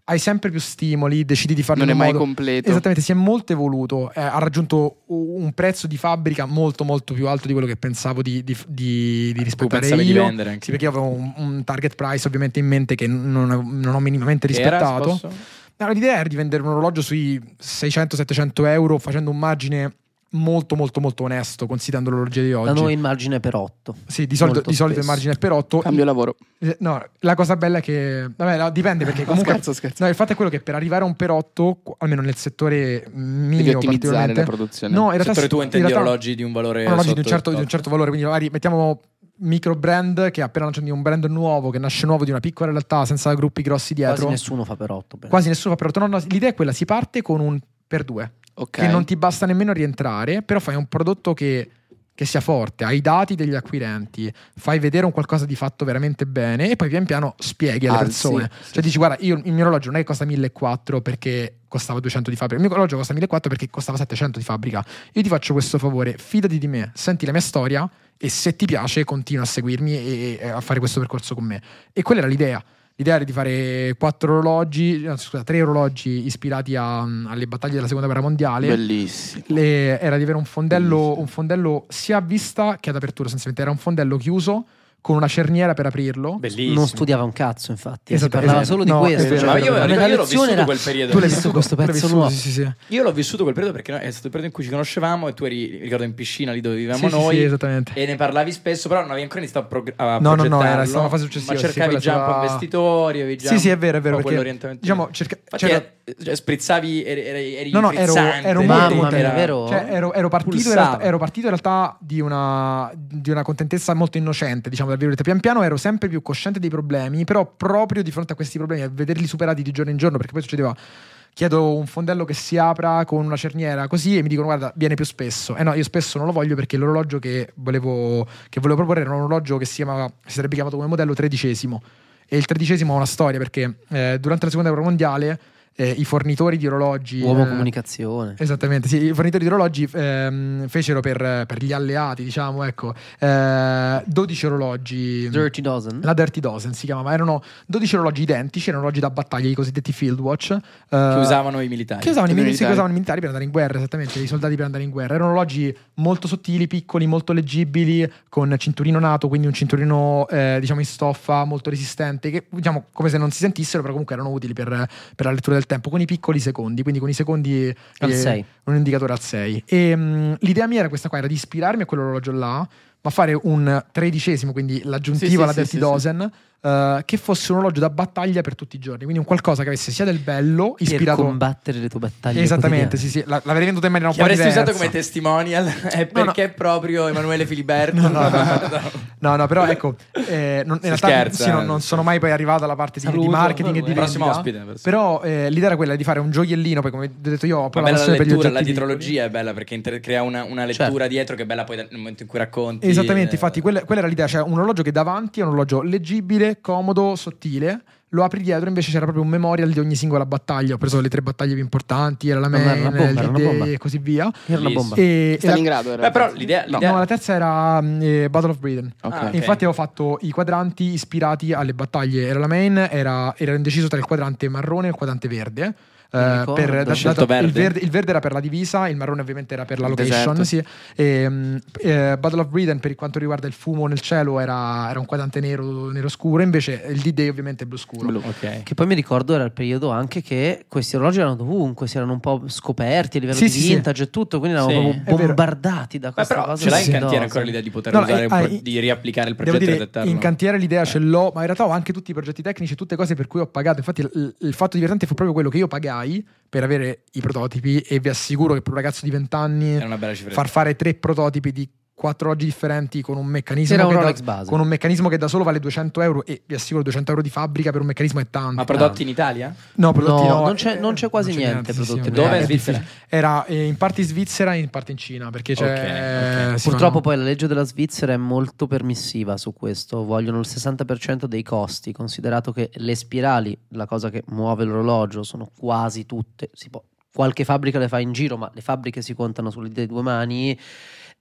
Speaker 1: hai sempre più stimoli, decidi di farlo
Speaker 6: non è
Speaker 1: in un
Speaker 6: mai
Speaker 1: modo-
Speaker 6: completo.
Speaker 1: Esattamente, si è molto evoluto, eh, ha raggiunto u- un prezzo di fabbrica molto molto più alto di quello che pensavo di, di, di, di
Speaker 3: tu
Speaker 1: rispettare
Speaker 3: Eh, pensavi di
Speaker 1: io.
Speaker 3: vendere anche
Speaker 1: Sì, perché io avevo un, un target price ovviamente in mente che non, avevo- non ho minimamente
Speaker 3: Che era,
Speaker 1: rispettato.
Speaker 3: se posso?
Speaker 1: No, l'idea era di vendere un orologio sui 600-700 euro facendo un margine molto molto molto onesto considerando l'orologia di
Speaker 2: Da
Speaker 1: oggi.
Speaker 2: noi il margine è per 8.
Speaker 1: sì, di solito,
Speaker 2: molto
Speaker 1: di solito il
Speaker 2: spesso.
Speaker 1: margine è per 8.
Speaker 6: Cambio lavoro.
Speaker 1: No, la cosa bella è che... Vabbè, no, dipende
Speaker 2: Ah,
Speaker 1: perché
Speaker 6: No,
Speaker 1: comunque...
Speaker 6: scherzo, scherzo.
Speaker 1: No, il fatto è quello che per arrivare a un per 8, almeno nel settore mio
Speaker 6: Devi ottimizzare la
Speaker 1: particolarmente,
Speaker 6: produzione.
Speaker 1: No, in realtà,
Speaker 3: Settore tu
Speaker 1: in
Speaker 3: intendi
Speaker 1: realtà-
Speaker 3: orologi di un valore
Speaker 1: orologi di un,
Speaker 3: sotto
Speaker 1: certo,
Speaker 3: il
Speaker 1: di un
Speaker 3: tot.
Speaker 1: certo valore, quindi magari mettiamo micro brand che ha appena lanciato un brand nuovo, che nasce nuovo di una piccola realtà senza gruppi grossi dietro.
Speaker 2: Quasi nessuno fa per 8.
Speaker 1: Quasi nessuno fa per otto. No, no, l'idea è quella, si parte con un per due,
Speaker 6: Ok.
Speaker 1: che non ti basta nemmeno rientrare, però fai un prodotto che, che sia forte, hai i dati degli acquirenti, fai vedere un qualcosa di fatto veramente bene e poi pian piano spieghi alle
Speaker 6: Alzi,
Speaker 1: persone.
Speaker 6: Ah, sì.
Speaker 1: Cioè dici guarda, io, il mio orologio non è che costa 1400 perché costava 200 di fabbrica, il mio orologio costa 1400 perché costava 700 di fabbrica. Io ti faccio questo favore, fidati di me, senti la mia storia e se ti piace continua a seguirmi e- e a fare questo percorso con me. E quella era l'idea. L'idea era di fare quattro orologi, no, scusa, tre orologi ispirati a- alle battaglie della seconda guerra mondiale.
Speaker 6: Bellissimo.
Speaker 1: Le- era di avere un fondello, un fondello sia a vista che ad apertura, essenzialmente era un fondello chiuso con una cerniera per aprirlo.
Speaker 3: Bellissimo.
Speaker 2: Non studiava un cazzo, infatti. eh, Si
Speaker 1: Esatto,
Speaker 2: parlava
Speaker 1: esatto.
Speaker 2: solo di
Speaker 1: No,
Speaker 2: questo.
Speaker 1: è vero,
Speaker 2: cioè,
Speaker 1: è
Speaker 3: Ma
Speaker 1: vero,
Speaker 3: io,
Speaker 1: è
Speaker 2: la
Speaker 1: vero.
Speaker 3: io
Speaker 2: metà
Speaker 3: l'ho
Speaker 2: lezione
Speaker 3: vissuto
Speaker 2: era-
Speaker 3: quel periodo.
Speaker 2: Tu l'hai
Speaker 1: L'hai
Speaker 2: visto questo
Speaker 1: l'hai
Speaker 2: pezzo
Speaker 1: vissuto,
Speaker 2: nuovo?
Speaker 1: Sì, sì, sì.
Speaker 3: Io l'ho vissuto quel periodo perché no- è stato il periodo in cui ci conoscevamo e tu eri, ricordo, in piscina lì dove vivevamo
Speaker 1: Sì, sì,
Speaker 3: noi.
Speaker 1: sì, esattamente.
Speaker 3: E ne parlavi spesso, però non avevi ancora iniziato a, prog- a
Speaker 1: No, no, no,
Speaker 3: progettarlo,
Speaker 1: era stata una fase successiva,
Speaker 3: Ma
Speaker 1: sì,
Speaker 3: cercavi
Speaker 1: quella
Speaker 3: già un po'
Speaker 1: sarà-
Speaker 3: investitori, avevi già
Speaker 1: Sì, sì, è vero, è vero,
Speaker 3: un po'
Speaker 1: perché,
Speaker 3: quell'orientamento.
Speaker 1: diciamo, cerca-
Speaker 3: Infatti
Speaker 1: c'era-
Speaker 3: eh, cioè, sprizzavi, eri, eri, eri
Speaker 1: No, no, ero,
Speaker 3: frizzante,
Speaker 1: ero
Speaker 3: eri-
Speaker 1: molto
Speaker 2: Mamma
Speaker 1: contento.
Speaker 2: mia, vero?
Speaker 1: Cioè, ero, ero partito in
Speaker 3: Pulsava.
Speaker 1: realtà, ero partito in realtà di una, di una contentezza molto innocente, diciamo, tra virgolette. Pian piano ero sempre più cosciente dei problemi, però proprio di fronte a questi problemi, a vederli superati di giorno in giorno, perché poi succedeva. Chiedo un fondello che si apra con una cerniera così e mi dicono guarda viene più spesso. Eh no, io spesso non lo voglio perché l'orologio che volevo, che volevo proporre era un orologio che si, chiamava, si sarebbe chiamato come modello tredicesimo. E il tredicesimo ha una storia perché eh, durante la seconda guerra mondiale eh, i fornitori di orologi...
Speaker 2: Uomo
Speaker 1: eh,
Speaker 2: comunicazione.
Speaker 1: Esattamente, sì, i fornitori di orologi ehm, fecero per, per gli alleati, diciamo, ecco, eh, 12 orologi.
Speaker 2: Dirty Dozen.
Speaker 1: La Dirty Dozen si chiamava, erano 12 orologi identici, erano orologi da battaglia, i cosiddetti field watch. eh,
Speaker 3: che usavano i militari.
Speaker 1: che usavano i
Speaker 6: I
Speaker 1: militari.
Speaker 6: militari.
Speaker 1: usavano i militari per andare in guerra, esattamente, cioè i soldati per andare in guerra. Erano orologi molto sottili, piccoli, molto leggibili, con cinturino nato, quindi un cinturino eh, diciamo in stoffa molto resistente, che diciamo come se non si sentissero, però comunque erano utili per, per la lettura del tempo, con i piccoli secondi, quindi con i secondi...
Speaker 2: Al
Speaker 1: eh,
Speaker 2: 6.
Speaker 1: un indicatore al 6. E mh, l'idea mia era questa qua, era di ispirarmi a quell'orologio là, ma fare un tredicesimo, quindi l'aggiuntiva
Speaker 6: Sì, sì,
Speaker 1: alla
Speaker 6: sì,
Speaker 1: Dirty
Speaker 6: sì,
Speaker 1: Dozen, eh, che fosse un orologio da battaglia per tutti i giorni, quindi un qualcosa che avesse sia del bello, ispirato...
Speaker 2: Per combattere le tue battaglie.
Speaker 1: Esattamente,
Speaker 2: quotidiane.
Speaker 1: sì, sì, la- l'avrei venduta in maniera un
Speaker 3: Che
Speaker 1: po'
Speaker 3: avresti
Speaker 1: diversa.
Speaker 3: usato come testimonial è
Speaker 1: No, no.
Speaker 3: perché proprio Emanuele Filiberto.
Speaker 1: No, no, no, no. No, no, però ecco, eh, non, in
Speaker 3: Si
Speaker 1: realtà
Speaker 3: scherza,
Speaker 1: sì, non,
Speaker 3: eh.
Speaker 1: non sono mai poi arrivato alla parte di, di
Speaker 2: Saluto,
Speaker 1: marketing e di
Speaker 3: Prossimo
Speaker 1: vendita.
Speaker 3: ospite, prossimo.
Speaker 1: Però eh, l'idea era quella di fare un gioiellino, poi come ho detto io, ho
Speaker 3: Ma
Speaker 1: poi
Speaker 3: bella la
Speaker 1: passione per gli
Speaker 3: lettura, la
Speaker 1: oggetti piccoli.
Speaker 3: dietrologia è bella perché inter- crea una, una lettura
Speaker 2: Certo.
Speaker 3: dietro che è bella poi da- nel momento in cui racconti.
Speaker 1: Esattamente,
Speaker 3: eh,
Speaker 1: infatti, quella, quella era l'idea. Cioè, un orologio che davanti è un orologio leggibile, comodo, sottile. Lo apri dietro, invece c'era proprio un memorial di ogni singola battaglia. Ho preso le tre battaglie più importanti, era la
Speaker 2: No, ma
Speaker 1: Main,
Speaker 2: era una bomba, era
Speaker 1: il
Speaker 2: una bomba.
Speaker 1: D-Day e così via.
Speaker 2: Era una bomba.
Speaker 1: E, e la,
Speaker 6: Stalingrado era.
Speaker 3: Beh, però l'idea,
Speaker 1: no,
Speaker 3: l'idea-
Speaker 1: no, la terza era mm, eh, Battle of Britain.
Speaker 6: Ok.
Speaker 3: Ah,
Speaker 1: E Infatti avevo fatto i quadranti ispirati alle battaglie. Era la main, era, era indeciso tra il quadrante marrone e il quadrante verde.
Speaker 2: Non
Speaker 1: Eh,
Speaker 2: ricordo.
Speaker 1: per darci
Speaker 3: Scelto
Speaker 1: dato- il,
Speaker 3: verde?
Speaker 1: verde, il verde era per la divisa, il marrone ovviamente era per la
Speaker 6: Il
Speaker 1: location.
Speaker 6: deserto.
Speaker 1: Sì. E, mm, eh, Battle of Britain per quanto riguarda il fumo nel cielo era, era un quadrante nero, nero scuro, invece il D-Day ovviamente è blu scuro.
Speaker 6: Blu.
Speaker 3: Ok.
Speaker 2: Che poi mi ricordo era il periodo anche che questi orologi erano dovunque, si erano un po' scoperti a livello
Speaker 1: Sì,
Speaker 2: di
Speaker 1: sì, sì.
Speaker 2: vintage e tutto, quindi
Speaker 3: Sì.
Speaker 2: eravamo
Speaker 3: È
Speaker 1: vero.
Speaker 2: proprio bombardati da
Speaker 3: Beh,
Speaker 2: questa
Speaker 3: però
Speaker 2: cosa.
Speaker 3: ce l'hai
Speaker 2: Sì,
Speaker 3: in cantiere
Speaker 2: no,
Speaker 3: ancora
Speaker 2: sì.
Speaker 3: l'idea di poter
Speaker 1: No, no,
Speaker 3: usare,
Speaker 1: eh,
Speaker 3: un pro-
Speaker 1: eh,
Speaker 3: di riapplicare il
Speaker 1: Devo
Speaker 3: progetto e
Speaker 1: dire,
Speaker 3: adattarlo?
Speaker 1: in cantiere l'idea
Speaker 3: Eh.
Speaker 1: ce l'ho, ma in realtà ho anche tutti i progetti tecnici, tutte cose per cui ho pagato. Infatti, il, il fatto divertente fu proprio quello che io pagai per avere i prototipi. E vi assicuro che per un ragazzo di 20 anni
Speaker 3: Era una bella cifra.
Speaker 1: far fare tre prototipi di quattro oggi differenti con un meccanismo
Speaker 2: Era un
Speaker 1: che da-
Speaker 2: Rolex base.
Speaker 1: con un meccanismo che da solo vale 200 euro e vi assicuro 200 euro di fabbrica per un meccanismo è tanto
Speaker 3: Ma prodotti in Italia?
Speaker 1: no, prodotti
Speaker 2: No,
Speaker 1: no,
Speaker 2: non c'è-
Speaker 1: eh,
Speaker 2: non c'è quasi niente
Speaker 1: sì, sì,
Speaker 2: prodotti
Speaker 1: sì,
Speaker 2: in
Speaker 3: Dove
Speaker 1: è
Speaker 3: in
Speaker 1: difficile.
Speaker 3: Svizzera?
Speaker 1: era eh, in parte in Svizzera e in parte in Cina perché c'è eh,
Speaker 3: Ok, ok.
Speaker 1: si
Speaker 2: Purtroppo
Speaker 1: fanno-
Speaker 2: poi la legge della Svizzera è molto permissiva su questo, vogliono il 60% dei costi, considerato che le spirali, la cosa che muove l'orologio, sono quasi tutte, si può- qualche fabbrica le fa in giro, ma le fabbriche si contano sulle due mani.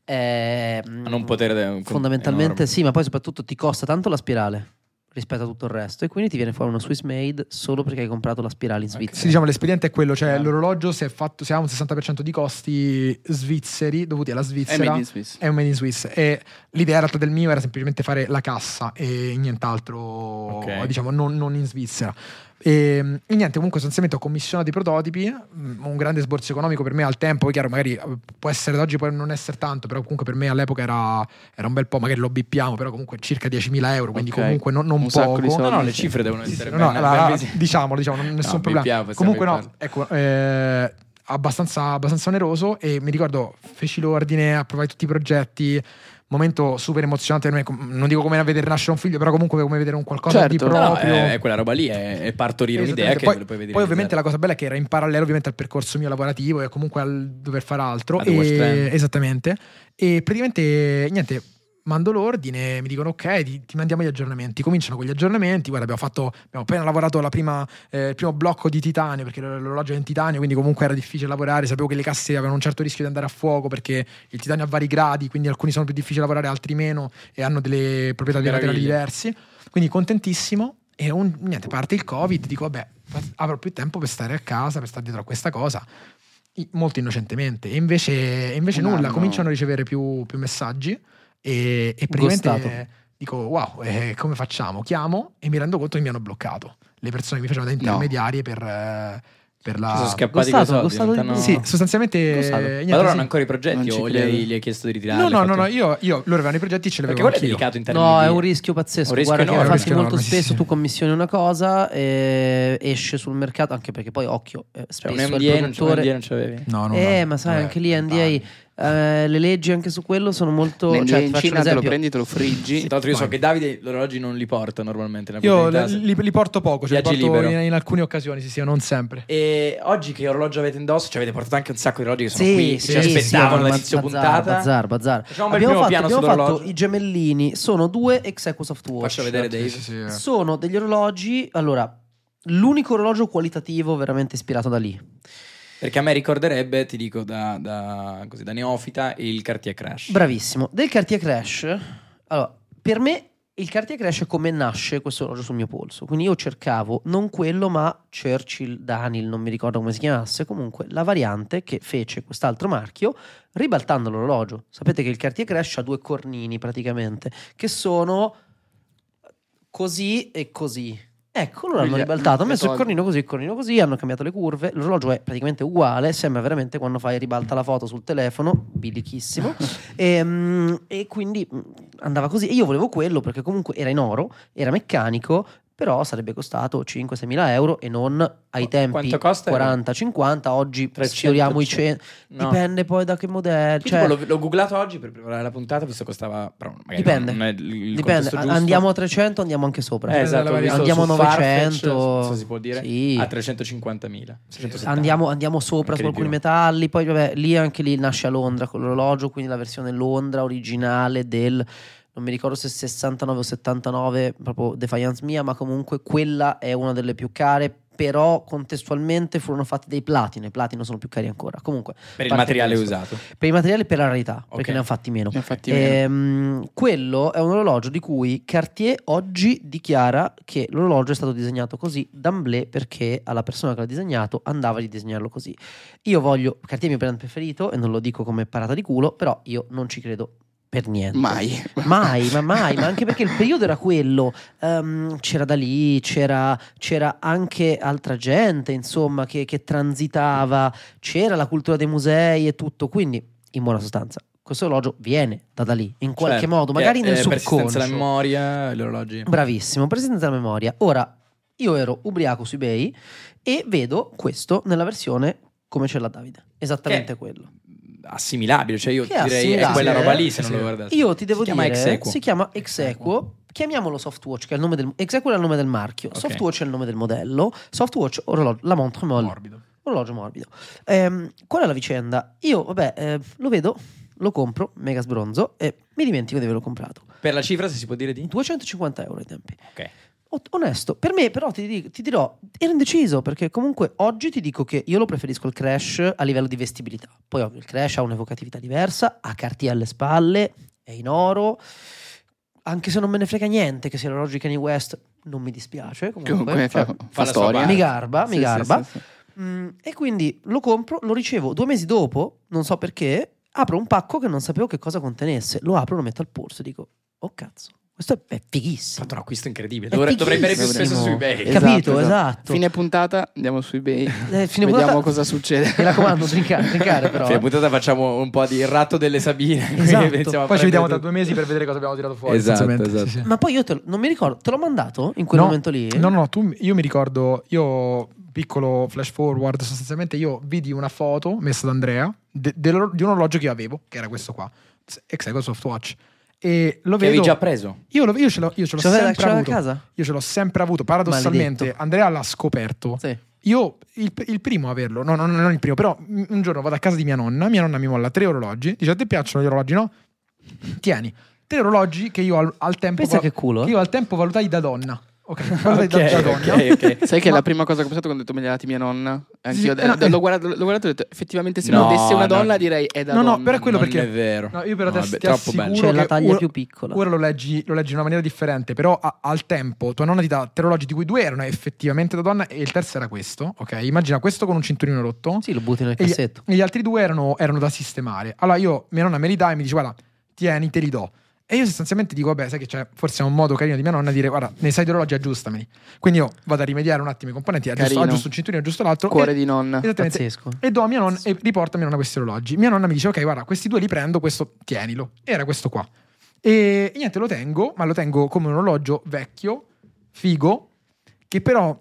Speaker 2: ehm,
Speaker 3: Hanno un potere
Speaker 2: Fondamentalmente
Speaker 3: enorme.
Speaker 2: sì, ma poi soprattutto ti costa tanto la spirale rispetto a tutto il resto e quindi ti viene fuori uno Swiss made solo perché hai comprato la spirale in Svizzera.
Speaker 1: Sì, diciamo, l'espediente è quello,
Speaker 6: Eh.
Speaker 1: cioè
Speaker 3: Chiaro.
Speaker 1: l'orologio se, è fatto, se ha un 60% di costi svizzeri dovuti alla
Speaker 6: È
Speaker 1: Svizzera
Speaker 6: made in Swiss.
Speaker 1: è un made in Swiss e l'idea in realtà del mio era semplicemente fare la cassa e nient'altro,
Speaker 3: Ok.
Speaker 1: diciamo, non, non in Svizzera. E, e niente, comunque sostanzialmente ho commissionato i prototipi, mh, un grande sborso economico per me al tempo, poi chiaro magari eh, può essere da oggi, può non essere tanto, però comunque per me all'epoca era, era un bel po', magari lo bippiamo, però comunque circa 10.000 euro, quindi
Speaker 3: Ok.
Speaker 1: comunque non, non
Speaker 6: Un sacco di
Speaker 1: poco.
Speaker 6: soldi.
Speaker 3: No, diciamo. no, le cifre devono
Speaker 1: Sì, sì,
Speaker 3: essere
Speaker 1: no,
Speaker 3: ben,
Speaker 1: no, la-
Speaker 3: ben
Speaker 1: la-
Speaker 3: visibili.
Speaker 1: diciamo, diciamo, non- nessun
Speaker 3: No,
Speaker 1: problema.
Speaker 3: bippiamo, possiamo
Speaker 1: Comunque no,
Speaker 3: bipparlo.
Speaker 1: ecco, eh, abbastanza, abbastanza oneroso e mi ricordo feci l'ordine, approvai tutti i progetti, momento super emozionante per me, com- non dico come era vedere nascere un figlio, però comunque come vedere un qualcosa di
Speaker 6: Certo. No,
Speaker 1: proprio.
Speaker 3: No, eh, no, è, è quella roba lì, è, è partorire un'idea
Speaker 1: Esattamente.
Speaker 3: che lo
Speaker 1: poi,
Speaker 3: puoi vedere.
Speaker 1: poi ovviamente la cosa bella è che era in parallelo ovviamente al percorso mio lavorativo e comunque al dover fare altro
Speaker 3: Ad West
Speaker 1: e,
Speaker 3: End.
Speaker 1: esattamente e praticamente niente mando l'ordine mi dicono ok ti, ti mandiamo gli aggiornamenti cominciano con gli aggiornamenti guarda abbiamo fatto abbiamo appena lavorato la prima, eh, il primo blocco di titanio perché l'or- l'orologio è in titanio quindi comunque era difficile lavorare sapevo che le casse avevano un certo rischio di andare a fuoco perché il titanio ha vari gradi quindi alcuni sono più difficili da lavorare altri meno e hanno delle proprietà di materiali
Speaker 3: Meraviglia.
Speaker 1: diversi quindi contentissimo e un- niente, parte il covid dico vabbè avrò più tempo per stare a casa per stare dietro a questa cosa I- molto innocentemente e invece, e invece
Speaker 6: Un
Speaker 1: nulla
Speaker 6: anno.
Speaker 1: cominciano a ricevere più, più messaggi e, e praticamente
Speaker 2: Ghostato.
Speaker 1: dico wow eh, come facciamo chiamo e mi rendo conto che mi hanno bloccato le persone che mi facevano da intermediarie per, eh, per la
Speaker 3: sono scappati
Speaker 2: Costato,
Speaker 3: con soldi,
Speaker 2: costato di-
Speaker 3: diventano-
Speaker 1: sì sostanzialmente
Speaker 2: Lo sanno.
Speaker 1: eh,
Speaker 2: Ma
Speaker 1: niente,
Speaker 3: Ma loro
Speaker 1: sì.
Speaker 3: hanno ancora i progetti
Speaker 6: Non ci
Speaker 3: o gli
Speaker 6: credo.
Speaker 3: hai, gli hai chiesto di ritirarli?
Speaker 1: no no
Speaker 3: hai
Speaker 1: no,
Speaker 3: fatto-
Speaker 1: no, io, io loro avevano i progetti e ce
Speaker 3: Perché
Speaker 1: l'avevo
Speaker 3: quello è
Speaker 1: anch'io
Speaker 3: delicato in termini
Speaker 2: No,
Speaker 3: di-
Speaker 2: è un rischio pazzesco.
Speaker 3: Un rischio
Speaker 2: Guarda, che
Speaker 3: enorme.
Speaker 2: infatti,
Speaker 1: Un rischio
Speaker 2: molto
Speaker 1: enorme, sì,
Speaker 2: spesso
Speaker 1: sì.
Speaker 2: tu commissioni una cosa e esce sul mercato, anche perché poi, occhio, eh,
Speaker 3: Cioè,
Speaker 2: spesso
Speaker 3: un
Speaker 2: è il
Speaker 3: NDA non c'è- un
Speaker 2: produttore.
Speaker 3: NDA non ce l'avevi.
Speaker 1: no no
Speaker 2: eh,
Speaker 1: no.
Speaker 2: ma sai,
Speaker 1: Vabbè,
Speaker 2: anche lì NDA.
Speaker 1: dai.
Speaker 2: eh, le leggi anche su quello sono molto.
Speaker 6: Nel-
Speaker 2: cioè, ti
Speaker 6: in
Speaker 2: faccio un
Speaker 6: Cina te lo
Speaker 2: esempio.
Speaker 6: prendi, te lo friggi.
Speaker 3: Sì, Tra l'altro io so che Davide gli orologi non li porta normalmente. nella
Speaker 1: Io
Speaker 3: porta in
Speaker 1: li,
Speaker 3: casa.
Speaker 1: li- li porto poco, cioè li
Speaker 3: Viaggi
Speaker 1: porto in,
Speaker 3: libero.
Speaker 1: in alcune occasioni, sì, sì, non sempre.
Speaker 3: E oggi che orologio avete indosso? Ci avete portato anche un sacco di orologi che sono
Speaker 2: Sì,
Speaker 3: qui,
Speaker 2: sì,
Speaker 3: ci
Speaker 2: sì,
Speaker 3: aspettavano
Speaker 2: sì,
Speaker 3: dall'inizio
Speaker 2: bazzar,
Speaker 3: puntata.
Speaker 2: Bazzar, bazzar.
Speaker 3: Facciamo un bel
Speaker 2: Abbiamo,
Speaker 3: primo
Speaker 2: fatto,
Speaker 3: piano
Speaker 2: abbiamo
Speaker 3: sull'orologio.
Speaker 2: fatto i gemellini, sono due ex Equus Watch.
Speaker 3: Faccio vedere Dave.
Speaker 1: Sì, sì, sì.
Speaker 2: Sono degli orologi. Allora, l'unico orologio qualitativo veramente ispirato da lì.
Speaker 3: Perché a me ricorderebbe, ti dico da, da- così, da neofita, il Cartier Crash.
Speaker 2: Bravissimo. Del Cartier Crash, allora, per me il Cartier Crash è come nasce questo orologio sul mio polso. Quindi io cercavo non quello, ma Churchill, Daniel, non mi ricordo come si chiamasse, comunque la variante che fece quest'altro marchio ribaltando l'orologio. Sapete che il Cartier Crash ha due cornini praticamente, che sono così e così. Ecco, loro hanno
Speaker 6: Quindi,
Speaker 2: ribaltato,
Speaker 6: mm,
Speaker 3: eh,
Speaker 2: hanno messo il
Speaker 6: togli.
Speaker 2: cornino così, il cornino così, hanno cambiato le curve, l'orologio è praticamente uguale, sembra veramente quando fai ribalta la foto sul telefono, bilichissimo, e, mm, e quindi mm, andava così. E io volevo quello perché comunque era in oro, era meccanico, però sarebbe costato 5-6 mila euro e non ai
Speaker 3: Qu-
Speaker 2: tempi
Speaker 3: quanto costa?
Speaker 2: 40-50, oggi
Speaker 3: 300,
Speaker 2: sfioriamo i 100,
Speaker 3: No.
Speaker 2: dipende poi da che modello.
Speaker 3: Io
Speaker 2: Cioè,
Speaker 3: tipo l'ho, l'ho googlato oggi per preparare la puntata, visto costava. Però magari
Speaker 2: Dipende.
Speaker 3: Non, non è il il
Speaker 2: dipende,
Speaker 3: contesto giusto.
Speaker 2: andiamo a 300, andiamo anche sopra.
Speaker 3: Eh, esatto, ho visto
Speaker 2: andiamo a
Speaker 3: su Farfetch,
Speaker 2: 900,
Speaker 3: non so se si può dire,
Speaker 2: sì.
Speaker 3: a 350.000. 670.
Speaker 2: Andiamo, andiamo sopra
Speaker 3: Anche
Speaker 2: su
Speaker 3: di
Speaker 2: alcuni
Speaker 3: più.
Speaker 2: metalli, poi vabbè, lì anche lì nasce a Londra con l'orologio, quindi la versione Londra originale del non mi ricordo se 69 o 79, proprio Defiance mia, ma comunque quella è una delle più care, però contestualmente furono fatti dei platino, i platino sono più cari ancora. Comunque,
Speaker 3: per il
Speaker 2: parte
Speaker 3: materiale
Speaker 2: questo.
Speaker 3: usato.
Speaker 2: per i materiali e per la rarità,
Speaker 3: Ok.
Speaker 2: perché ne hanno fatti meno.
Speaker 6: Infatti,
Speaker 2: Ehm, quello è un orologio di cui Cartier oggi dichiara che l'orologio è stato disegnato così d'amblè perché alla persona che l'ha disegnato andava di disegnarlo così. Io voglio Cartier è il mio brand preferito e non lo dico come parata di culo, però io non ci credo per niente.
Speaker 6: mai.
Speaker 2: Mai, ma mai, ma anche perché il periodo era quello. Ehm, c'era da lì, c'era, c'era anche altra gente, insomma, che, che transitava, c'era la cultura dei musei e tutto. Quindi, in buona sostanza, questo orologio viene da, da lì, in qualche
Speaker 3: Certo,
Speaker 2: modo, magari
Speaker 3: che
Speaker 2: nel
Speaker 3: è Persistenza della
Speaker 2: subconscio.
Speaker 3: memoria, gli orologi.
Speaker 2: Bravissimo, presenza della memoria. Ora, io ero ubriaco su eBay e vedo questo nella versione come ce l'ha Davide. Esattamente
Speaker 3: Che-
Speaker 2: quello.
Speaker 3: Assimilabile, cioè io
Speaker 2: Che è
Speaker 3: direi è
Speaker 2: assimilabile,
Speaker 3: quella roba lì se
Speaker 1: sì,
Speaker 3: non
Speaker 1: sì.
Speaker 3: lo guardate.
Speaker 2: Io ti devo
Speaker 3: Si chiama
Speaker 2: dire,
Speaker 3: Exequo.
Speaker 2: si chiama Exequo. Chiamiamolo Softwatch, che è il nome del Exequo era il nome del marchio.
Speaker 3: Ok.
Speaker 2: Softwatch è il nome del modello. Softwatch orologio, la montre mol-
Speaker 1: Morbido.
Speaker 2: orologio morbido. Ehm, qual è la vicenda? Io, vabbè, eh, lo vedo, lo compro, mega sbronzo e mi dimentico di averlo comprato.
Speaker 3: Per la cifra se si può dire di...
Speaker 2: 250 euro ai tempi.
Speaker 3: Ok.
Speaker 2: O- Onesto, per me però ti, di- ti dirò, ero indeciso perché comunque oggi ti dico che io lo preferisco il crash a livello di vestibilità. Poi ovvio il crash ha un'evocatività diversa, ha cartier alle spalle, è in oro, anche se non me ne frega niente che sia l'orologio di Kanye West, non mi dispiace comunque. cioè,
Speaker 6: Comunque fa, fa
Speaker 3: fa la sua
Speaker 6: storia.
Speaker 3: parte.
Speaker 2: mi garba, mi
Speaker 6: Sì, sì,
Speaker 2: garba.
Speaker 6: sì, sì.
Speaker 2: Mm, e quindi lo compro, lo ricevo due mesi dopo, non so perché, apro un pacco che non sapevo che cosa contenesse, lo apro, lo metto al polso e dico, oh cazzo, questo Questo è fighissimo.
Speaker 3: fatto un acquisto incredibile.
Speaker 2: È
Speaker 3: Dovrei, dovrei bere più
Speaker 2: fighissimo.
Speaker 3: spesso su eBay.
Speaker 2: Esatto. Capito, esatto.
Speaker 6: Fine puntata, andiamo su eBay.
Speaker 2: Eh, fine
Speaker 6: Vediamo
Speaker 2: puntata-
Speaker 6: cosa succede.
Speaker 2: Mi raccomando, drinkare, drinkare però. eh.
Speaker 3: Fine puntata facciamo un po' di ratto delle Sabine.
Speaker 2: Esatto.
Speaker 3: Iniziamo a
Speaker 1: Poi ci vediamo
Speaker 3: prendere
Speaker 1: tra due mesi per vedere cosa abbiamo tirato fuori.
Speaker 3: Esatto,
Speaker 1: essenzialmente.
Speaker 3: esatto.
Speaker 2: Ma poi io te lo- non mi ricordo, te l'ho mandato in quel
Speaker 1: No,
Speaker 2: momento lì?
Speaker 1: No, no, tu, io mi ricordo, io piccolo flash forward, sostanzialmente io vidi una foto messa da Andrea de- dello- di un orologio che io avevo, che era questo qua, Exego Softwatch. E lo
Speaker 3: Che avevi
Speaker 1: vedo
Speaker 3: già preso.
Speaker 1: Io, lo, io ce l'ho, io ce l'ho
Speaker 2: Ce l'aveva-
Speaker 1: sempre
Speaker 2: ce l'aveva
Speaker 1: avuto.
Speaker 2: a casa?
Speaker 1: Io ce l'ho sempre avuto. Paradossalmente,
Speaker 2: Maledetto.
Speaker 1: Andrea l'ha scoperto.
Speaker 2: Sì.
Speaker 1: Io, il, il primo a averlo, no, no, no, non il primo, però mm, un giorno vado a casa di mia nonna. Mia nonna mi molla tre orologi. Dice: A te piacciono gli orologi? No? Tieni, tre orologi che io al, al tempo.
Speaker 2: Pensa che culo, eh.
Speaker 1: io al tempo valutai da donna. Ok, valutai da- da,
Speaker 3: Ok,
Speaker 1: donna.
Speaker 3: ok, ok.
Speaker 6: Sai che è
Speaker 1: Ma-
Speaker 6: la prima cosa che ho pensato quando ho detto me li ha dati mia nonna? Anch'io.
Speaker 1: Sì,
Speaker 6: eh,
Speaker 1: no,
Speaker 6: l'ho,
Speaker 1: eh.
Speaker 6: guardato, l'ho guardato e ho detto, effettivamente se
Speaker 3: No,
Speaker 6: lo desse una
Speaker 3: no.
Speaker 6: donna direi è da
Speaker 1: No, no,
Speaker 6: donna.
Speaker 1: però è quello
Speaker 3: non
Speaker 1: perché-
Speaker 3: è vero.
Speaker 1: No, io però
Speaker 3: No,
Speaker 1: adesso
Speaker 3: vabbè,
Speaker 1: ti
Speaker 3: troppo
Speaker 1: assicuro
Speaker 3: bello.
Speaker 2: C'è la
Speaker 1: che
Speaker 2: taglia
Speaker 1: ora-
Speaker 2: più piccola.
Speaker 1: Ora lo leggi, lo leggi in una maniera differente, però a- al tempo tua nonna ti dà tre orologi di cui due erano effettivamente da donna e il terzo era questo, ok? Immagina questo con un cinturino rotto
Speaker 2: Sì, lo butti nel
Speaker 1: e gli,
Speaker 2: cassetto.
Speaker 1: e gli altri due erano, erano da sistemare. Allora io, mia nonna me li dà e mi dice guarda, tieni, te li do. E io sostanzialmente dico, vabbè, sai che c'è forse è un modo carino di mia nonna dire, guarda, nei sai di orologi aggiustameli. Quindi io vado a rimediare un attimo i componenti, aggiusto,
Speaker 6: Carino.
Speaker 1: aggiusto un cinturino, aggiusto l'altro.
Speaker 6: Cuore
Speaker 1: e-
Speaker 6: di nonna.
Speaker 1: Esattamente.
Speaker 2: Pazzesco.
Speaker 1: E do a mia nonna e riporto a mia nonna questi orologi. Mia nonna mi dice: Ok, guarda, questi due li prendo, questo tienilo. Era questo qua. E niente, lo tengo, ma lo tengo come un orologio vecchio, figo, che però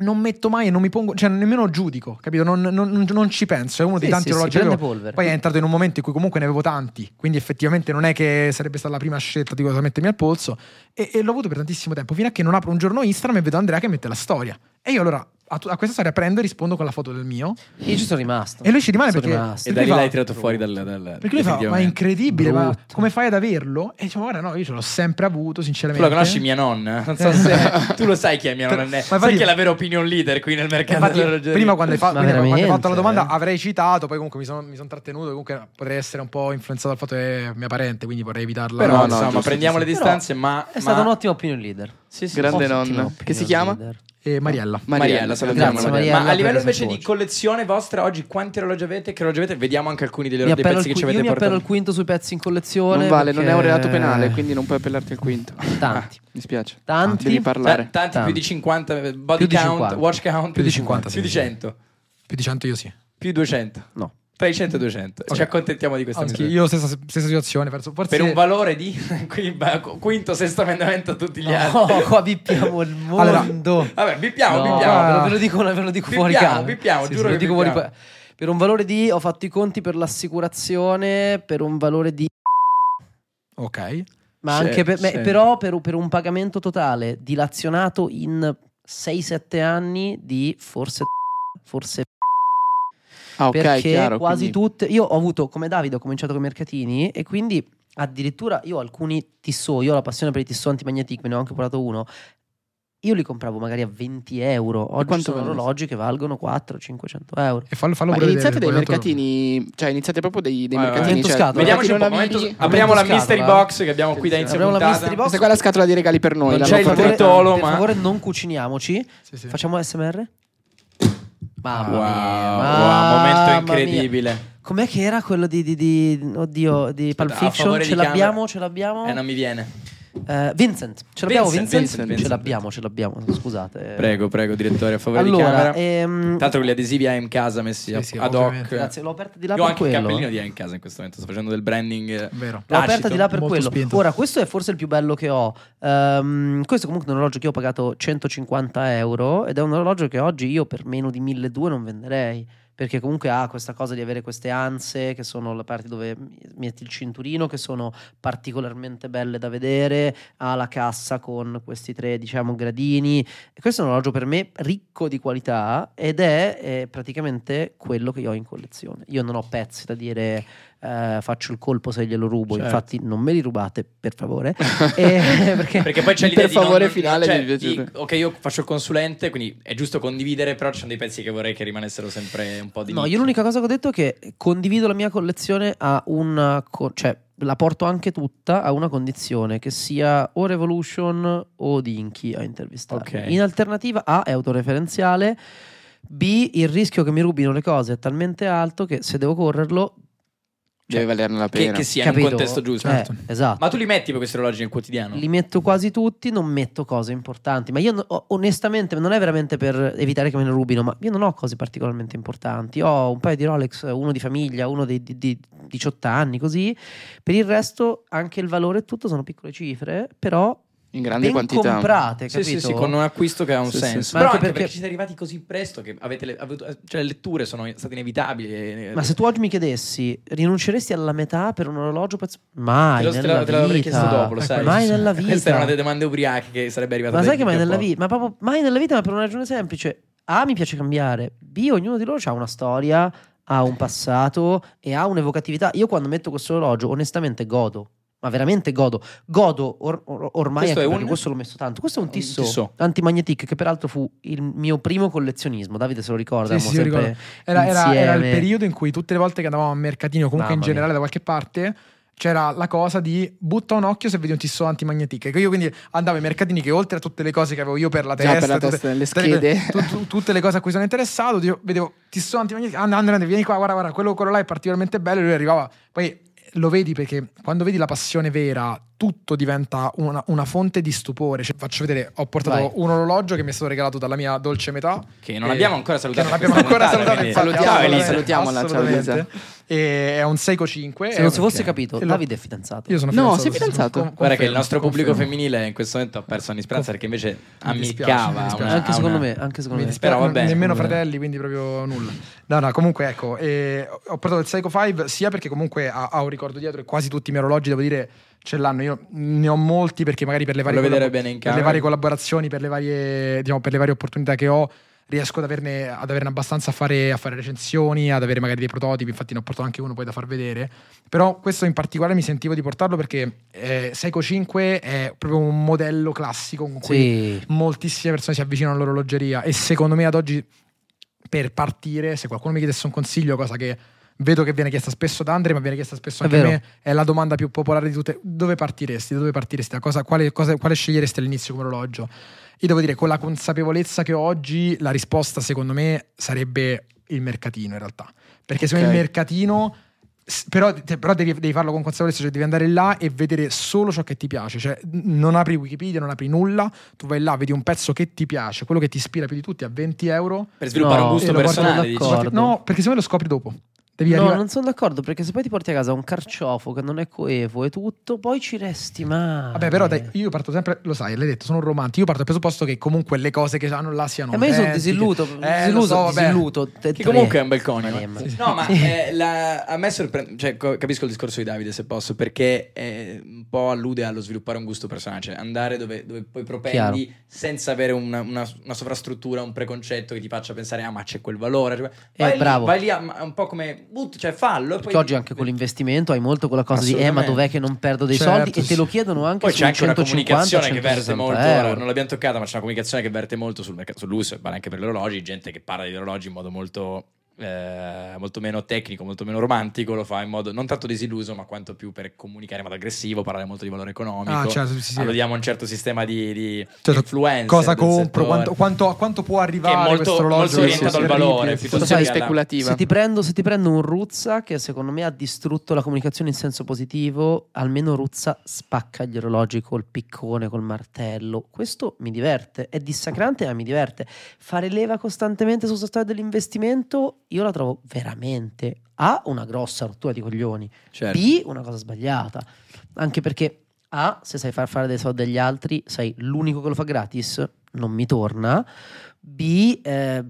Speaker 1: non metto mai e non mi pongo, cioè nemmeno giudico, capito? Non, non- non- non ci penso. È uno dei
Speaker 2: Sì,
Speaker 1: tanti
Speaker 2: sì, sì,
Speaker 1: orologi che
Speaker 2: prende
Speaker 1: avevo.
Speaker 2: polvere.
Speaker 1: Poi è entrato in un momento in cui comunque ne avevo tanti, quindi effettivamente non è che sarebbe stata la prima scelta di cosa mettermi al polso. E, e l'ho avuto per tantissimo tempo, fino a che non apro un giorno Instagram e vedo Andrea che mette la storia. E io allora a, tu- a questa storia prendo e rispondo con la foto del mio.
Speaker 2: Io ci sono rimasto.
Speaker 1: E lui ci rimane
Speaker 2: Sono
Speaker 1: perché-
Speaker 2: rimasto.
Speaker 3: E da
Speaker 1: Perché
Speaker 3: lì
Speaker 1: fa-
Speaker 3: l'hai tirato fuori dal... dal
Speaker 1: Perché lui fa, ma è
Speaker 3: definitivamente.
Speaker 1: incredibile, ma
Speaker 2: Brutto.
Speaker 1: come fai ad averlo? E diciamo, guarda, no, io ce l'ho sempre avuto,
Speaker 3: Tu
Speaker 1: sinceramente.
Speaker 3: la conosci mia nonna? Non so se tu lo sai chi è mia nonna.
Speaker 1: Eh. Ma
Speaker 3: sai
Speaker 1: infatti-
Speaker 3: che è la vera opinion leader qui nel mercato
Speaker 1: Infatti,
Speaker 3: dell'orologeria.
Speaker 1: prima quando hai, fa-
Speaker 2: Ma
Speaker 1: quindi quando hai
Speaker 2: veramente,
Speaker 1: fatto la domanda
Speaker 2: eh?
Speaker 1: avrei citato, poi comunque mi sono, mi sono trattenuto, comunque potrei essere un po' influenzato dal fatto che è mia parente, quindi vorrei evitarla.
Speaker 3: Però
Speaker 6: No, no,
Speaker 3: insomma,
Speaker 6: giusto,
Speaker 3: prendiamo le
Speaker 2: Però
Speaker 3: distanze, ma...
Speaker 2: È stata
Speaker 3: ma-
Speaker 2: un'ottima opinion leader.
Speaker 3: Sì, sì,
Speaker 6: Grande
Speaker 3: sì.
Speaker 6: nonna.
Speaker 2: Ottima
Speaker 6: Che
Speaker 2: opinion
Speaker 6: si chiama?
Speaker 2: leader.
Speaker 1: E Mariella.
Speaker 3: Mariella, salutiamo
Speaker 2: Grazie,
Speaker 3: Mariella.
Speaker 2: Mariella,
Speaker 3: Ma a livello
Speaker 2: per questa
Speaker 3: invece di
Speaker 2: voce.
Speaker 3: collezione vostra, oggi quanti orologi avete? Che orologi avete? Vediamo anche alcuni degli
Speaker 2: Mi
Speaker 3: dei
Speaker 2: appello
Speaker 3: pezzi
Speaker 2: al
Speaker 3: che ci
Speaker 2: qui- io
Speaker 3: avete
Speaker 2: mi appello al
Speaker 3: portato.
Speaker 2: quinto sui pezzi in collezione.
Speaker 6: Non vale, non è un
Speaker 2: perché-
Speaker 6: reato penale, quindi non puoi appellarti al quinto.
Speaker 2: Tanti.
Speaker 6: Mi spiace.
Speaker 2: Tanti.
Speaker 6: Devi
Speaker 3: Ta-
Speaker 6: parlare.
Speaker 3: Tanti, più
Speaker 2: Tanti.
Speaker 3: di 50, body
Speaker 2: Più di
Speaker 3: count,
Speaker 2: 50.
Speaker 3: watch count,
Speaker 1: Più di 50,
Speaker 3: più di
Speaker 1: sì, sì.
Speaker 3: 100,
Speaker 1: Più di 100 io sì.
Speaker 3: più di 200,
Speaker 2: No.
Speaker 3: tra i 100 e 200. Ci
Speaker 1: Ok.
Speaker 3: accontentiamo di questa
Speaker 1: Anzi,
Speaker 3: misura.
Speaker 1: io stessa, stessa situazione, penso- forse
Speaker 3: Per un valore di quindi, ba- quinto, sesto emendamento a tutti gli altri.
Speaker 2: No, qua bippiamo il mondo.
Speaker 1: Allora-
Speaker 3: Vabbè, bippiamo,
Speaker 2: No,
Speaker 3: bippiamo.
Speaker 2: Ve lo, ve lo dico, ve lo dico fuori
Speaker 3: Bippiamo,
Speaker 2: camera.
Speaker 3: bippiamo, giuro
Speaker 2: ve lo
Speaker 3: che
Speaker 2: dico fuori
Speaker 3: bippiamo.
Speaker 2: pa- Per un valore di... Ho fatto i conti per l'assicurazione, per un valore di...
Speaker 1: Ok.
Speaker 2: Ma
Speaker 3: Sì,
Speaker 2: anche per, me-
Speaker 3: sì.
Speaker 2: però per, per un pagamento totale dilazionato in 6-7 anni di forse... Forse...
Speaker 6: Ah, ok,
Speaker 2: perché
Speaker 6: chiaro.
Speaker 2: quasi
Speaker 6: quindi-
Speaker 2: tutte... Io ho avuto, come Davide, ho cominciato con i mercatini e quindi addirittura io ho alcuni tissò, io ho la passione per i tissò antimagnetici, me ne ho anche portato uno. Io li compravo magari a 20 euro. Oggi
Speaker 6: quanto
Speaker 2: sono
Speaker 6: vale?
Speaker 2: orologi che valgono 400-500 euro.
Speaker 1: E fallo, fallo
Speaker 6: Ma
Speaker 1: pure
Speaker 6: iniziate dai
Speaker 1: vedere, poi tanto-
Speaker 6: mercatini, cioè iniziate proprio dai, dei
Speaker 3: Vai, vai,
Speaker 6: mercatini.
Speaker 2: vai.
Speaker 6: Cioè,
Speaker 2: Toscato,
Speaker 3: Vediamoci un po'.
Speaker 6: mercatini
Speaker 3: momento-
Speaker 6: non amici.
Speaker 3: apriamo la
Speaker 2: Momento
Speaker 3: mystery
Speaker 2: scatola.
Speaker 3: box che abbiamo qui da inizio
Speaker 2: Apriamo la
Speaker 3: puntata.
Speaker 2: mystery box.
Speaker 6: Questa qua è la scatola di regali per noi.
Speaker 3: Non
Speaker 6: l'hanno
Speaker 3: c'è il
Speaker 6: fatta-
Speaker 2: Per
Speaker 3: tritolo.
Speaker 2: favore-
Speaker 3: ma-
Speaker 2: Per favore non cuciniamoci.
Speaker 1: Sì, sì.
Speaker 2: Facciamo SMR? Mamma
Speaker 3: Wow,
Speaker 2: mia,
Speaker 3: wow, momento
Speaker 2: mamma
Speaker 3: incredibile.
Speaker 2: mia. Com'è che era quello di, di, di- oddio, di Pulp
Speaker 3: a
Speaker 2: Fiction?
Speaker 3: favore
Speaker 2: Ce
Speaker 3: di
Speaker 2: l'abbiamo,
Speaker 3: camera.
Speaker 2: ce l'abbiamo.
Speaker 3: Eh, non mi viene.
Speaker 2: Eh, Vincent, ce l'abbiamo
Speaker 3: Vincent,
Speaker 2: Vincent?
Speaker 3: Vincent, Vincent.
Speaker 2: Ce l'abbiamo, ce l'abbiamo, scusate.
Speaker 3: Prego, prego, direttore, a favore di
Speaker 2: Eh. Allora,
Speaker 3: camera.
Speaker 2: ehm,
Speaker 3: Tanto con gli adesivi hai in casa messi
Speaker 1: Sì,
Speaker 3: a-
Speaker 1: sì,
Speaker 3: ad hoc.
Speaker 1: ovviamente.
Speaker 2: Grazie, l'ho aperta di là
Speaker 3: Io ho
Speaker 2: per
Speaker 3: anche il
Speaker 2: quello.
Speaker 3: cappellino di hai in casa in questo momento. Sto facendo del branding. eh,
Speaker 1: Vero.
Speaker 2: L'ho aperta
Speaker 3: tacito.
Speaker 2: di là per
Speaker 1: molto
Speaker 2: quello.
Speaker 1: spinto.
Speaker 2: Ora, questo è forse il più bello che ho. Ehm, questo è comunque un orologio che io ho pagato 150 euro ed è un orologio che oggi io per meno di 1200 non venderei. Perché comunque ha questa cosa di avere queste anse che sono la parte dove metti il cinturino, che sono particolarmente belle da vedere, ha la cassa con questi tre diciamo gradini. E questo è un orologio per me ricco di qualità ed è eh, praticamente quello che io ho in collezione. Io non ho pezzi da dire eh, faccio il colpo se glielo rubo,
Speaker 3: Certo.
Speaker 2: infatti non me li rubate per favore. Eh, perché,
Speaker 3: Perché poi
Speaker 6: Per
Speaker 3: c'è l'idea di non-
Speaker 6: favore
Speaker 3: non-
Speaker 6: finale
Speaker 3: cioè,
Speaker 6: mi è piaciuta.
Speaker 3: di- Ok, io faccio il consulente, quindi è giusto condividere, però ci sono dei pezzi che vorrei che rimanessero sempre un po' di
Speaker 2: No,
Speaker 3: nicchia.
Speaker 2: io l'unica cosa che ho detto è che condivido la mia collezione a una... co- cioè la porto anche tutta a una condizione che sia o Revolution o Dinky a intervistare.
Speaker 3: Ok.
Speaker 2: In alternativa A è autoreferenziale, B il rischio che mi rubino le cose è talmente alto che se devo correrlo
Speaker 6: deve valerne la
Speaker 3: che,
Speaker 6: pena.
Speaker 3: che sia
Speaker 2: Capito?
Speaker 3: in un contesto giusto.
Speaker 2: Eh, esatto.
Speaker 3: Certo. Ma tu li metti poi questi orologi nel quotidiano?
Speaker 2: Li metto quasi tutti, non metto cose importanti. Ma io no- o- onestamente non è veramente per evitare che me ne rubino, ma io non ho cose particolarmente importanti. Ho un paio di Rolex, uno di famiglia, uno dei- di, di 18 anni, così. Per il resto anche il valore e tutto sono piccole cifre, però
Speaker 6: in grandi
Speaker 2: ben
Speaker 6: quantità.
Speaker 2: comprate,
Speaker 3: Sì,
Speaker 2: capito?
Speaker 3: sì, sì, con un acquisto che ha un
Speaker 2: Sì, sì,
Speaker 3: senso.
Speaker 2: sì. Ma
Speaker 3: Però
Speaker 2: anche
Speaker 3: anche perché...
Speaker 2: perché
Speaker 3: ci siete arrivati così presto che avete le, avuto- cioè, le letture sono state inevitabili. eh,
Speaker 2: Ma se tu oggi mi chiedessi, rinunceresti alla metà per un orologio? pezzo- Mai
Speaker 3: Te lo- te
Speaker 2: nella
Speaker 3: l'ho- te l'avrei
Speaker 2: vita.
Speaker 3: chiesto dopo, lo
Speaker 1: Ecco,
Speaker 3: sai.
Speaker 2: Mai nella
Speaker 3: Questa era una
Speaker 2: vita.
Speaker 3: delle domande ubriache che sarebbe arrivata.
Speaker 2: Ma
Speaker 3: da
Speaker 2: sai che mai
Speaker 3: Giulio
Speaker 2: nella
Speaker 3: Porro.
Speaker 2: vita, ma proprio mai nella vita, ma per una ragione semplice. A, mi piace cambiare. B, ognuno di loro ha una storia, ha un passato e ha un'evocatività. Io quando metto questo orologio, onestamente godo. Ma veramente godo. Godo or- or- ormai anche
Speaker 3: Questo è
Speaker 2: perché
Speaker 3: un-
Speaker 2: questo l'ho messo tanto. Questo è un
Speaker 3: Un
Speaker 2: tissot,
Speaker 3: tissot.
Speaker 2: antimagnetic che peraltro fu il mio primo collezionismo. Davide se lo ricorda.
Speaker 1: Sì, sì,
Speaker 2: eravamo
Speaker 1: io
Speaker 2: sempre
Speaker 1: Era, era- era il
Speaker 2: insieme.
Speaker 1: periodo in cui tutte le volte che andavamo a mercatino, o comunque
Speaker 2: Mamma
Speaker 1: in
Speaker 2: mia.
Speaker 1: generale da qualche parte, c'era la cosa di butta un occhio se vedi un tissot antimagnetiche. Che io quindi andavo ai mercatini che oltre a tutte le cose che avevo io per la
Speaker 6: Già
Speaker 1: testa,
Speaker 6: per la
Speaker 1: tutte-
Speaker 6: testa, le
Speaker 1: tutte-
Speaker 6: schede.
Speaker 1: tu- tu- tutte le cose a cui sono interessato, dicevo- vedevo tissot antimagnetiche, anda, anda, anda, vieni qua, guarda, guarda, quello, quello là è particolarmente bello, e lui arrivava. Poi lo vedi perché quando vedi la passione vera, tutto diventa una, una fonte di stupore. Cioè, faccio vedere, ho portato
Speaker 2: Vai.
Speaker 1: un orologio che mi è stato regalato dalla mia dolce metà.
Speaker 3: Che non
Speaker 1: Eh,
Speaker 3: abbiamo ancora
Speaker 1: Che
Speaker 3: salutato.
Speaker 1: non abbiamo
Speaker 3: questa
Speaker 1: ancora
Speaker 3: puntata,
Speaker 1: salutato.
Speaker 3: quindi-
Speaker 1: infatti,
Speaker 6: Salutiamola,
Speaker 1: assolutamente,
Speaker 6: salutiamola, ciao, Elisa.
Speaker 1: assolutamente. E è un Seiko 5.
Speaker 2: Se non si fosse
Speaker 1: Eh, Ok.
Speaker 2: capito,
Speaker 1: E lo-
Speaker 2: Davide è fidanzato.
Speaker 1: Io sono
Speaker 6: No,
Speaker 1: fidanzato.
Speaker 6: sei
Speaker 1: Con-
Speaker 6: fidanzato?
Speaker 3: Guarda che il
Speaker 1: confermo,
Speaker 3: nostro pubblico
Speaker 1: confermo.
Speaker 3: femminile in questo momento ha perso ogni speranza perché invece
Speaker 1: Mi dispiace, mi
Speaker 3: ammiccava.
Speaker 1: dispiace.
Speaker 3: una-
Speaker 2: Anche
Speaker 3: a
Speaker 2: secondo
Speaker 3: una-
Speaker 2: me, anche secondo
Speaker 1: ah, Mi
Speaker 2: me.
Speaker 1: dispiace,
Speaker 3: Però va bene,
Speaker 1: nemmeno
Speaker 3: va bene.
Speaker 1: fratelli, quindi proprio nulla. No, no, comunque ecco, eh, ho portato il Seiko 5 sia perché comunque ha, ha un ricordo dietro e quasi tutti i miei orologi, devo dire, ce l'hanno. Io ne ho molti perché magari per le varie,
Speaker 3: Voglio vedere
Speaker 1: collab-
Speaker 3: bene in
Speaker 1: per le
Speaker 3: camera.
Speaker 1: varie collaborazioni, per le varie, diciamo, per le varie opportunità che ho, riesco ad averne, ad averne abbastanza a fare, a fare recensioni, ad avere magari dei prototipi, infatti ne ho portato anche uno poi da far vedere. Però questo in particolare mi sentivo di portarlo perché eh, Seiko 5 è proprio un modello classico con cui
Speaker 2: Sì.
Speaker 1: moltissime persone si avvicinano all'orologeria e secondo me ad oggi per partire, se qualcuno mi chiedesse un consiglio, cosa che vedo che viene chiesta spesso da Andre, ma viene chiesta spesso
Speaker 2: È
Speaker 1: anche a
Speaker 2: vero.
Speaker 1: me, è la domanda più popolare di tutte, dove partiresti? Da Dove partiresti? Da cosa- quale, cosa- quale sceglieresti all'inizio come orologio? Io devo dire, con la consapevolezza che ho oggi, la risposta secondo me sarebbe il mercatino in realtà. Perché secondo me
Speaker 6: Ok.
Speaker 1: il mercatino... s- Però, te- però devi, devi farlo con consapevolezza, cioè devi andare là e vedere solo ciò che ti piace, cioè n- non apri Wikipedia, non apri nulla, tu vai là, vedi un pezzo che ti piace, quello che ti ispira più di tutti a 20 euro
Speaker 3: Per sviluppare
Speaker 2: No,
Speaker 3: un gusto
Speaker 1: e lo guardo
Speaker 3: personale. diciamo.
Speaker 2: d'accordo.
Speaker 3: dici.
Speaker 2: Guarda.
Speaker 1: No, perché se me lo scopri dopo. Devi
Speaker 2: no,
Speaker 1: arrivare.
Speaker 2: non sono d'accordo perché se poi ti porti a casa un carciofo che non è coevo e tutto, poi ci resti male.
Speaker 1: Vabbè, però dai, io parto sempre, lo sai, l'hai detto, sono un romantico. Io parto dal presupposto che comunque le cose che hanno là siano.
Speaker 2: Eh, ma io sono
Speaker 1: autentiche.
Speaker 2: disilluso,
Speaker 1: Eh, lo
Speaker 2: disilluso,
Speaker 1: so, vabbè.
Speaker 2: disilluto. te-
Speaker 3: Che
Speaker 2: tre.
Speaker 3: comunque è un bel conio. eh.
Speaker 2: Madonna.
Speaker 3: No, ma eh, la- a me sorprende. Cioè, co- capisco il discorso di Davide, se posso, perché eh, un po' allude allo sviluppare un gusto personale, cioè andare dove, dove poi propendi senza avere una, una- una sovrastruttura, un preconcetto che ti faccia pensare, ah, ma c'è quel valore. Cioè,
Speaker 2: Eh,
Speaker 3: vai lì-
Speaker 2: bravo.
Speaker 3: vai lì a- ma- un po' come butti, cioè fallo. e
Speaker 2: Perché
Speaker 3: poi-
Speaker 2: oggi anche con l'investimento hai molto quella cosa di eh ma
Speaker 3: Assolutamente.
Speaker 2: dov'è che non perdo dei
Speaker 1: Certo,
Speaker 2: soldi e te
Speaker 1: sì.
Speaker 2: lo chiedono anche
Speaker 3: Poi
Speaker 2: su
Speaker 3: c'è anche una
Speaker 2: 150,
Speaker 3: comunicazione che verte
Speaker 2: 160
Speaker 3: molto,
Speaker 2: euro.
Speaker 3: ora non l'abbiamo toccata, ma c'è una comunicazione che verte molto sul mercato, sull'uso e vale anche per gli orologi, gente che parla di orologi in modo molto, eh, molto meno tecnico, molto meno romantico, lo fa in modo non tanto disilluso, ma quanto più per comunicare in modo aggressivo, parlare molto di valore economico,
Speaker 1: Ah, certo, sì, sì.
Speaker 3: alludiamo a un certo sistema di, di
Speaker 1: Certo,
Speaker 3: influencer
Speaker 1: Cosa
Speaker 3: del
Speaker 1: compro?
Speaker 3: settore,
Speaker 1: Quanto, quanto- a quanto può
Speaker 3: che è
Speaker 1: arrivare questo
Speaker 3: molto,
Speaker 1: orologio?
Speaker 3: molto
Speaker 6: sì,
Speaker 3: orientato
Speaker 6: sì,
Speaker 3: al
Speaker 6: sì.
Speaker 3: valore,
Speaker 1: Sì,
Speaker 3: piuttosto
Speaker 6: Funzione
Speaker 3: che alla-
Speaker 6: speculativa.
Speaker 2: Se ti, prendo, se ti prendo un Ruzza che secondo me ha distrutto la comunicazione in senso positivo, almeno Ruzza spacca gli orologi col piccone, col martello. Questo mi diverte, è dissacrante ma mi diverte. Fare leva costantemente su questa storia dell'investimento, io la trovo veramente A, una grossa rottura di coglioni,
Speaker 3: Certo.
Speaker 2: B, una cosa sbagliata. Anche perché A, se sai far fare dei soldi agli altri, sei l'unico che lo fa gratis, non mi torna. B, eh,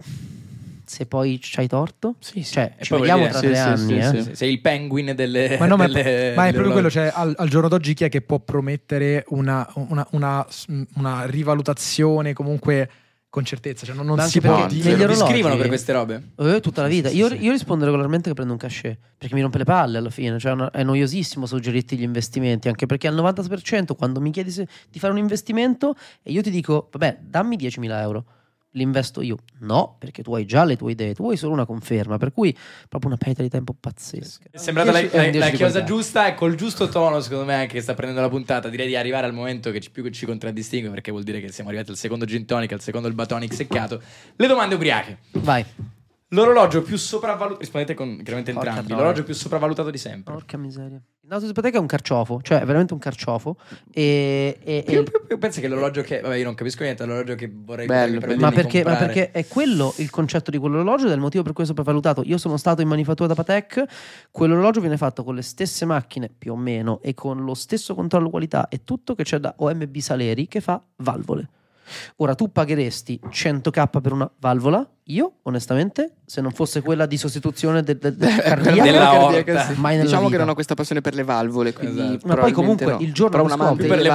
Speaker 2: se poi c'hai torto,
Speaker 3: Sì, sì.
Speaker 2: cioè,
Speaker 3: E
Speaker 2: ci
Speaker 3: poi
Speaker 2: vediamo
Speaker 3: voglio
Speaker 2: tra
Speaker 3: dire,
Speaker 2: tre
Speaker 6: sì, sì,
Speaker 2: anni.
Speaker 6: sì,
Speaker 2: eh.
Speaker 6: sì.
Speaker 3: sei il penguin delle...
Speaker 1: Ma, no, ma,
Speaker 3: delle-
Speaker 1: ma è proprio
Speaker 3: dell'orologio.
Speaker 1: quello, cioè al, al giorno d'oggi chi è che può promettere una, una- una- una rivalutazione comunque con certezza? Cioè non, non
Speaker 2: Ma
Speaker 1: si
Speaker 2: anche
Speaker 1: può
Speaker 2: perché
Speaker 1: dire.
Speaker 2: negli
Speaker 3: Lo
Speaker 2: orologi-
Speaker 3: scrivono per queste robe?
Speaker 2: Eh, tutta la
Speaker 3: Sì,
Speaker 2: vita.
Speaker 3: sì,
Speaker 2: io,
Speaker 3: sì.
Speaker 2: io rispondo regolarmente che prendo un cachet perché mi rompe le palle alla fine. Cioè, no- è noiosissimo suggerirti gli investimenti. Anche perché al 90% quando mi chiedi se- di fare un investimento e io ti dico, vabbè, dammi 10.000 euro. Li investo io? No, perché tu hai già le tue idee, tu hai solo una conferma. Per cui proprio una perdita di tempo pazzesca.
Speaker 3: È sembrata la,
Speaker 6: Dieci-
Speaker 3: la-
Speaker 6: eh, dieci
Speaker 3: la
Speaker 6: di
Speaker 3: chiosa
Speaker 6: qualità.
Speaker 3: giusta e col giusto tono, secondo me, anche che sta prendendo la puntata. Direi di arrivare al momento che ci, più ci contraddistingue, perché vuol dire che siamo arrivati al secondo gin tonic, al secondo il batonic seccato. Le domande ubriache.
Speaker 2: Vai.
Speaker 3: L'orologio più sopravvalutato. Rispondete con chiaramente
Speaker 2: Porca
Speaker 3: entrambi.
Speaker 2: troia.
Speaker 3: L'orologio più sopravvalutato di sempre.
Speaker 2: Porca miseria. Il naso di ipoteca è un carciofo, cioè è veramente un carciofo. E, e- e-
Speaker 3: Io, io- io penso che l'orologio che. Vabbè, io non capisco niente. L'orologio che vorrei
Speaker 6: Bello,
Speaker 3: vorrei
Speaker 2: ma,
Speaker 3: di
Speaker 2: perché, ma
Speaker 3: comprare.
Speaker 2: perché è quello il concetto di quell'orologio ed è il motivo per cui è sopravvalutato. Io sono stato in manifattura da Patek, quell'orologio viene fatto con le stesse macchine più o meno e con lo stesso controllo qualità e tutto che c'è da OMB Saleri che fa valvole. Ora tu pagheresti 100k per una valvola? Io, onestamente, se non fosse quella di sostituzione del, del, del cardiaco-
Speaker 3: della
Speaker 6: Della
Speaker 3: orta.
Speaker 6: orta.
Speaker 2: Mai nella
Speaker 6: diciamo che
Speaker 2: vita.
Speaker 6: non ho questa passione per le valvole, quindi
Speaker 3: Esatto.
Speaker 2: Ma poi
Speaker 6: probabilmente
Speaker 2: comunque
Speaker 6: no.
Speaker 2: il giorno
Speaker 6: Però
Speaker 2: che
Speaker 6: un
Speaker 2: scopri-
Speaker 6: amante
Speaker 3: Più per
Speaker 6: delle
Speaker 3: le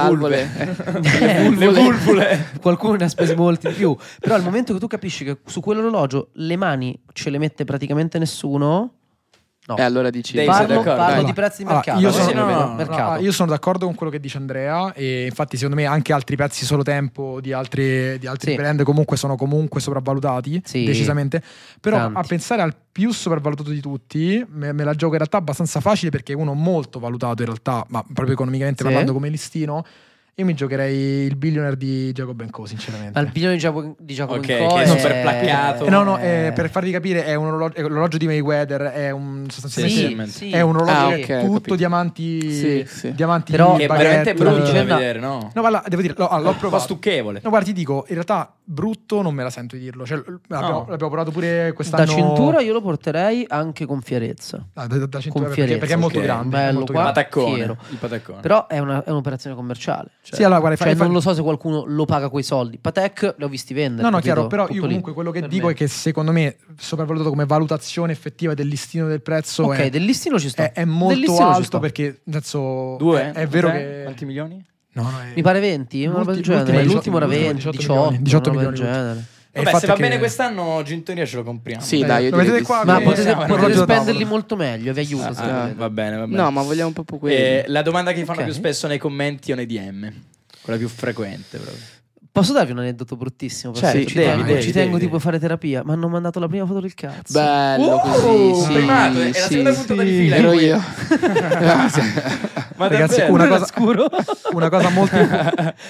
Speaker 6: valvole.
Speaker 2: Eh,
Speaker 3: Le vulvole.
Speaker 2: Qualcuno ne ha spesi molti di più. Però al momento che tu capisci che su quell'orologio le mani ce le mette praticamente nessuno. No.
Speaker 6: E Eh, allora dici
Speaker 3: Dave, sei
Speaker 2: parlo
Speaker 3: d'accordo?
Speaker 2: parlo
Speaker 3: Dai.
Speaker 2: di prezzi di
Speaker 1: Allora,
Speaker 2: mercato.
Speaker 1: io
Speaker 2: eh,
Speaker 1: sono-
Speaker 2: sì,
Speaker 3: no, no,
Speaker 2: vabbè,
Speaker 3: no,
Speaker 2: mercato.
Speaker 1: No, io sono d'accordo con quello che dice Andrea e infatti secondo me anche altri pezzi solo tempo di altri, di altri
Speaker 2: Sì.
Speaker 1: brand comunque sono comunque sopravvalutati
Speaker 2: Sì.
Speaker 1: decisamente però
Speaker 2: Tanti.
Speaker 1: a pensare al più sopravvalutato di tutti me, me la gioco in realtà abbastanza facile perché è uno molto valutato in realtà ma proprio economicamente
Speaker 2: Sì.
Speaker 1: parlando come listino io mi giocherei il billionaire di Jacob Benco
Speaker 2: Ma
Speaker 1: sinceramente
Speaker 2: il biglione di Giacomo di Giacomo
Speaker 3: Ok,
Speaker 2: Inco
Speaker 3: che
Speaker 2: è
Speaker 3: è super placcato.
Speaker 1: Eh, no no eh, per farvi capire è un orologio, è l'orologio di Mayweather è un
Speaker 2: Sì,
Speaker 1: sostanzialmente
Speaker 2: sì,
Speaker 3: semplicemente.
Speaker 1: è un orologio
Speaker 6: Ah,
Speaker 2: sì.
Speaker 6: ok.
Speaker 1: tutto
Speaker 6: capito.
Speaker 1: diamanti
Speaker 6: Sì, sì.
Speaker 1: diamanti
Speaker 2: Però-
Speaker 3: Che è
Speaker 1: baguette,
Speaker 3: veramente
Speaker 2: Però
Speaker 3: brutto da
Speaker 2: dicendo-
Speaker 3: vedere, no?
Speaker 1: No, guarda, devo dire, l'ho, ah, l'ho
Speaker 3: Un po'
Speaker 1: provato.
Speaker 3: stucchevole.
Speaker 1: No, guarda, ti dico, in realtà brutto non me la sento di dirlo. Cioè, l- l'abbiamo,
Speaker 3: No.
Speaker 1: l'abbiamo provato pure quest'anno.
Speaker 2: Da cintura io lo porterei anche con fierezza.
Speaker 1: Ah, da, da- da cintura perché,
Speaker 2: Con fierezza.
Speaker 1: perché è molto
Speaker 3: ok.
Speaker 1: grande. è
Speaker 2: Bello
Speaker 1: molto
Speaker 2: qua.
Speaker 1: grande.
Speaker 3: Pataccone.
Speaker 2: Fiero.
Speaker 3: Il pataccone.
Speaker 2: Però è, una- è un'operazione commerciale. Cioè,
Speaker 1: Sì, allora, guarda,
Speaker 2: cioè,
Speaker 1: infatti-
Speaker 2: non lo so se qualcuno lo paga quei soldi. Patek li ho visti vendere.
Speaker 1: No, no,
Speaker 2: capito?
Speaker 1: chiaro, però
Speaker 2: Tutto
Speaker 1: io
Speaker 2: lì.
Speaker 1: comunque quello che
Speaker 2: Per
Speaker 1: dico
Speaker 2: me.
Speaker 1: è che secondo me, sopravvalutato come valutazione effettiva del listino del prezzo,
Speaker 2: Ok,
Speaker 1: è,
Speaker 2: del listino ci sto.
Speaker 1: è- è
Speaker 2: Del
Speaker 1: molto
Speaker 2: listino ci sto.
Speaker 1: alto perché, nel senso,
Speaker 3: Due?
Speaker 1: è, è vero
Speaker 3: Tre?
Speaker 1: che...
Speaker 3: Quanti milioni?
Speaker 1: No, no, è-
Speaker 2: Mi pare 20, una roba del
Speaker 1: L'ulti-
Speaker 2: genere.
Speaker 1: l'ultimo-
Speaker 2: L'ultimo era 20, 18,
Speaker 1: 18,
Speaker 2: 18
Speaker 1: milioni,
Speaker 2: del genere.
Speaker 1: e il
Speaker 3: Vabbè, se
Speaker 1: fatto
Speaker 3: va
Speaker 1: è che-
Speaker 3: bene quest'anno, Gintonia ce lo compriamo.
Speaker 6: Sì, dai, io
Speaker 1: lo
Speaker 6: direi
Speaker 1: vedete
Speaker 6: di
Speaker 1: qua?
Speaker 6: sì.
Speaker 2: Ma
Speaker 1: Eh,
Speaker 2: potete,
Speaker 1: siamo
Speaker 3: un
Speaker 2: potete
Speaker 1: orologio da tavolo.
Speaker 2: spenderli molto meglio, vi aiuto.
Speaker 3: Ah,
Speaker 2: se
Speaker 6: ah.
Speaker 2: volete.
Speaker 3: Va bene, va bene.
Speaker 6: No, ma vogliamo un po' più quelli.
Speaker 3: Eh, la domanda che fanno
Speaker 2: Ok.
Speaker 3: più spesso nei commenti o nei DM? Quella più frequente, proprio.
Speaker 2: Posso darvi un aneddoto bruttissimo?
Speaker 6: Cioè,
Speaker 2: Perché
Speaker 6: sì,
Speaker 2: ci
Speaker 6: devi,
Speaker 2: tengo,
Speaker 1: devi,
Speaker 2: ci tengo
Speaker 3: devi.
Speaker 2: tipo a fare terapia. Mi hanno mandato la prima foto del cazzo.
Speaker 6: Bello
Speaker 3: Uh,
Speaker 6: così, sì,
Speaker 3: primato, è la
Speaker 6: sì,
Speaker 3: seconda
Speaker 6: sì.
Speaker 3: puntata di fila.
Speaker 6: Ero
Speaker 3: in cui-
Speaker 6: io.
Speaker 3: Ma
Speaker 1: Ragazzi,
Speaker 3: davvero?
Speaker 1: una
Speaker 2: Quello
Speaker 1: cosa,
Speaker 2: era scuro.
Speaker 1: una cosa molto...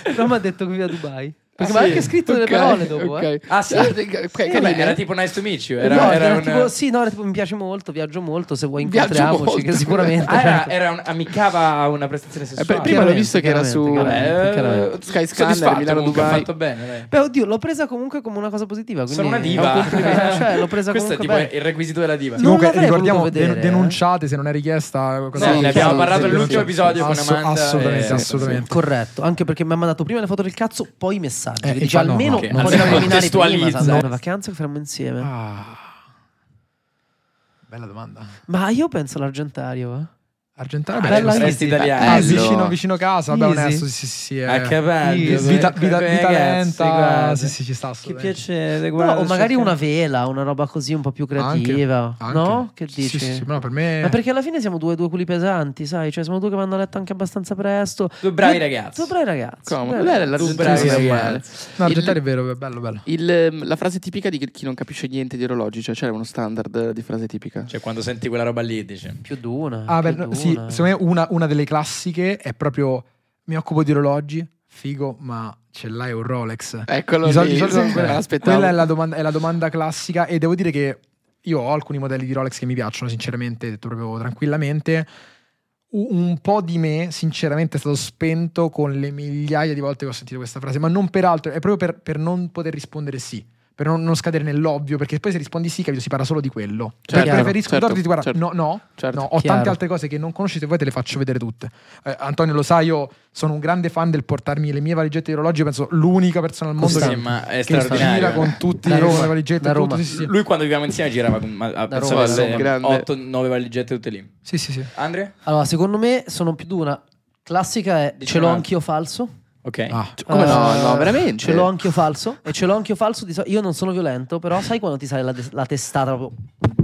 Speaker 2: Però mi ha detto che viva a Dubai. Perché
Speaker 6: Ah,
Speaker 2: mi ha
Speaker 6: sì?
Speaker 2: anche scritto
Speaker 6: Ok,
Speaker 2: delle parole dopo.
Speaker 6: ok.
Speaker 2: eh.
Speaker 3: Ah, sì?
Speaker 6: Ah, ok,
Speaker 3: Eh,
Speaker 6: carino,
Speaker 3: beh, era
Speaker 6: eh.
Speaker 3: tipo Nice to meet you.
Speaker 2: No,
Speaker 3: Era, era
Speaker 2: era
Speaker 3: un...
Speaker 2: tipo, sì, no, era tipo mi piace molto, viaggio molto, se vuoi
Speaker 6: Viaggio
Speaker 2: incontriamoci,
Speaker 6: molto.
Speaker 2: che sicuramente... certo.
Speaker 3: Ah, era, era un, amicava una prestazione
Speaker 6: Eh,
Speaker 3: sessuale.
Speaker 6: per- prima l'ho visto che era su
Speaker 2: chiaramente, chiaramente,
Speaker 3: Vabbè,
Speaker 2: chiaramente.
Speaker 3: eh,
Speaker 6: Sky Scanner,
Speaker 3: soddisfatto
Speaker 6: Milano,
Speaker 3: comunque,
Speaker 6: Dubai.
Speaker 3: Ha fatto bene, dai.
Speaker 2: Beh, oddio, l'ho presa comunque come una cosa positiva.
Speaker 3: Sono una
Speaker 2: quindi è un
Speaker 3: diva.
Speaker 2: complimento, cioè, l'ho presa
Speaker 3: Questo è
Speaker 2: comunque
Speaker 3: tipo
Speaker 2: bene.
Speaker 3: il requisito della diva.
Speaker 2: Non
Speaker 1: Comunque,
Speaker 2: l'avrei
Speaker 1: ricordiamo,
Speaker 2: voluto vedere,
Speaker 1: den-
Speaker 2: eh.
Speaker 1: denunciate se non è richiesta. cosa-
Speaker 3: ne
Speaker 6: abbiamo parlato
Speaker 1: sì,
Speaker 6: nell'ultimo
Speaker 1: sì.
Speaker 3: episodio con Amanda,
Speaker 1: Assolutamente,
Speaker 3: eh,
Speaker 1: assolutamente.
Speaker 2: Corretto, anche perché mi ha mandato prima le foto del cazzo, poi i messaggi.
Speaker 1: Eh,
Speaker 2: che
Speaker 1: e
Speaker 2: dice
Speaker 1: fa no,
Speaker 2: almeno
Speaker 1: ok,
Speaker 2: un po'
Speaker 1: almeno
Speaker 2: da preliminari
Speaker 3: contestualizza.
Speaker 2: prima, sai, una vacanza che faremo insieme.
Speaker 3: Ah.
Speaker 1: Bella domanda.
Speaker 2: Ma io penso all'argentario. eh.
Speaker 1: Argentare,
Speaker 3: Ah,
Speaker 1: bella.
Speaker 2: Bella
Speaker 3: resti
Speaker 2: easy.
Speaker 3: italiano.
Speaker 1: Ah,
Speaker 6: bello.
Speaker 1: vicino, vicino casa, vabbè,
Speaker 2: Easy.
Speaker 1: onesto, sì, sì, sì. eh.
Speaker 3: Ah, che bello.
Speaker 1: Vita, vita,
Speaker 3: Ragazzi,
Speaker 1: vita lenta,
Speaker 3: guarda.
Speaker 1: sì, sì, ci sta.
Speaker 3: Che
Speaker 1: assolutamente.
Speaker 3: piacere,
Speaker 2: No,
Speaker 3: guarda.
Speaker 2: o magari
Speaker 3: cerca-
Speaker 2: una vela, una roba così un po' più creativa.
Speaker 1: Anche,
Speaker 2: No?
Speaker 1: anche.
Speaker 2: Che
Speaker 1: Sì,
Speaker 2: dici?
Speaker 1: Sì, sì, no, per me.
Speaker 2: Ma perché alla fine siamo due, due culi pesanti, sai? Cioè, siamo due che vanno a letto anche abbastanza presto.
Speaker 3: Due bravi ragazzi.
Speaker 2: Due bravi ragazzi.
Speaker 6: Comodo.
Speaker 2: bravi
Speaker 6: Beh,
Speaker 2: ragazzi.
Speaker 6: l'argentino
Speaker 1: Sì,
Speaker 6: non è
Speaker 1: sì,
Speaker 6: male.
Speaker 1: No, Argentare
Speaker 6: Il-
Speaker 1: è vero, è bello, bello.
Speaker 6: Il, ehm, la frase tipica di chi non capisce niente di orologi, cioè c'era uno standard di frase tipica.
Speaker 3: Cioè, quando senti quella roba lì, dici.
Speaker 2: Più di una.
Speaker 1: Ah, beh,
Speaker 2: più
Speaker 1: no,
Speaker 2: di
Speaker 1: sì,
Speaker 2: una.
Speaker 1: secondo me una, una delle classiche è proprio mi occupo di orologi, figo, ma ce l'hai un Rolex?
Speaker 6: Eccolo
Speaker 1: Di solito-
Speaker 6: lì,
Speaker 1: di solito
Speaker 6: me
Speaker 1: quella,
Speaker 6: l'aspettavo.
Speaker 1: quella è, la domanda, è la domanda classica e devo dire che io ho alcuni modelli di Rolex che mi piacciono, sinceramente, detto proprio tranquillamente. U- Un po' di me, sinceramente, è stato spento con le migliaia di volte che ho sentito questa frase, ma non per altro, è proprio per, per non poter rispondere sì. Per non, non scadere nell'ovvio, perché poi se rispondi sì, capito, si parla solo di quello.
Speaker 6: Certo,
Speaker 1: Pre- preferisco
Speaker 6: certo,
Speaker 1: torti di guarda,
Speaker 6: certo,
Speaker 1: no, no,
Speaker 6: certo.
Speaker 1: no, ho
Speaker 2: Chiaro.
Speaker 1: tante altre cose che non conoscete, voi te le faccio vedere tutte. Eh, Antonio, lo sai, io sono un grande fan del portarmi le mie valigette di orologi, penso l'unica persona al mondo
Speaker 3: Sì,
Speaker 1: che,
Speaker 3: ma è
Speaker 1: che gira
Speaker 3: straordinario.
Speaker 1: con tutti
Speaker 2: Da
Speaker 1: i
Speaker 2: Roma,
Speaker 1: le valigette
Speaker 2: da
Speaker 1: e tutto,
Speaker 2: Roma.
Speaker 1: Sì, sì,
Speaker 3: Lui quando vivevamo insieme girava con ma, a- pensavo
Speaker 6: Roma,
Speaker 3: avesse
Speaker 6: sì, grande.
Speaker 3: 8-9 valigette tutte lì.
Speaker 1: sì, sì, sì.
Speaker 3: Andrea?
Speaker 2: Allora, secondo me sono più di una. Classica è
Speaker 3: Dici
Speaker 2: ce l'ho
Speaker 3: un'altra.
Speaker 2: anch'io falso.
Speaker 3: Ok.
Speaker 1: Ah.
Speaker 6: Cioè, come no,
Speaker 2: Eh,
Speaker 6: no, veramente.
Speaker 2: Ce l'ho anch'io falso. E ce l'ho anch'io falso. di so- io non sono violento, però sai quando ti sale la, de- la testata proprio.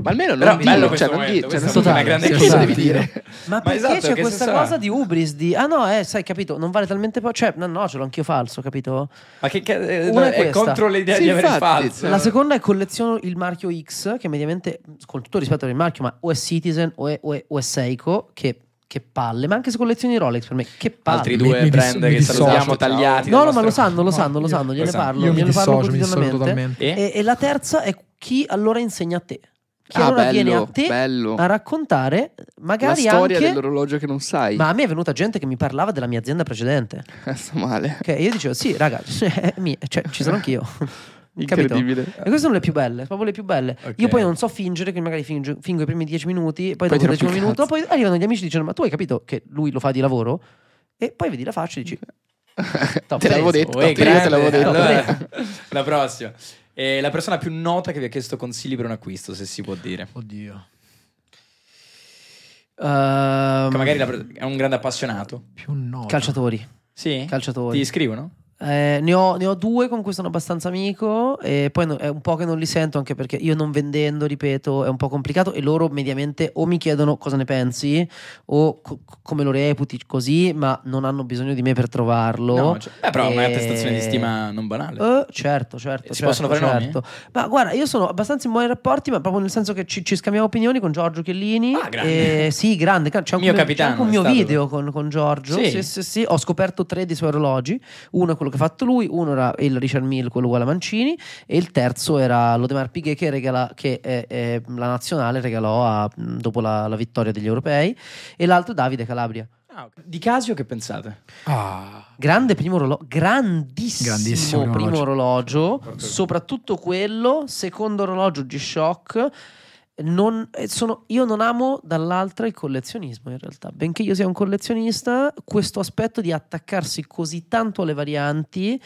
Speaker 6: Ma almeno
Speaker 3: Però
Speaker 6: non
Speaker 3: bello
Speaker 6: dirlo,
Speaker 3: questo
Speaker 6: cioè, non
Speaker 3: momento,
Speaker 6: dirlo, cioè,
Speaker 3: questo
Speaker 6: non
Speaker 2: è una
Speaker 6: dirlo.
Speaker 2: grande
Speaker 6: Sì,
Speaker 2: cosa.
Speaker 6: devi dire.
Speaker 2: Ma, perché
Speaker 3: esatto,
Speaker 2: c'è
Speaker 3: che
Speaker 2: questa
Speaker 3: senso ha?
Speaker 2: cosa di ubris? Di ah no, eh, sai, capito? Non vale talmente poco. Cioè, no, no, ce l'ho anch'io falso, capito?
Speaker 3: Ma che ca- eh,
Speaker 2: Una
Speaker 3: no,
Speaker 2: è
Speaker 3: è
Speaker 2: questa.
Speaker 3: contro l'idea
Speaker 6: Sì,
Speaker 3: di avere il
Speaker 6: infatti.
Speaker 3: falso.
Speaker 2: La seconda è colleziono il marchio X, che mediamente, con tutto il rispetto per il marchio, ma o è Citizen o è, o è- o è Seiko, che che palle, ma anche se collezioni Rolex per me, che palle.
Speaker 3: Altri
Speaker 1: Mi-
Speaker 3: due
Speaker 1: mi dis-
Speaker 3: brand
Speaker 1: mi
Speaker 3: che
Speaker 1: dissocio.
Speaker 3: salutiamo tagliati.
Speaker 2: No,
Speaker 3: dal
Speaker 2: no, ma lo
Speaker 3: nostro-
Speaker 2: sanno, lo
Speaker 1: No,
Speaker 2: sanno, lo
Speaker 1: io-
Speaker 2: sanno,
Speaker 3: lo
Speaker 2: gliene
Speaker 3: sanno.
Speaker 2: parlo,
Speaker 1: Io mi
Speaker 2: gliene parlo
Speaker 1: dissocio, mi dissocio
Speaker 2: quotidianamente.
Speaker 1: totalmente.
Speaker 3: Eh?
Speaker 2: E, e la terza è chi allora insegna a te. Chi
Speaker 6: Ah,
Speaker 2: allora viene
Speaker 6: bello,
Speaker 2: a te
Speaker 6: bello.
Speaker 2: a raccontare,
Speaker 6: La
Speaker 2: magari
Speaker 6: storia
Speaker 2: anche...
Speaker 6: dell'orologio che non sai.
Speaker 2: Ma a me è venuta gente che mi parlava della mia azienda precedente.
Speaker 6: Sta male.
Speaker 2: Che io dicevo, sì, raga, cioè, mi- cioè, ci sono anch'io. Capito? E
Speaker 6: Incredibile.
Speaker 2: queste sono le più belle, proprio le più belle.
Speaker 3: Ok.
Speaker 2: Io poi non so fingere, che magari fingo, fingo i primi dieci minuti, poi,
Speaker 6: Poi
Speaker 2: dopo il
Speaker 6: ti rompi
Speaker 2: decimo
Speaker 6: il
Speaker 2: minuto,
Speaker 6: cazzo.
Speaker 2: poi arrivano gli amici e dicono, ma tu hai capito che lui lo fa di lavoro? E poi vedi la faccia e dici,
Speaker 6: te
Speaker 2: preso.
Speaker 6: l'avevo detto.
Speaker 3: Oh, eh,
Speaker 6: prima te
Speaker 3: grande.
Speaker 6: l'avevo detto.
Speaker 3: Allora, la prossima. Eh, la persona più nota che vi ha chiesto consigli per un acquisto, se si può dire.
Speaker 1: Oddio.
Speaker 2: ehm,
Speaker 3: Che magari la per- è un grande appassionato.
Speaker 1: Più no.
Speaker 2: calciatori,
Speaker 3: Sì?
Speaker 2: calciatori.
Speaker 3: Ti scrivono?
Speaker 2: Eh, ne, ho, ne ho due con cui sono abbastanza amico e poi no- è un po' che non li sento anche perché io non vendendo, ripeto, è un po' complicato e loro mediamente o mi chiedono cosa ne pensi o co- come lo reputi così, ma non hanno bisogno di me per trovarlo.
Speaker 6: Boh.
Speaker 3: No, cioè- beh, però è
Speaker 2: E-
Speaker 6: Eh.
Speaker 3: un'attestazione di stima non banale.
Speaker 2: Eh, certo, certo.
Speaker 3: E si
Speaker 2: certo,
Speaker 3: possono fare nomi?
Speaker 2: certo. Ma guarda, io sono abbastanza in buoni rapporti, ma proprio nel senso che ci, ci scambiamo opinioni con Giorgio Chiellini.
Speaker 3: Ah, grande.
Speaker 2: Eh, sì, grande. C'è anche
Speaker 3: Mio
Speaker 2: un
Speaker 3: capitano
Speaker 2: c'è anche un
Speaker 3: è
Speaker 2: mio
Speaker 3: stato.
Speaker 2: video con, con Giorgio.
Speaker 3: Sì.
Speaker 2: Sì, sì, sì. Ho scoperto tre dei suoi orologi. Uno è quello che ha fatto lui, uno era il Richard Mille, quello uguale a Mancini, e il terzo era l'Odemar Piguet che, regala, che eh, eh, la nazionale regalò a- dopo la, la vittoria degli europei, e l'altro Davide Calabria.
Speaker 3: Ah, ok. Di Casio che pensate?
Speaker 1: Ah.
Speaker 2: Grande primo orologio, grandissimo,
Speaker 1: Grandissimo
Speaker 2: primo
Speaker 1: orologio.
Speaker 2: orologio, soprattutto quello, secondo orologio G-Shock. Non, eh, sono- io non amo dall'altra il collezionismo in realtà, benché io sia un collezionista, questo aspetto di attaccarsi così tanto alle varianti,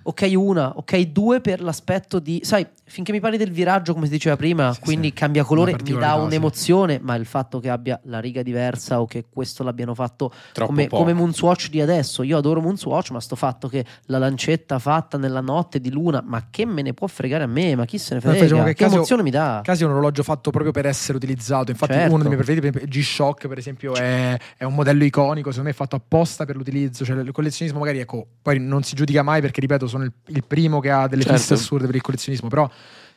Speaker 2: ok una, ok due per l'aspetto di, sai, finché mi parli del viraggio come si diceva prima,
Speaker 1: Sì,
Speaker 2: quindi
Speaker 1: sì.
Speaker 2: cambia colore,
Speaker 1: Una
Speaker 2: mi dà
Speaker 1: particolarità, sì.
Speaker 2: un'emozione, ma il fatto che abbia la riga diversa o che questo l'abbiano fatto
Speaker 3: Troppo
Speaker 2: come,
Speaker 3: poco.
Speaker 2: come Moonswatch di adesso. Io adoro Moonswatch, ma sto fatto che la lancetta fatta nella notte di luna, ma che me ne può fregare a me? Ma chi se ne
Speaker 1: Infatti,
Speaker 2: frega?
Speaker 1: diciamo che
Speaker 2: che
Speaker 1: Casio-
Speaker 2: emozione mi dà?
Speaker 1: Casi è un orologio fatto proprio per essere utilizzato. Infatti,
Speaker 2: Certo.
Speaker 1: uno dei miei preferiti, per esempio, G-Shock, per esempio, è, è un modello iconico. Secondo me è fatto apposta per l'utilizzo. Cioè, il collezionismo, magari, ecco, poi non si giudica mai perché, ripeto, sono il, il primo che ha delle
Speaker 6: Certo.
Speaker 1: fisse assurde per il collezionismo. Però,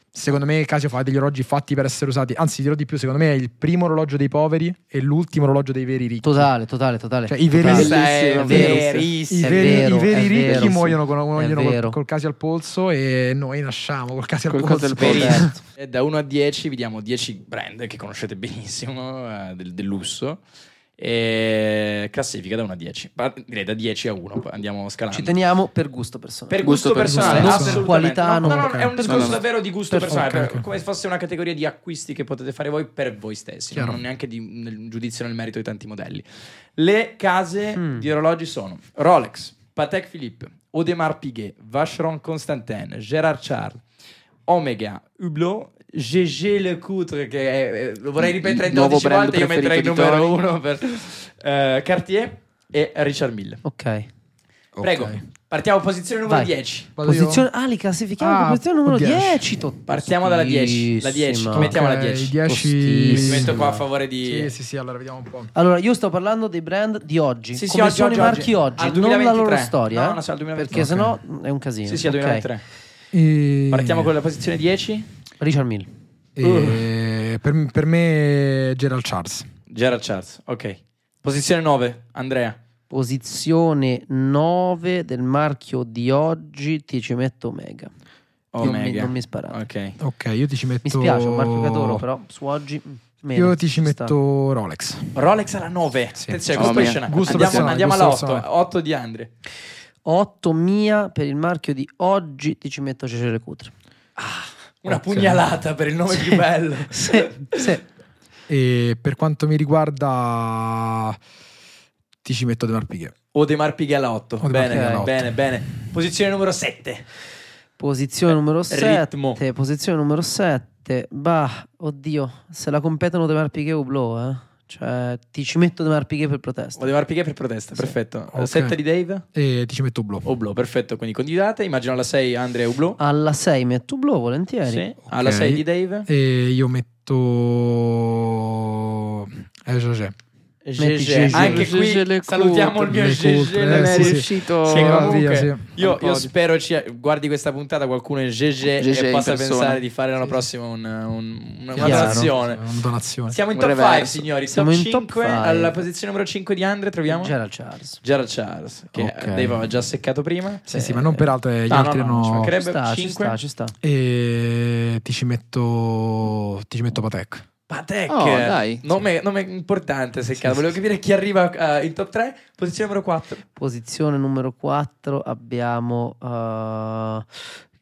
Speaker 1: secondo me, Casio fa degli orologi fatti per essere usati. Anzi, dirò di più: secondo me è il primo orologio dei poveri e l'ultimo orologio dei veri ricchi.
Speaker 2: Totale, totale, totale.
Speaker 1: Cioè, i veri-
Speaker 2: Totale.
Speaker 6: Questa è
Speaker 2: È vero.
Speaker 1: I
Speaker 3: verissima.
Speaker 2: È
Speaker 1: veri,
Speaker 2: vero,
Speaker 1: i veri
Speaker 2: è
Speaker 1: ricchi
Speaker 2: vero, sì.
Speaker 1: muoiono, con, muoiono
Speaker 2: È
Speaker 1: col,
Speaker 2: vero.
Speaker 1: col Casio al polso e noi nasciamo col Casio al
Speaker 6: Col
Speaker 1: polso.
Speaker 6: Casio al polso.
Speaker 3: Verissimo. E Da 1 a 10 vi diamo 10 brand che conoscete benissimo, eh, del, del lusso. E classifica da 1 a 10. Pa- Direi da 10 a 1, poi andiamo scalando.
Speaker 2: Ci teniamo per gusto personale.
Speaker 3: Per gusto,
Speaker 6: Gusto
Speaker 3: personale,
Speaker 1: personale.
Speaker 3: assolutamente.
Speaker 2: Qualità,
Speaker 3: no, no, no,
Speaker 1: non-
Speaker 3: è un discorso
Speaker 6: No, no, no.
Speaker 3: davvero di gusto
Speaker 1: Per-
Speaker 3: personale,
Speaker 1: ok,
Speaker 3: per-
Speaker 1: ok.
Speaker 3: come se fosse una categoria di acquisti che potete fare voi per voi stessi,
Speaker 1: Chiaro.
Speaker 3: non neanche di nel- un giudizio nel merito di tanti modelli. Le case
Speaker 2: Mm.
Speaker 3: di orologi sono Rolex, Patek Philippe, Audemars Piguet, Vacheron Constantin, Gerard Charles, Omega, Hublot, GG Lecoutre che è- eh, lo vorrei ripetere
Speaker 6: Nuovo
Speaker 3: 12
Speaker 6: brand
Speaker 3: volte, io metterei il
Speaker 6: preferito di
Speaker 3: numero
Speaker 6: Tony.
Speaker 3: uno per eh, Cartier e Richard Mille.
Speaker 2: Ok.
Speaker 3: Prego, partiamo posizione numero
Speaker 2: Vai.
Speaker 3: 10.
Speaker 1: Vado io?
Speaker 2: Posizione... Ah, li classifichiamo
Speaker 1: Ah,
Speaker 2: con posizione numero 10.
Speaker 1: 10.
Speaker 2: tot-
Speaker 3: Partiamo dalla 10, la 10,
Speaker 2: tostissima.
Speaker 3: come mettiamo la
Speaker 1: Ok,
Speaker 3: 10.
Speaker 1: 10.
Speaker 3: Mi metto qua a
Speaker 1: Sì,
Speaker 3: favore di...
Speaker 1: Sì, sì, sì, allora vediamo un po'.
Speaker 2: Allora, io sto parlando dei brand di oggi.
Speaker 3: Sì, sì,
Speaker 2: come
Speaker 3: oggi,
Speaker 2: sono
Speaker 3: oggi,
Speaker 2: i marchi oggi,
Speaker 3: oggi. Al
Speaker 2: non la loro
Speaker 3: 2023.
Speaker 2: storia. eh?
Speaker 3: No, no, sì, al 2023.
Speaker 2: Perché
Speaker 1: Ok.
Speaker 2: sennò è un casino.
Speaker 3: Sì, sì, al
Speaker 2: Ok.
Speaker 3: 2023.
Speaker 1: E-
Speaker 3: Partiamo con la posizione 10.
Speaker 2: Richard Mille.
Speaker 3: Uh.
Speaker 1: e- per, per me Gerald Charles.
Speaker 3: Gerard Charles, ok. Posizione 9, Andrea.
Speaker 2: Posizione 9 del marchio di oggi ti ci metto Omega. Non, mi,
Speaker 3: Omega.
Speaker 2: non mi sparate.
Speaker 3: Oh, Ok.
Speaker 1: Ok, io ti ci metto
Speaker 2: Mi spiace, è un marchio che adoro, però su oggi mm, meno.
Speaker 1: Io ti ci
Speaker 2: Sta.
Speaker 1: metto Rolex.
Speaker 3: Rolex alla 9.
Speaker 1: Sì.
Speaker 6: Oh,
Speaker 3: Attenzione, gusto
Speaker 6: mia.
Speaker 3: personale.
Speaker 1: Gusto
Speaker 3: andiamo,
Speaker 1: personale,
Speaker 3: andiamo
Speaker 1: gusto
Speaker 3: alla 8.
Speaker 1: personale.
Speaker 3: 8 di Andrea.
Speaker 2: 8 mia per il marchio di oggi ti ci metto Cecere Cutre.
Speaker 3: Una
Speaker 1: Ok.
Speaker 3: pugnalata per il nome più bello.
Speaker 2: sì, sì.
Speaker 1: E per quanto mi riguarda ti ci metto De Marpighe.
Speaker 3: Audemars Piguet alla 8.
Speaker 1: Audemars
Speaker 3: Bene,
Speaker 1: Piguet alla
Speaker 3: bene,
Speaker 1: otto.
Speaker 3: bene, Posizione numero 7.
Speaker 2: Posizione numero 7.
Speaker 3: Eh, ritmo.
Speaker 2: Posizione numero 7. Bah, oddio, se la competono De Marpighe e Hublot, eh. Cioè, ti ci metto De Marpighe per protesta.
Speaker 3: Audemars Piguet per protesta,
Speaker 2: Sì.
Speaker 3: perfetto.
Speaker 1: Ok.
Speaker 3: 7 di Dave.
Speaker 1: E ti ci metto Blu.
Speaker 3: Oblo, perfetto. Quindi condividate. Immagino alla 6 Andrea Oblo.
Speaker 2: Alla 6 metto Hublot volentieri.
Speaker 3: Sì. Alla
Speaker 1: Ok.
Speaker 3: 6 di Dave.
Speaker 1: E io metto eh, José.
Speaker 2: Metti
Speaker 4: Gegè.
Speaker 2: Gegè.
Speaker 3: Anche
Speaker 4: Gegè
Speaker 3: qui
Speaker 4: le
Speaker 3: salutiamo il
Speaker 4: culte.
Speaker 3: mio
Speaker 1: Le
Speaker 3: GG.
Speaker 1: culte,
Speaker 3: non
Speaker 1: eh,
Speaker 3: è
Speaker 1: sì, sì.
Speaker 3: riuscito.
Speaker 1: Sì, va
Speaker 3: comunque,
Speaker 1: Ah, via, sì.
Speaker 3: Io, io
Speaker 4: Odio.
Speaker 3: spero ci guardi questa puntata qualcuno in GG
Speaker 6: GG
Speaker 3: e
Speaker 6: in
Speaker 3: possa
Speaker 6: persona.
Speaker 3: pensare di fare l'anno prossimo un- un- una
Speaker 2: Chiaro.
Speaker 3: donazione.
Speaker 1: Una donazione.
Speaker 3: Siamo in
Speaker 6: Un
Speaker 3: top
Speaker 6: reverso.
Speaker 3: 5, signori.
Speaker 2: Siamo
Speaker 3: top
Speaker 2: in top
Speaker 3: 5.
Speaker 2: five.
Speaker 3: Alla posizione numero 5 di Andre troviamo Gerald,
Speaker 2: Gerald Charles.
Speaker 3: Charles, che
Speaker 2: Ok.
Speaker 3: Dave aveva già seccato prima. Eh,
Speaker 1: Sì, sì, ma non per altre, gli
Speaker 3: No, no,
Speaker 1: altri
Speaker 3: no,
Speaker 1: no.
Speaker 3: ci mancherebbe.
Speaker 2: Ci sta, ci
Speaker 3: 5.
Speaker 2: sta, ci sta.
Speaker 1: E ti ci metto. Ti ci metto Patek.
Speaker 3: Patek,
Speaker 6: Oh, dai.
Speaker 3: Nome, nome importante seccato. Volevo capire chi arriva eh, in top 3, posizione numero 4.
Speaker 2: Posizione numero 4 abbiamo eh,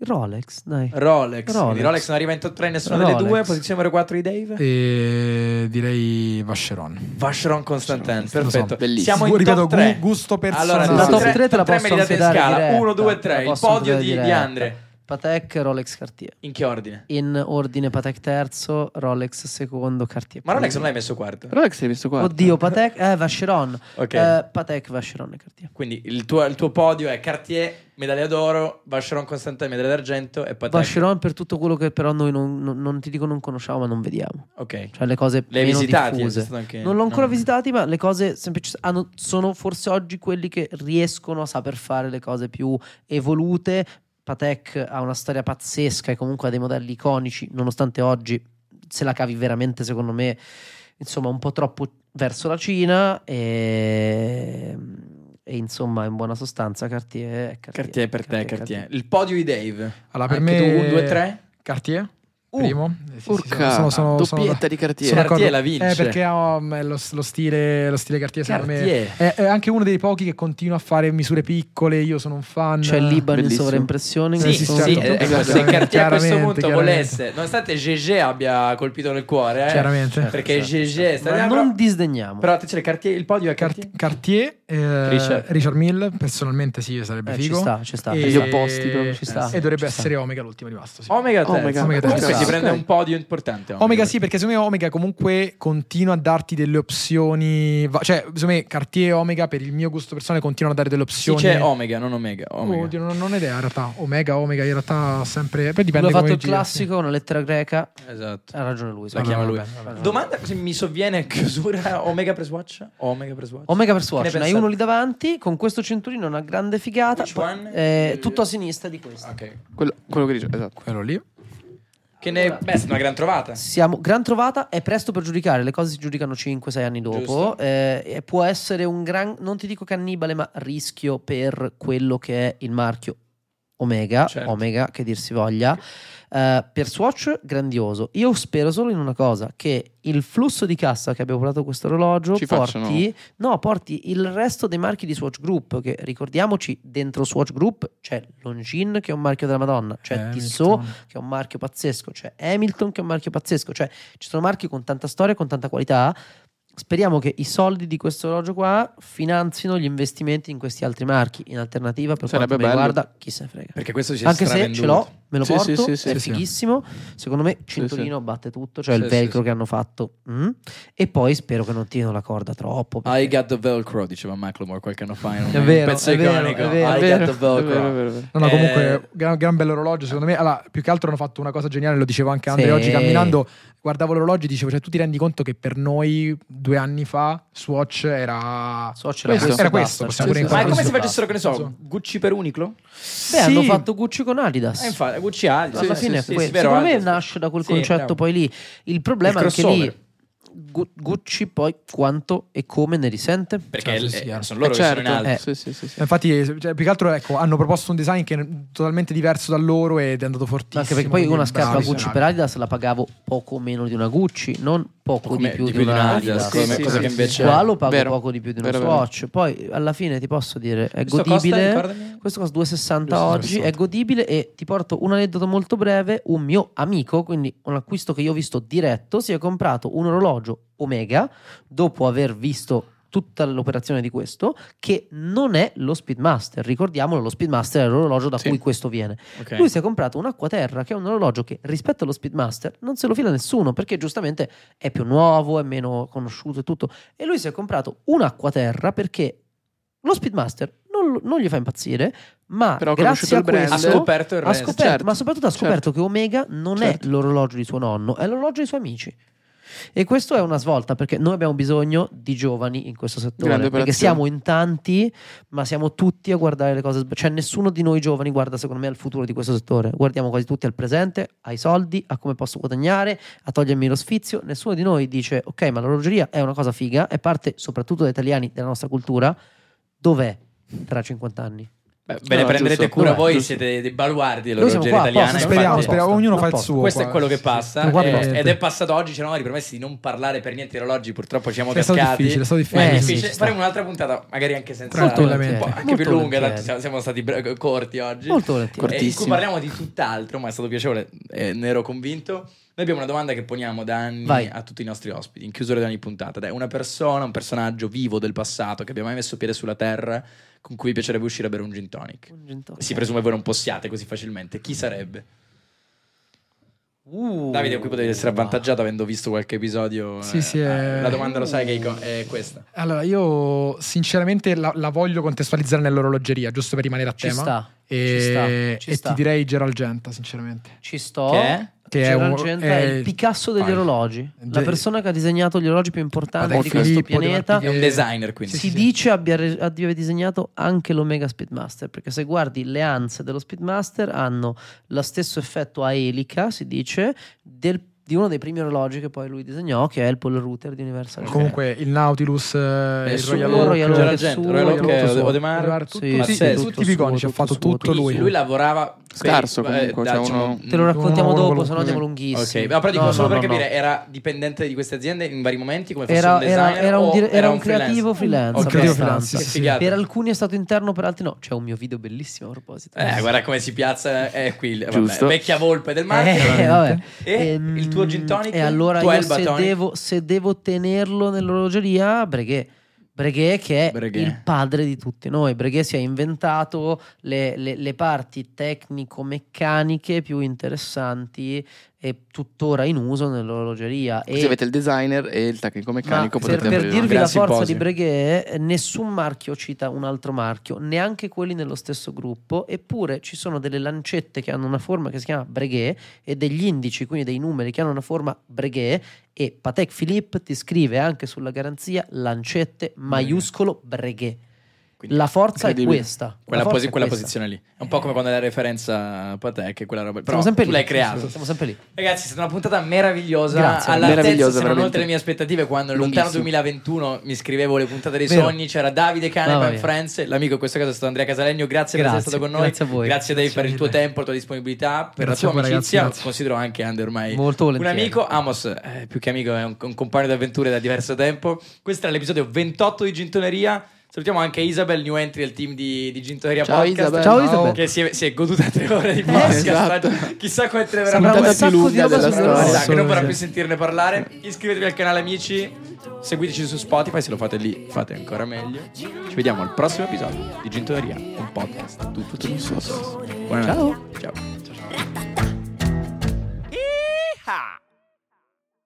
Speaker 2: Rolex, dai.
Speaker 3: Rolex.
Speaker 2: Rolex.
Speaker 3: Quindi Rolex non arriva in top 3 nessuna delle
Speaker 2: Rolex.
Speaker 3: due. Posizione numero 4 di Dave.
Speaker 1: E direi Vacheron.
Speaker 3: Vacheron Constantin,
Speaker 1: lo so,
Speaker 3: perfetto.
Speaker 6: bellissimo.
Speaker 3: Siamo in
Speaker 1: Ripeto,
Speaker 3: top
Speaker 1: gu-
Speaker 3: 3.
Speaker 1: gusto personale.
Speaker 3: Allora,
Speaker 1: La
Speaker 3: top
Speaker 1: top
Speaker 3: 3,
Speaker 2: tre
Speaker 3: top 3 meditate in
Speaker 2: anche
Speaker 3: scala.
Speaker 2: diretta,
Speaker 3: 1, 2,
Speaker 2: la
Speaker 3: 3. Il
Speaker 2: posso
Speaker 3: podio
Speaker 2: anche
Speaker 3: di,
Speaker 2: dare
Speaker 3: di
Speaker 2: diretta.
Speaker 3: Andre.
Speaker 2: Patek, Rolex, Cartier.
Speaker 3: In che ordine?
Speaker 2: In ordine Patek terzo, Rolex secondo, Cartier.
Speaker 3: Ma Rolex non l'hai messo quarto.
Speaker 6: Rolex l'hai messo qua.
Speaker 2: Oddio, Patek, eh, Vacheron.
Speaker 3: Ok.
Speaker 2: Eh, Patek, Vacheron e Cartier.
Speaker 3: Quindi il tuo, il tuo podio è Cartier, medaglia d'oro, Vacheron Constantin, medaglia d'argento e Patek.
Speaker 2: Vacheron per tutto quello che però noi non, non- non ti dico non conosciamo ma non vediamo.
Speaker 3: Ok.
Speaker 2: Cioè le cose
Speaker 3: Le hai
Speaker 2: meno
Speaker 3: visitati?
Speaker 2: diffuse.
Speaker 3: È stato anche-
Speaker 2: Non l'ho ancora
Speaker 3: no.
Speaker 2: visitati, ma le cose semplici hanno- sono forse oggi quelli che riescono a saper fare le cose più evolute. Patek ha una storia pazzesca e comunque ha dei modelli iconici, nonostante oggi se la cavi veramente, secondo me, insomma, un po' troppo verso la Cina e, e insomma, in buona sostanza Cartier è Cartier.
Speaker 3: Cartier per te, Cartier. Il podio di Dave.
Speaker 1: Allora, per
Speaker 3: Anche
Speaker 1: me.
Speaker 3: tu, un, due, tre?
Speaker 1: Cartier.
Speaker 2: Uh,
Speaker 1: primo. Eh, sì, sì,
Speaker 6: Urca,
Speaker 1: sono- sono- sono- sono-
Speaker 6: doppietta di
Speaker 1: sono
Speaker 6: Cartier.
Speaker 1: d'accordo.
Speaker 3: Cartier la vince.
Speaker 1: Eh, perché um, è lo, lo stile, lo stile Cartier, secondo me.
Speaker 3: Cartier.
Speaker 1: È, è anche uno dei pochi che continua a fare misure piccole. Io sono un fan.
Speaker 2: C'è Liban in
Speaker 6: Bellissimo.
Speaker 2: sovraimpressione in
Speaker 3: Sì, sì,
Speaker 2: questo
Speaker 1: esiste
Speaker 3: sì,
Speaker 2: momento?
Speaker 1: tutto.
Speaker 3: ecco,
Speaker 6: Esatto.
Speaker 3: se Cartier a questo
Speaker 1: Chiaramente,
Speaker 3: punto
Speaker 1: chiaramente.
Speaker 3: volesse, nonostante GG abbia colpito nel cuore, eh,
Speaker 1: Chiaramente.
Speaker 3: perché
Speaker 2: Certo,
Speaker 3: GG sta
Speaker 2: Ma non disdegniamo.
Speaker 3: Però attenzione, Cartier, il podio è Cartier.
Speaker 1: Cart- Cartier, eh,
Speaker 3: Richard.
Speaker 1: Richard. Mill, personalmente sì, sarebbe
Speaker 2: Eh, ci
Speaker 1: figo.
Speaker 2: sta, ci sta.
Speaker 1: E- eh,
Speaker 6: Gli opposti proprio.
Speaker 2: Ci sta,
Speaker 1: E dovrebbe
Speaker 2: ci sta.
Speaker 1: essere Omega l'ultimo rimasto. Sì.
Speaker 3: Omega terzo.
Speaker 6: Omega.
Speaker 1: Omega terzo.
Speaker 3: Comunque si
Speaker 6: Ok.
Speaker 3: prende un podio importante.
Speaker 1: Omega sì, perché secondo me Omega comunque continua a darti delle opzioni. va- cioè, secondo me Cartier e Omega, per il mio gusto personale, continuano a dare delle
Speaker 3: Sì,
Speaker 1: opzioni.
Speaker 3: c'è Omega, non Omega.
Speaker 2: Oh,
Speaker 3: Omega.
Speaker 1: Oddio, non, non ho idea in realtà. Omega, Omega, in realtà sempre. Poi dipende
Speaker 2: Lui ha fatto
Speaker 1: come
Speaker 2: il
Speaker 1: giri,
Speaker 2: classico, una lettera greca.
Speaker 3: Esatto.
Speaker 2: Ha ragione lui.
Speaker 3: La
Speaker 2: secondo
Speaker 3: chiama
Speaker 2: me.
Speaker 3: lui.
Speaker 1: vabbè, vabbè.
Speaker 3: Domanda se mi sovviene a chiusura Omega Press Watch? Omega Press Watch.
Speaker 2: Omega per
Speaker 3: Ne
Speaker 2: Swatch, ne hai
Speaker 3: pensate?
Speaker 2: uno lì davanti con questo cinturino, una grande figata.
Speaker 3: Which one?
Speaker 2: Eh,
Speaker 3: Il-
Speaker 2: tutto a sinistra di questo.
Speaker 3: Ok.
Speaker 6: Quello, quello che dice, esatto.
Speaker 1: sì. Quello lì.
Speaker 3: Che ne beh, è stata una gran trovata.
Speaker 2: Siamo gran trovata, è presto per giudicare, le cose si giudicano 5-6 anni dopo.
Speaker 3: Giusto.
Speaker 2: eh, e può essere un gran, non ti dico cannibale, ma rischio per quello che è il marchio Omega,
Speaker 3: Certo.
Speaker 2: Omega che dir si voglia. Eh, per Swatch grandioso. Io spero solo in una cosa: che il flusso di cassa che abbiamo provato questo orologio
Speaker 6: Ci
Speaker 2: porti, no, porti il resto dei marchi di Swatch Group. Che ricordiamoci, dentro Swatch Group c'è Longines che è un marchio della Madonna, c'è
Speaker 1: Eh,
Speaker 2: Tissot
Speaker 1: Milton.
Speaker 2: che è un marchio pazzesco, c'è Hamilton che è un marchio pazzesco, cioè ci sono marchi con tanta storia, con tanta qualità. Speriamo che i soldi di questo orologio qua finanzino gli investimenti in questi altri marchi. In alternativa, per
Speaker 6: Sarebbe
Speaker 2: quanto mi
Speaker 6: bello.
Speaker 2: riguarda, chi se ne frega.
Speaker 3: Perché questo si è
Speaker 2: Anche se ce l'ho, me lo
Speaker 6: Sì,
Speaker 2: porto,
Speaker 6: sì, sì, sì,
Speaker 2: è
Speaker 1: sì.
Speaker 2: fighissimo. Secondo me cinturino batte tutto, cioè
Speaker 3: Sì,
Speaker 2: il
Speaker 3: sì,
Speaker 2: velcro
Speaker 3: sì.
Speaker 2: che hanno fatto. mm. E poi spero che non tirino la corda troppo. perché-
Speaker 3: I got the Velcro, diceva Macklemore qualche anno fa. in un
Speaker 2: È vero,
Speaker 3: pezzo
Speaker 2: è vero,
Speaker 3: iconico.
Speaker 2: è vero,
Speaker 3: I
Speaker 2: è
Speaker 3: got the Velcro.
Speaker 1: No, no,
Speaker 3: Eh,
Speaker 1: comunque, gran, gran bell'orologio. Secondo me, allora, più che altro hanno fatto una cosa geniale. Lo dicevo anche Andre
Speaker 2: Sì.
Speaker 1: oggi camminando. Guardavo l'orologio e dicevo, cioè, tu ti rendi conto che per noi due anni fa Swatch era.
Speaker 2: Swatch
Speaker 1: Questo, era
Speaker 2: e basta,
Speaker 1: questo, possiamo
Speaker 2: cioè,
Speaker 1: pure
Speaker 2: sì, sì,
Speaker 3: Ma è come
Speaker 2: sì.
Speaker 3: se
Speaker 1: Questo
Speaker 3: facessero, che ne so,
Speaker 1: Insomma.
Speaker 3: Gucci per Uniclo?
Speaker 6: Ah,
Speaker 2: Beh, hanno
Speaker 1: Sì.
Speaker 2: fatto Gucci con Adidas.
Speaker 3: Eh, infatti, Gucci Adidas.
Speaker 2: alla
Speaker 3: Sì,
Speaker 2: fine
Speaker 3: sì,
Speaker 2: è
Speaker 3: sì,
Speaker 2: quello.
Speaker 3: sì, vero,
Speaker 2: Secondo me
Speaker 3: Adidas.
Speaker 2: nasce da quel
Speaker 3: Sì,
Speaker 2: concetto
Speaker 3: bravo.
Speaker 2: poi lì. Il problema
Speaker 3: Il
Speaker 2: è anche
Speaker 3: crossover.
Speaker 2: lì Gu- Gucci poi quanto e come ne risente?
Speaker 3: Perché
Speaker 1: Certo,
Speaker 3: eh,
Speaker 1: sì, chiaro.
Speaker 3: sono loro
Speaker 6: Eh,
Speaker 3: che sono
Speaker 6: certo.
Speaker 3: in alto.
Speaker 2: Cioè, Eh.
Speaker 6: Sì, sì, sì, sì.
Speaker 1: Infatti, cioè, più che altro, ecco, hanno proposto un design che è totalmente diverso da loro ed è andato fortissimo.
Speaker 2: Anche perché poi una
Speaker 1: Quindi,
Speaker 2: scarpa
Speaker 1: bravi,
Speaker 2: Gucci
Speaker 1: bravi.
Speaker 2: per Adidas la pagavo poco meno di una Gucci, non poco
Speaker 3: Come-
Speaker 2: di più di, una Adidas.
Speaker 6: Adidas,
Speaker 3: come-
Speaker 6: Sì,
Speaker 3: cosa
Speaker 6: sì,
Speaker 3: che
Speaker 6: sì,
Speaker 3: invece
Speaker 6: sì.
Speaker 2: Qua lo pago
Speaker 6: Vero.
Speaker 2: poco di più di uno
Speaker 6: Vero, vero.
Speaker 2: Swatch. Poi alla fine ti posso dire, è
Speaker 3: Questo costa,
Speaker 2: godibile.
Speaker 3: ricordami?
Speaker 2: questo costa 2,60
Speaker 1: 2,60.
Speaker 2: oggi, è godibile e ti porto un aneddoto molto breve. Un mio amico, quindi un acquisto che io ho visto diretto, si è comprato un orologio Omega dopo aver visto tutta l'operazione di questo che non è lo Speedmaster ricordiamolo lo Speedmaster è l'orologio da
Speaker 6: Sì.
Speaker 2: cui questo viene
Speaker 3: Ok.
Speaker 2: lui si è comprato un acquaterra che è un orologio che rispetto allo Speedmaster non se lo fila nessuno perché giustamente è più nuovo, è meno conosciuto e tutto. E lui si è comprato un acquaterra perché lo Speedmaster non, lo- non gli fa impazzire, ma
Speaker 6: Però ha
Speaker 2: grazie
Speaker 6: conosciuto
Speaker 2: a
Speaker 6: il brand.
Speaker 2: questo
Speaker 3: Ha scoperto il
Speaker 2: ha
Speaker 3: resto.
Speaker 2: scoperto-
Speaker 6: certo.
Speaker 2: ma soprattutto ha scoperto
Speaker 6: Certo.
Speaker 2: che Omega non
Speaker 6: Certo.
Speaker 2: è l'orologio di suo nonno, è l'orologio dei suoi amici. E questo è una svolta perché noi abbiamo bisogno di giovani in questo settore.
Speaker 6: Grande
Speaker 2: Perché
Speaker 6: operazione.
Speaker 2: siamo in tanti, ma siamo tutti a guardare le cose. sb- Cioè, nessuno di noi giovani guarda, secondo me, al futuro di questo settore. Guardiamo quasi tutti al presente, ai soldi, a come posso guadagnare, a togliermi lo sfizio. Nessuno di noi dice: Ok, ma l'orologeria è una cosa figa, è parte soprattutto da italiani della nostra cultura. Dov'è tra 50 anni?
Speaker 3: Beh, ve ne
Speaker 6: No,
Speaker 3: prenderete
Speaker 6: giusto.
Speaker 3: Cioè, cura
Speaker 2: No,
Speaker 3: voi,
Speaker 6: giusto.
Speaker 3: siete dei baluardi
Speaker 2: Noi siamo qua,
Speaker 3: dell'orologeria italiana.
Speaker 2: apposta,
Speaker 1: speriamo,
Speaker 3: infatti-
Speaker 2: apposta,
Speaker 1: speriamo, ognuno fa il
Speaker 2: apposta.
Speaker 1: suo.
Speaker 3: Questo
Speaker 1: qua.
Speaker 3: è quello che
Speaker 1: Sì,
Speaker 3: passa
Speaker 1: sì. Guarda,
Speaker 3: eh,
Speaker 1: guarda.
Speaker 3: ed è passato oggi. C'erano i promessi di non parlare per niente di orologi. Purtroppo ci siamo
Speaker 1: È stato
Speaker 3: cascati.
Speaker 1: difficile, è stato
Speaker 3: Ma è
Speaker 1: difficile.
Speaker 2: Eh,
Speaker 3: difficile.
Speaker 2: sì, ci sta.
Speaker 3: Faremo un'altra puntata, magari anche senza
Speaker 1: Molto
Speaker 3: un po'
Speaker 1: volentieri.
Speaker 3: anche
Speaker 2: Molto
Speaker 3: più lunga.
Speaker 2: volentieri.
Speaker 3: Tanto siamo, siamo stati bra- corti oggi.
Speaker 2: Molto volentieri.
Speaker 3: Eh, in cui
Speaker 6: Cortissimo.
Speaker 3: parliamo di tutt'altro, ma è stato piacevole, eh, ne ero convinto. Noi abbiamo una domanda che poniamo da anni
Speaker 2: Vai.
Speaker 3: a tutti i nostri ospiti, in chiusura di ogni puntata. Ed è una persona, un personaggio vivo del passato che abbia mai messo piede sulla terra con cui vi piacerebbe uscire a bere un gin tonic.
Speaker 2: Un gin tonic.
Speaker 3: Si presume voi non possiate così facilmente. Chi sarebbe?
Speaker 2: Uh.
Speaker 3: Davide, qui potevi essere avvantaggiato avendo visto qualche episodio. eh,
Speaker 1: Sì, sì, è-
Speaker 3: La domanda lo sai che è co- è questa.
Speaker 1: Allora, io sinceramente la, la voglio contestualizzare nell'orologeria, giusto per rimanere a
Speaker 2: Ci
Speaker 1: tema.
Speaker 2: sta,
Speaker 1: E,
Speaker 2: ci sta, ci
Speaker 1: e
Speaker 2: sta.
Speaker 1: ti direi Gerald Genta, sinceramente.
Speaker 2: Ci sto.
Speaker 3: Che è?
Speaker 1: Che è
Speaker 2: Gerald
Speaker 1: un-
Speaker 2: Genta
Speaker 1: è-
Speaker 2: è il Picasso degli
Speaker 1: Vai.
Speaker 2: orologi, la
Speaker 1: Ge-
Speaker 2: persona che ha disegnato gli orologi più importanti
Speaker 1: Guarda,
Speaker 2: di questo
Speaker 1: Filippo, Di
Speaker 2: pianeta.
Speaker 1: Martini.
Speaker 3: È un designer, quindi.
Speaker 1: Sì,
Speaker 2: si dice abbia, re- abbia disegnato anche l'Omega Speedmaster perché se guardi le anse dello Speedmaster hanno lo stesso effetto a elica si dice del- di uno dei primi orologi che poi lui disegnò che è il Pole Router di Universal
Speaker 1: Comunque il Nautilus, eh, il
Speaker 3: suo,
Speaker 1: Royal
Speaker 2: il
Speaker 1: Oak,
Speaker 2: Royal
Speaker 1: Gerald
Speaker 2: Oak,
Speaker 1: Genta,
Speaker 2: suo,
Speaker 1: Royal Oak,
Speaker 3: Royal Oak,
Speaker 1: suo.
Speaker 3: Odemar,
Speaker 1: Royal Oak,
Speaker 2: sì,
Speaker 1: tutti-
Speaker 2: sì,
Speaker 1: sì,
Speaker 2: tutto
Speaker 1: tutti i iconici,
Speaker 2: suo,
Speaker 1: ha fatto
Speaker 2: tutto
Speaker 1: tutto
Speaker 2: suo.
Speaker 1: lui.
Speaker 3: Lui lavorava
Speaker 6: Scarso, comunque,
Speaker 3: da-
Speaker 6: cioè,
Speaker 3: diciamo,
Speaker 6: uno-
Speaker 2: te lo raccontiamo
Speaker 1: No, no,
Speaker 2: dopo
Speaker 1: no,
Speaker 2: se no andiamo
Speaker 1: no,
Speaker 2: lunghissimo
Speaker 3: Ok, ma però dico
Speaker 2: No,
Speaker 3: solo
Speaker 2: no,
Speaker 3: per
Speaker 2: no, no.
Speaker 3: capire, era dipendente di queste aziende in vari momenti come fosse
Speaker 2: era,
Speaker 3: un designer
Speaker 2: era- era un,
Speaker 3: o
Speaker 2: dire- era un
Speaker 3: freelance?
Speaker 2: creativo freelance,
Speaker 1: Un
Speaker 3: Ok,
Speaker 1: creativo
Speaker 2: abbastanza.
Speaker 1: freelance, sì,
Speaker 3: che
Speaker 1: sì.
Speaker 3: figata.
Speaker 2: per alcuni è stato interno per altri no c'è un mio video bellissimo a proposito
Speaker 3: Eh, guarda come si piazza eh, è qui, il- vabbè,
Speaker 6: Giusto.
Speaker 3: vecchia volpe del
Speaker 2: Eh,
Speaker 3: marketing.
Speaker 2: vabbè.
Speaker 3: E
Speaker 2: Ehm,
Speaker 3: il tuo gin tonic?
Speaker 2: E allora
Speaker 3: Tuo
Speaker 2: io
Speaker 3: Elba
Speaker 2: se
Speaker 3: tonic?
Speaker 2: devo, se devo tenerlo nell'orologeria, Breguet. Breguet che è
Speaker 3: Breguet.
Speaker 2: il padre di tutti noi. Breguet si è inventato le, le- le parti tecnico-meccaniche più interessanti e tuttora in uso nell'orologeria.
Speaker 6: Così
Speaker 2: e
Speaker 6: avete il designer e il tecnico
Speaker 2: ma
Speaker 6: meccanico.
Speaker 2: per,
Speaker 6: potete
Speaker 2: per
Speaker 6: aprire.
Speaker 2: dirvi
Speaker 3: Gran
Speaker 2: la forza
Speaker 3: simposio.
Speaker 2: di Breguet, eh, nessun marchio cita un altro marchio, neanche quelli nello stesso gruppo, eppure ci sono delle lancette che hanno una forma che si chiama Breguet e degli indici, quindi dei numeri che hanno una forma Breguet e Patek Philippe ti scrive anche sulla garanzia lancette maiuscolo Breguet.
Speaker 3: Quindi,
Speaker 2: la forza è
Speaker 6: incredibile.
Speaker 2: questa. la
Speaker 3: Quella,
Speaker 2: forza
Speaker 3: posi-
Speaker 2: è
Speaker 3: quella
Speaker 2: questa.
Speaker 3: posizione lì. È un po' come quando la referenza Patek e quella roba. Però
Speaker 2: Siamo sempre
Speaker 3: tu
Speaker 2: lì,
Speaker 3: l'hai creato.
Speaker 2: Siamo sempre lì.
Speaker 3: Ragazzi, è stata una puntata meravigliosa.
Speaker 2: Grazie.
Speaker 3: All'altezza,
Speaker 6: Meravigliosa,
Speaker 3: se non
Speaker 6: veramente.
Speaker 3: oltre le mie aspettative, quando nel lontano
Speaker 6: Lunghissimo.
Speaker 3: 2021 mi scrivevo le puntate dei
Speaker 2: Vero.
Speaker 3: sogni, c'era Davide
Speaker 2: Mamma
Speaker 3: Canepa in
Speaker 2: mia.
Speaker 3: Friends. L'amico in questo caso è stato Andrea Casalegno. Grazie, per essere
Speaker 2: Grazie,
Speaker 3: stato con noi.
Speaker 2: grazie a voi.
Speaker 3: Grazie, Dave,
Speaker 1: Grazie
Speaker 3: per il tuo
Speaker 1: mille.
Speaker 3: tempo, la tua disponibilità, per
Speaker 1: Grazie
Speaker 3: la tua
Speaker 1: a voi, ragazzi,
Speaker 3: amicizia.
Speaker 1: grazie.
Speaker 3: Considero anche Under ormai
Speaker 2: Molto
Speaker 3: un
Speaker 2: volentieri.
Speaker 3: amico. Amos, eh, più che amico, è un, un compagno d'avventure da diverso tempo. Questo era l'episodio 28 di Gintoneria. Salutiamo anche Isabel, new entry del team di, di Gintoneria
Speaker 6: Ciao,
Speaker 3: Podcast.
Speaker 6: Isabel.
Speaker 2: Ciao, Isabel.
Speaker 3: Che si è, si è goduta tre ore di
Speaker 2: Eh,
Speaker 3: podcast.
Speaker 6: esatto.
Speaker 3: Chissà quante ne verrà
Speaker 2: Sembrava
Speaker 6: puntata
Speaker 2: un
Speaker 6: più
Speaker 2: sacco di
Speaker 6: lunga
Speaker 2: roba
Speaker 6: della
Speaker 2: sulle
Speaker 6: storia.
Speaker 2: orologi.
Speaker 3: Chissà che Esatto, non vorrà
Speaker 1: Assolutamente.
Speaker 3: più sentirne parlare. Iscrivetevi al canale, amici. Seguiteci su Spotify. Se lo fate lì, fate ancora meglio. Ci vediamo al prossimo episodio di Gintoneria, un podcast. Tutto, tutto, tutto. Buonanotte. Ciao.